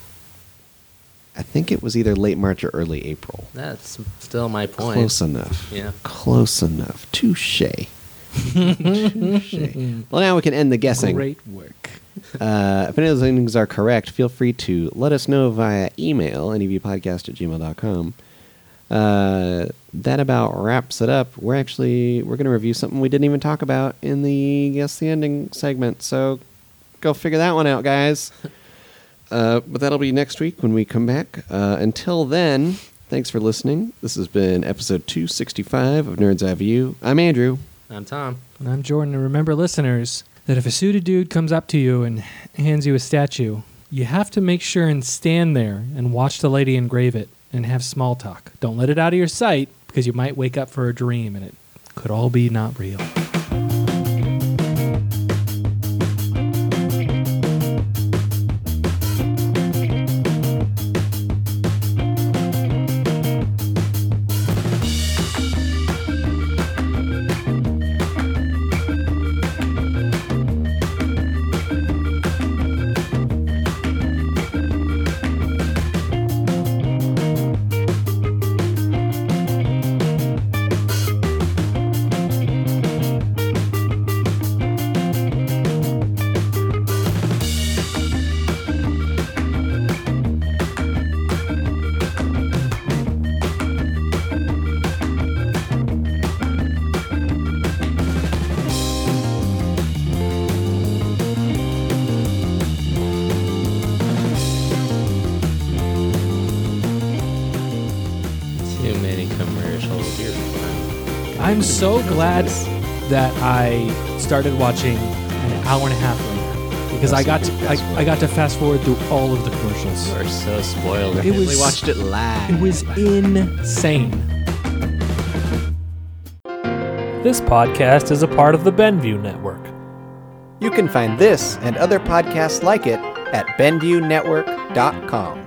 Speaker 2: I think it was either late March or early April.
Speaker 3: That's still my point.
Speaker 2: Close enough.
Speaker 3: Yeah.
Speaker 2: Close enough. Touche. Touche. Well, now we can end the guessing.
Speaker 1: Great work.
Speaker 2: Uh, if any of those things are correct, feel free to let us know via email, nevpodcast at gmail.com. Uh, that about wraps it up. We're actually we're going to review something we didn't even talk about in the guess the ending segment. So go figure that one out, guys. Uh, but that'll be next week when we come back. Uh, until then, thanks for listening. This has been episode 265 of Nerds Eye View. I'm Andrew.
Speaker 3: I'm Tom.
Speaker 1: And I'm Jordan, and remember, listeners, that if a suited dude comes up to you and hands you a statue, you have to make sure and stand there and watch the lady engrave it and have small talk. Don't let it out of your sight because you might wake up for a dream and it could all be not real.
Speaker 3: Too many commercials. You're fine.
Speaker 1: I'm so glad that I started watching an hour and a half later because I got to I, I got to fast forward through all of the commercials.
Speaker 3: We're so spoiled.
Speaker 1: It was-
Speaker 3: we watched it live.
Speaker 1: It was insane.
Speaker 5: This podcast is a part of the Benview Network.
Speaker 2: You can find this and other podcasts like it at BendUNetwork.com.